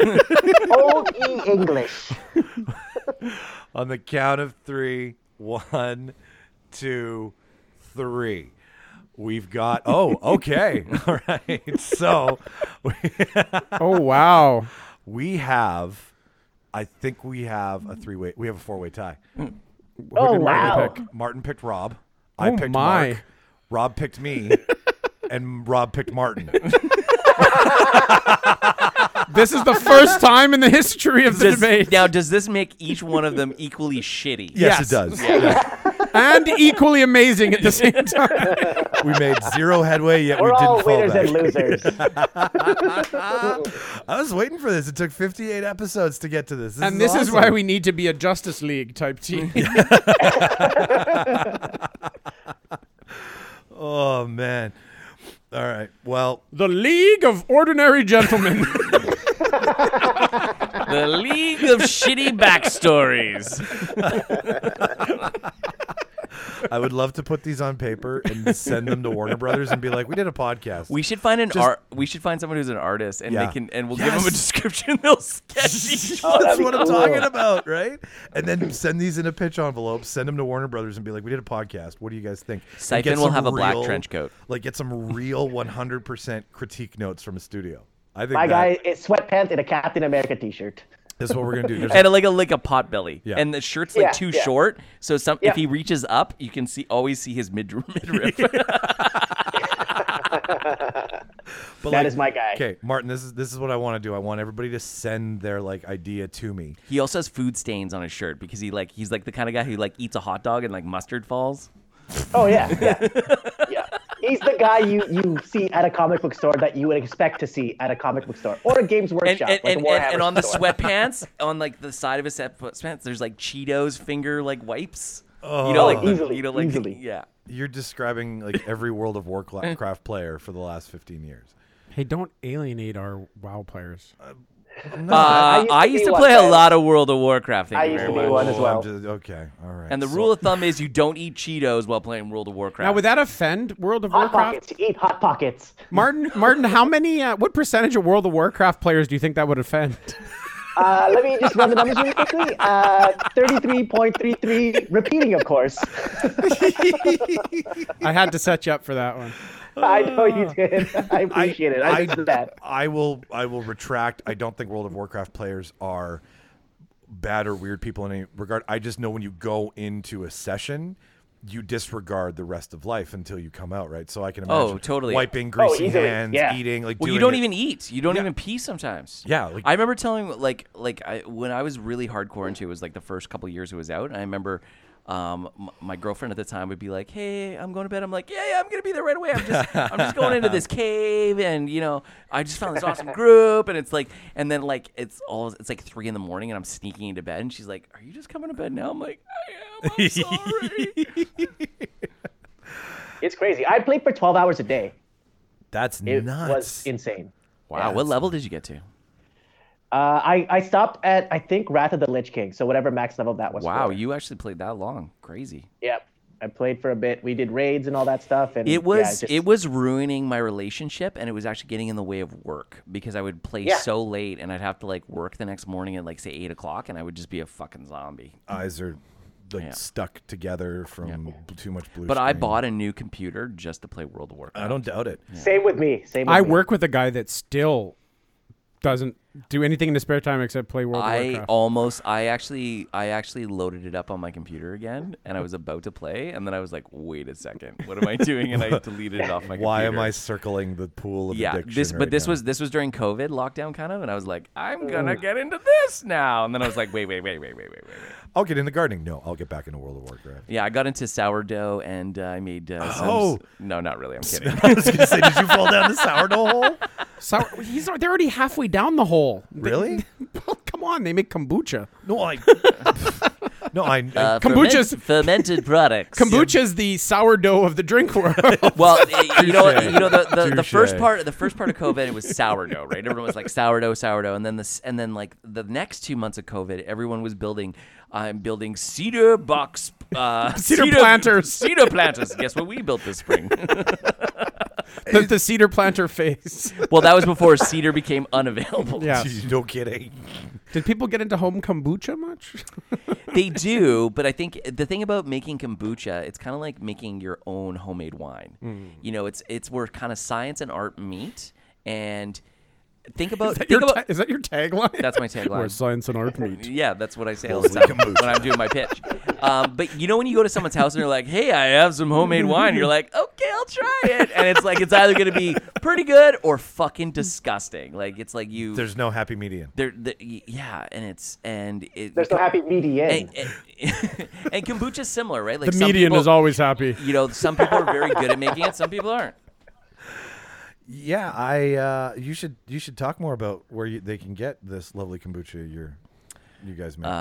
<laughs> Old E <laughs> English. On the count of three, one, two, three. We've got. Oh, okay. <laughs> all right. So oh wow. we have. I think we have a three-way. We have a four-way tie. Oh Martin wow. pick? Martin picked Rob. I Oh, picked my. Mark. Rob picked <laughs> me. and Rob picked Martin. This is the first time in the history of the Does- debate, <laughs> now, does this make each one of them equally shitty? Yes, it does. and equally amazing at <laughs> the same time. we made zero headway, yet We're we all didn't fall winners back. and losers. <laughs> I was waiting for this. It took 58 episodes to get to this. And this is why awesome. we need to be a Justice League <laughs> type team. Oh man. All right. Well, the League of Ordinary <laughs> Gentlemen. The League of Shitty <laughs> Backstories. I would love to put these on paper and send them to Warner Brothers and be like, "We did a podcast." We should find an Just- art. We should find someone who's an artist, and Yeah. they can, and we'll give them a Yes. description. <laughs> They'll <laughs> sketch each one. That's that'd be what I'm cool. talking about, right? And then send these in a pitch envelope, send them to Warner Brothers, and be like, "We did a podcast. What do you guys think?" And Siphon get will some have a black trench coat. Like, get some real 100% critique notes from a studio. I think My that guy is sweatpants and a Captain America T-shirt. is what we're gonna do. <laughs> There's And like a like a pot belly, Yeah. and the shirt's like Yeah, too yeah. short. So some Yeah. if he reaches up, you can see always see his <laughs> mid <laughs> midriff. But That is my guy. Okay, Martin, this is this is what I want to do. I want everybody to send their like idea to me. He also has food stains on his shirt because he like he's like the kind of guy who like eats a hot dog and like mustard falls. Oh yeah, <laughs> yeah, yeah. He's the guy you, you see at a comic book store that you would expect to see at a comic book store or a Games And Workshop, and, like and, and, a Warhammer and on the store. <laughs> sweatpants, on like the side of his sweatpants, there's like Cheetos finger like wipes. Oh, you know, like the- Easily, you know, like easily. yeah. You're describing like every World of Warcraft player for the last 15 years. hey, don't alienate our WoW players. Uh, I I used used to to be play a one, lot of World of Warcraft. Thank I you used very to be much. one as Oh, I'm well. just- okay, all right. And the So- rule of thumb is you don't eat Cheetos while playing World of Warcraft. Now, would that offend World of Hot Warcraft? pockets. You eat hot pockets. Martin, Martin, how many? Uh, what percentage of World of Warcraft players do you think that would offend? Uh, let me just run the numbers really quickly. Uh, 33.33, repeating, of course. <laughs> I had to set you up for that one. <laughs> I know you did. <laughs> I appreciate it. I, did that. I will. I will retract. I don't think World of Warcraft players are bad or weird people in any regard. I just know when you go into a session, you disregard the rest of life until you come out, right? So I can Oh, imagine totally. wiping greasy Oh, easily, hands, yeah. eating like Well, you doing don't it- even eat. You don't even pee sometimes. Yeah, like- I remember telling like like I when I was really hardcore into it was like the first couple years it was out. And I remember um m- my girlfriend at the time would be like, "Hey, I'm going to bed." I'm like, "Yeah, yeah, I'm gonna be there right away. <laughs> I'm just I'm just going into this cave, and you know, I just found this awesome group, and it's like, and then like it's all it's like three in the morning, and I'm sneaking into bed, and she's like, "Are you just coming to bed now?" I'm like, "I am. <laughs> I'm sorry." It's crazy. I played for 12 hours a day. e- That's It nuts. was insane. wow, what level did you get to? Uh, I, I stopped at, I think, Wrath of the Lich King. So whatever max level that was. Wow, for. you actually played that long. Crazy. Yep. I played for a bit. We did raids and all that stuff. And yeah, It was just- it was ruining my relationship, and it was actually getting in the way of work because I would play Yeah. so late, and I'd have to like work the next morning at like say eight o'clock, and I would just be a fucking zombie. Eyes are like stuck together from b- too much blue. But I screen. bought a new computer just to play World of Warcraft. I don't doubt it. Same with me. Same. With I me. work with a guy that still doesn't do anything in his spare time except play World of I Warcraft. almost, I actually, I actually loaded it up on my computer again, and I was about to play, and then I was like, "Wait a second, what am I doing?" And I deleted it off my. Why am computer. I circling the pool of Yeah, addiction? this, but right this now? was this was during COVID lockdown, kind of, and I was like, "I'm gonna get into this now," and then I was like, "Wait, wait, wait, wait, wait, wait, wait." I'll get into gardening. No, I'll get back into World of Warcraft. <laughs> <laughs> Yeah, I got into sourdough and uh, I made. Uh, some Oh. no, not really. <laughs> I'm kidding. I was gonna say, did you fall down the sourdough hole? So he's they're already halfway down the hole. They- <laughs> Really? Come on, they make kombucha. No, I. <laughs> no, I. I- Uh, Kombucha's- Uh, fermented products. Kombucha is the sourdough of the drink world. <laughs> Well, eh, you know, you know the, the, the Touche. first part, the first part of COVID, it was sourdough, right? Everyone was like sourdough, sourdough, and then this, and then like the next two months of COVID, everyone was building. I'm building cedar box, <laughs> uh, Cedar planters. cedar planters. Guess what we built this spring? <laughs> the, the cedar planter <laughs> face. well, that was before cedar became unavailable. Yeah. no kidding. Did people get into home kombucha much? <laughs> they do, but I think the thing about making kombucha, it's kind of like making your own homemade wine. Mm. You know, it's it's where kind of science and art meet. And think about Is that, think your, about ta- is that your tagline? that's my tagline. Where science and art meet. <laughs> Yeah, that's what I say all the time when I'm doing my pitch. Um, but you know when you go to someone's house and they're like, "Hey, I have some homemade wine," you're like, "Okay, I'll try it," and it's like it's either gonna be pretty good or fucking disgusting. Like it's like you, There's no happy median. there, there- yeah, and it's and it, There's no happy median. and, and, <laughs> and kombucha's similar, right? Like The some median people- is always happy. <laughs> You know, some people are very good at making it, some people aren't. Yeah, I. Uh, you should you should talk more about where you, they can get this lovely kombucha you're you guys make. right?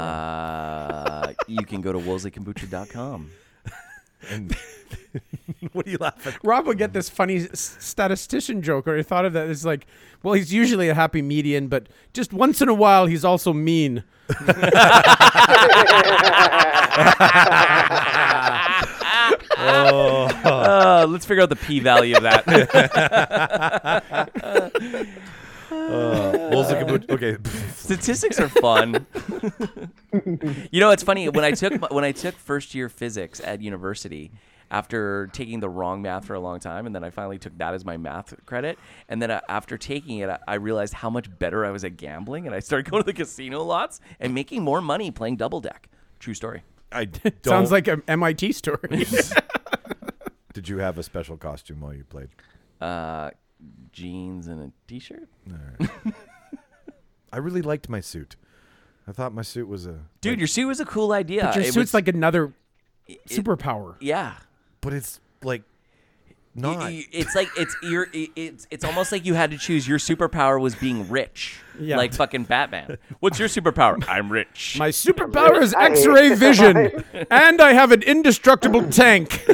Uh, you can go <laughs> to wolseykombucha.com. and <laughs> what are you laughing? Rob would get this funny s- statistician joke, or he thought of that. It's like, well, he's usually a happy median, but just once in a while, he's also mean. Oh. <laughs> Uh, let's figure out the p value <laughs> of that. Wolsey uh, kombucha. <laughs> Okay, Statistics are fun. <laughs> you know, it's funny when I took my, when I took first year physics at university. After taking the wrong math for a long time, and then I finally took that as my math credit, and then uh, after taking it, I, I realized how much better I was at gambling, and I started <laughs> going to the casino lots and making more money playing double deck. True story. I don't. Sounds like an MIT story. <laughs> Did you have a special costume while you played? Uh, jeans and a t-shirt. I really liked my suit. I thought my suit was a Dude, your suit was a cool idea. Your It suit's was- like another superpower. yeah. but it's like Y- not. y- It's like it's you're, i- it's it's almost like you had to choose your superpower was being rich, Yeah. like fucking Batman. What's your superpower? I'm rich. My superpower is X-ray vision, and I have an indestructible tank. <laughs>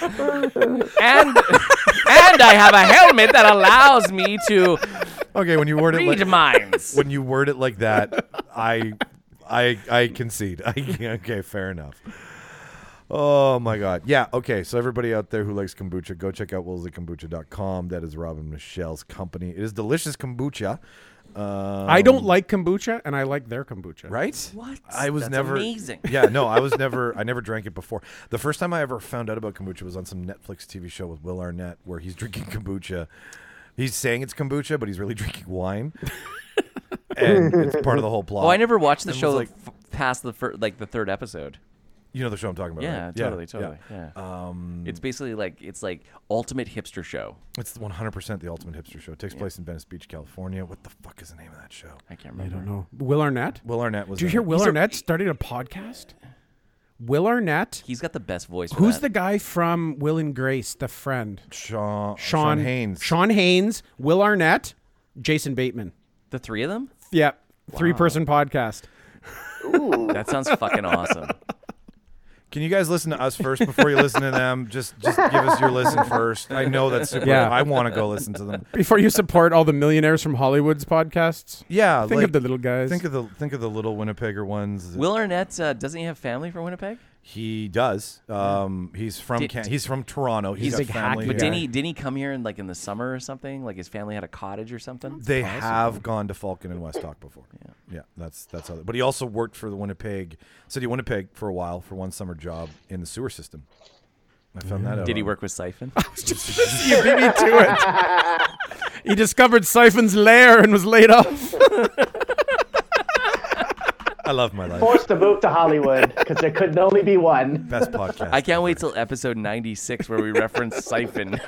and and I have a helmet that allows me to okay, when you word it read like <laughs> minds. when you word it like <laughs> that, I I I concede. I, okay, fair enough. Oh my god. Yeah, okay. So everybody out there who likes kombucha, go check out willseykombucha.com. That is Robin Michelle's company. It is delicious kombucha. Uh, I don't like kombucha, and I like their kombucha. right? What? I was That's never amazing. Yeah, no, I <laughs> was never I never drank it before. The first time I ever found out about kombucha was on some Netflix TV show with Will Arnett where he's <laughs> drinking kombucha. He's saying it's kombucha, but he's really <laughs> drinking wine. and it's part of the whole plot. Oh, I never watched the And show was like- f- past the fir- like the third episode. You know the show I'm talking about. Yeah, right? totally, totally. Yeah. it's basically like it's like ultimate hipster show. It's 100% the ultimate hipster show. It takes place in Venice Beach, California. What the fuck is the name of that show? I can't remember. No, Will Arnett. Will Arnett was. Do you in hear it. Will Arnett started a podcast? Will Arnett. He's got the best voice. For Who's that. the guy from Will and Grace, the friend? Sean, Sean Sean Haynes? Sean Haynes, Will Arnett, Jason Bateman. the three of them? Yeah, three person podcast. That sounds fucking awesome. Can you guys listen to us first before you listen to <laughs> them? Just just give us your listen first. I know that's super. Yeah. I want to go listen to <laughs> them. Before you support all the millionaires from Hollywood's podcasts, Yeah, think like, of the little guys. Think of the think of the little Winnipegger ones. Will Arnett uh, doesn't he have family from Winnipeg? He does. Um, he's from Did- Can- he's from Toronto. He's, He's got like hack- family But there. didn't he didn't he come here in like in the summer or something? Like his family had a cottage or something. They have gone to Falcon and Westhock before. Yeah, that's that's how. But he also worked for the Winnipeg City, of Winnipeg, for a while for one summer job in the sewer system. I found that out. Did he on- work with Siphon? you beat me to it. he discovered Siphon's lair and was laid off. I love my life. Forced to move to Hollywood because there could only be one. Best podcast. I can't wait till episode ninety six where we <laughs> reference Siphon.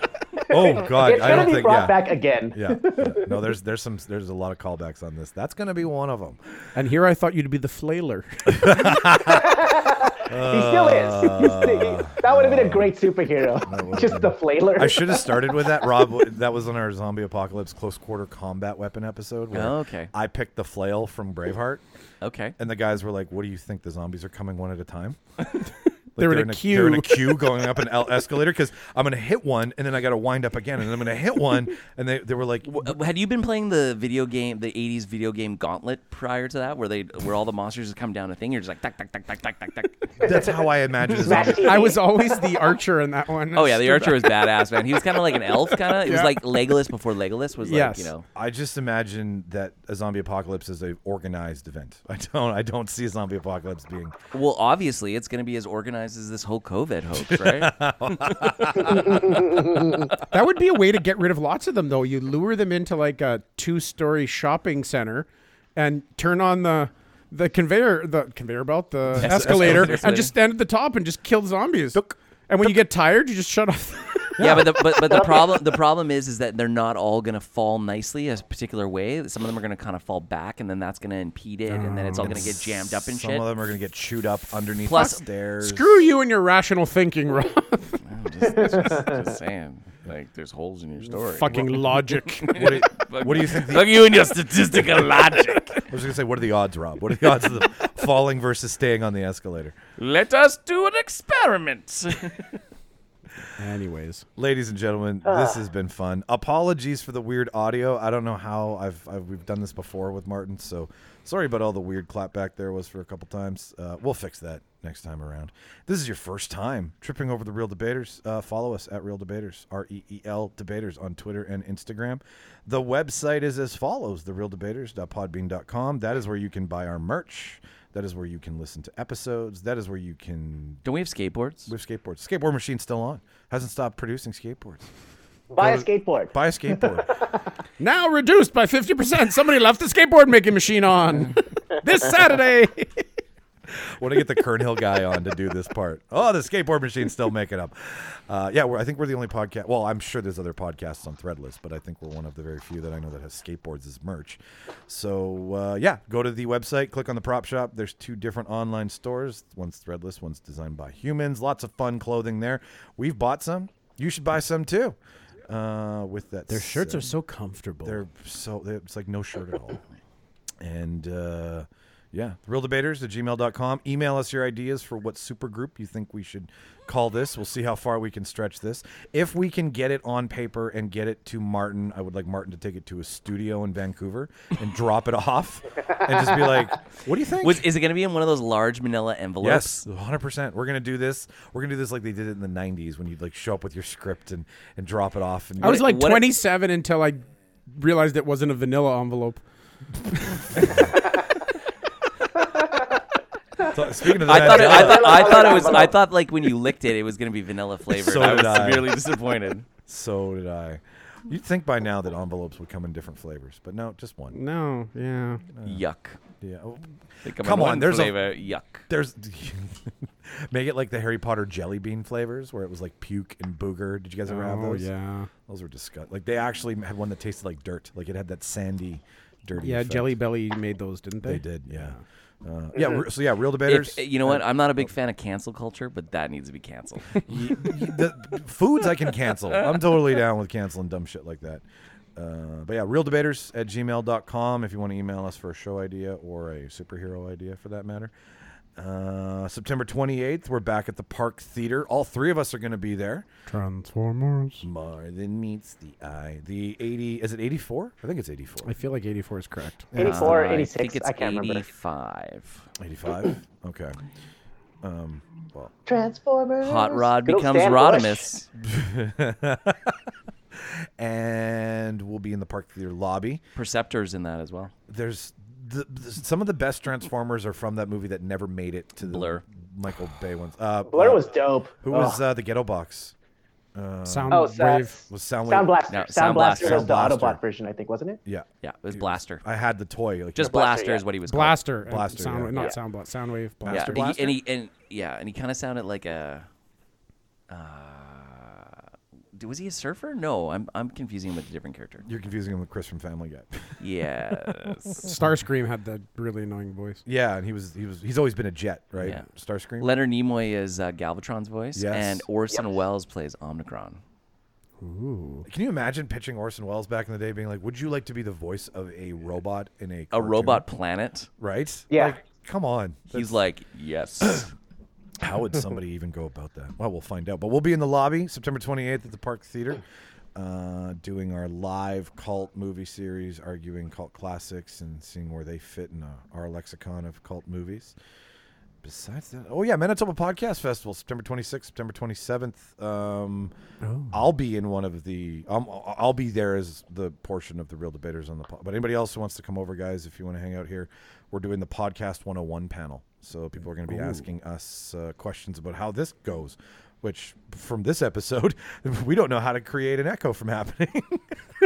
oh God, It's I gonna don't be think. brought Yeah. back again. yeah, yeah. No, there's there's some there's a lot of callbacks on this. That's gonna be one of them. <laughs> And here I thought you'd be the flailer. He still is. <laughs> Uh, He's thinking- that would have been a great <laughs> superhero. Just the flailer. Uh, I should have started with that, Rob. <laughs> That was on our zombie apocalypse close quarter combat weapon episode. Where Oh, okay. I picked the flail from Braveheart, Okay. and the guys were like, "What do you think? The zombies are coming one at a <laughs> time." Like, They're in a They're in a queue. queue going up an el- escalator because I'm gonna hit one, and then I gotta wind up again, and then I'm gonna hit one, and they, they were like, Uh, Had you been playing the video game, the '80s video game Gauntlet prior to that, where they where all the monsters would come down a thing, you're just like tuck tuck tuck tuck tuck tuck tuck. "That's how I imagine a zombie." <laughs> I was always the archer in that one. Oh yeah, the archer was badass, man. He was kind of like an elf, kind of. It was like Legolas before Legolas was like, Yes. you know. I just imagine that a zombie apocalypse is a organized event. <laughs> I don't. I don't see a zombie apocalypse being. Well, obviously, it's going to be as organized as this whole COVID hoax, right? That would be a way to get rid of lots of them, though. You lure them into like a two-story shopping center, and turn on the the conveyor, the conveyor belt, the escalator, escalator. and just stand at the top and just kill zombies. And when you get tired, you just shut off. yeah, but the, but but the problem the problem is is that they're not all going to fall nicely a particular way. Some of them are going to kind of fall back, and then that's going to impede it, and then it's all going to get jammed up and Some <laughs> shit. of them are going to get chewed up underneath Plus- the stairs. Screw you and your rational thinking, Rob. just, just, just saying, like there's holes in your story. Fucking logic. What do, you, what do you think? The, Fuck you and your statistical logic. I was going to say, what are the odds, Rob? What are the odds of <laughs> the falling versus staying on the escalator? Let us do an experiment. Anyways, Ladies and gentlemen, this has been fun. Apologies for the weird audio. I don't know how I've, I've we've done this before with Martin, so sorry about all the weird clap back there was for a couple times. Uh, we'll fix that next time around. This is your first time tripping over the real debaters. Uh, follow us at Real Debaters, R E E L Debaters on Twitter and Instagram. The website is as follows: therealdebaters.podbean.com. That is where you can buy our merch. That is where you can listen to episodes. That is where you can Don't we have skateboards? we have skateboards. Skateboard machine's still on. Hasn't stopped producing skateboards. Buy a skateboard. Buy a skateboard. <laughs> now reduced by fifty percent. Somebody left the skateboard making machine on this Saturday. Want to get the Kern Hill guy on to do this part. Oh, the skateboard machine's still making up. Uh, yeah, we're, I think we're the only podcast. Well, I'm sure there's other podcasts on Threadless, but I think we're one of the very few that I know that has skateboards as merch. So uh, yeah, go to the website, click on the prop shop. There's two different online stores. One's Threadless, one's designed by humans. Lots of fun clothing there. We've bought some. You should buy some too. Uh, with that, Their shirts said- are so comfortable. <laughs> They're so they- it's like no shirt at all. And uh, Yeah. Realdebaters at gmail.com. Email us your ideas for what supergroup you think we should call this. We'll see how far we can stretch this. If we can get it on paper and get it to Martin, I would like Martin to take it to a studio in Vancouver and drop it <laughs> off and just be like, what do you think? Was, is it going to be in one of those large manila Yes, envelopes? 100%. We're going to do this. We're going to do this like they did it in the 90s when you'd like show up with your script and, and drop it off. And I was like what- 27 until I realized it wasn't a vanilla envelope. So, speaking of I that, thought, it, I, <laughs> thought, I Vanilla thought it was. I envelope. thought like when you licked it, it was going to be vanilla flavored. So I was did I. severely disappointed. so did I. You'd think by now that envelopes would come in different flavors, but no, just one. No, yeah. Yuck. Yeah. oh, They come, Come in on, one there's a- flavor. Yuck. There's <laughs> make it like the Harry Potter jelly bean flavors where it was like puke and booger. Did you guys ever have Oh those? yeah. Those were disgusting. Like they actually had one that tasted like dirt. Like it had that sandy, dirty. Yeah, effect. Jelly Belly made those, didn't they? They did. Yeah. Yeah. Uh, yeah re- so yeah, real debaters. If, you know what? I'm not a big fan of cancel culture, but that needs to be canceled. the foods I can cancel. I'm totally down with canceling dumb shit like that. Uh, but yeah, realdebaters at gmail.com if you want to email us for a show idea or a superhero idea for that matter. Uh, September 28th, we're back at the Park Theater. All three of us are going to be there. Transformers. More than meets the eye. The 80, is it 84? I think it's 84. I feel like 84 is correct. 84, Uh, 86. I think it's I can't remember. 85. 85? Okay. Transformers. Hot Rod Good old becomes Stan Bush. Rodimus. And we'll be in the Park Theater lobby. Perceptor's in that as well. there's the, the- some of the best Transformers are from that movie that never made it to the Blur. Michael Bay ones. Uh, Blur uh, was dope. who oh. was uh, the Ghetto Box? Sound Oh, wave. Sound, Was Sound Wave- Sound Blaster. No, Sound Sound Blaster Blaster. was the Sound Blaster. Autobot version, I think, wasn't it? Yeah, Yeah, it was Blaster. I had the toy. Like, Just yeah, Blaster yeah. is what he was called. Blaster. and Blaster, Sound, yeah. wave- Not Yeah. Sound Blast. Sound Wave. Yeah, Blaster. and he, and he and yeah, and he kind of sounded like a. Uh, was he a surfer? No, I'm I'm confusing him with a different character. You're confusing him with Chris from Family Guy. <laughs> <laughs> Yes. Starscream had that really annoying voice. yeah, and he was he was he's always been a jet, right? Yeah. Starscream. Leonard Nimoy is uh, Galvatron's voice, Yes. and Orson Welles plays Omnicron. Can you imagine pitching Orson Welles back in the day, being like, "Would you like to be the voice of a robot in a A cartoon?" robot planet. Right? Yeah. Like, come on. He's like, yes. How would somebody even go about that? Well, we'll find out. But we'll be in the lobby September 28th at the Park Theater uh, doing our live cult movie series, arguing cult classics and seeing where they fit in uh, our lexicon of cult movies. Besides that, oh yeah, Manitoba Podcast Festival, September 26th, September 27th. Um, I'll be in one of the. Um, I'll be there as the portion of the real debaters on the. Po- but anybody else who wants to come over, guys, if you want to hang out here, we're doing the podcast 101 panel. So people are going to be asking us uh, questions about how this goes, which from this episode, <laughs> we don't know how to create an echo from happening.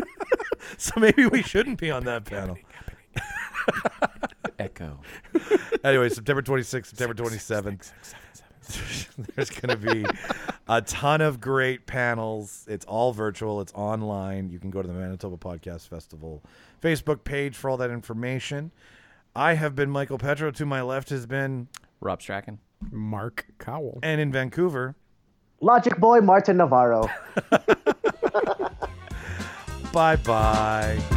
<laughs> so maybe we shouldn't be on that panel. Echo. Anyway, September 26th, September 27th. <laughs> There's going to be a ton of great panels. It's all virtual, it's online. You can go to the Manitoba Podcast Festival Facebook page for all that information. I have been Michael Petro. To my left has been, Rob Strachan. Mark Cowell. and in Vancouver. Logic Boy Martin Navarro. Bye bye.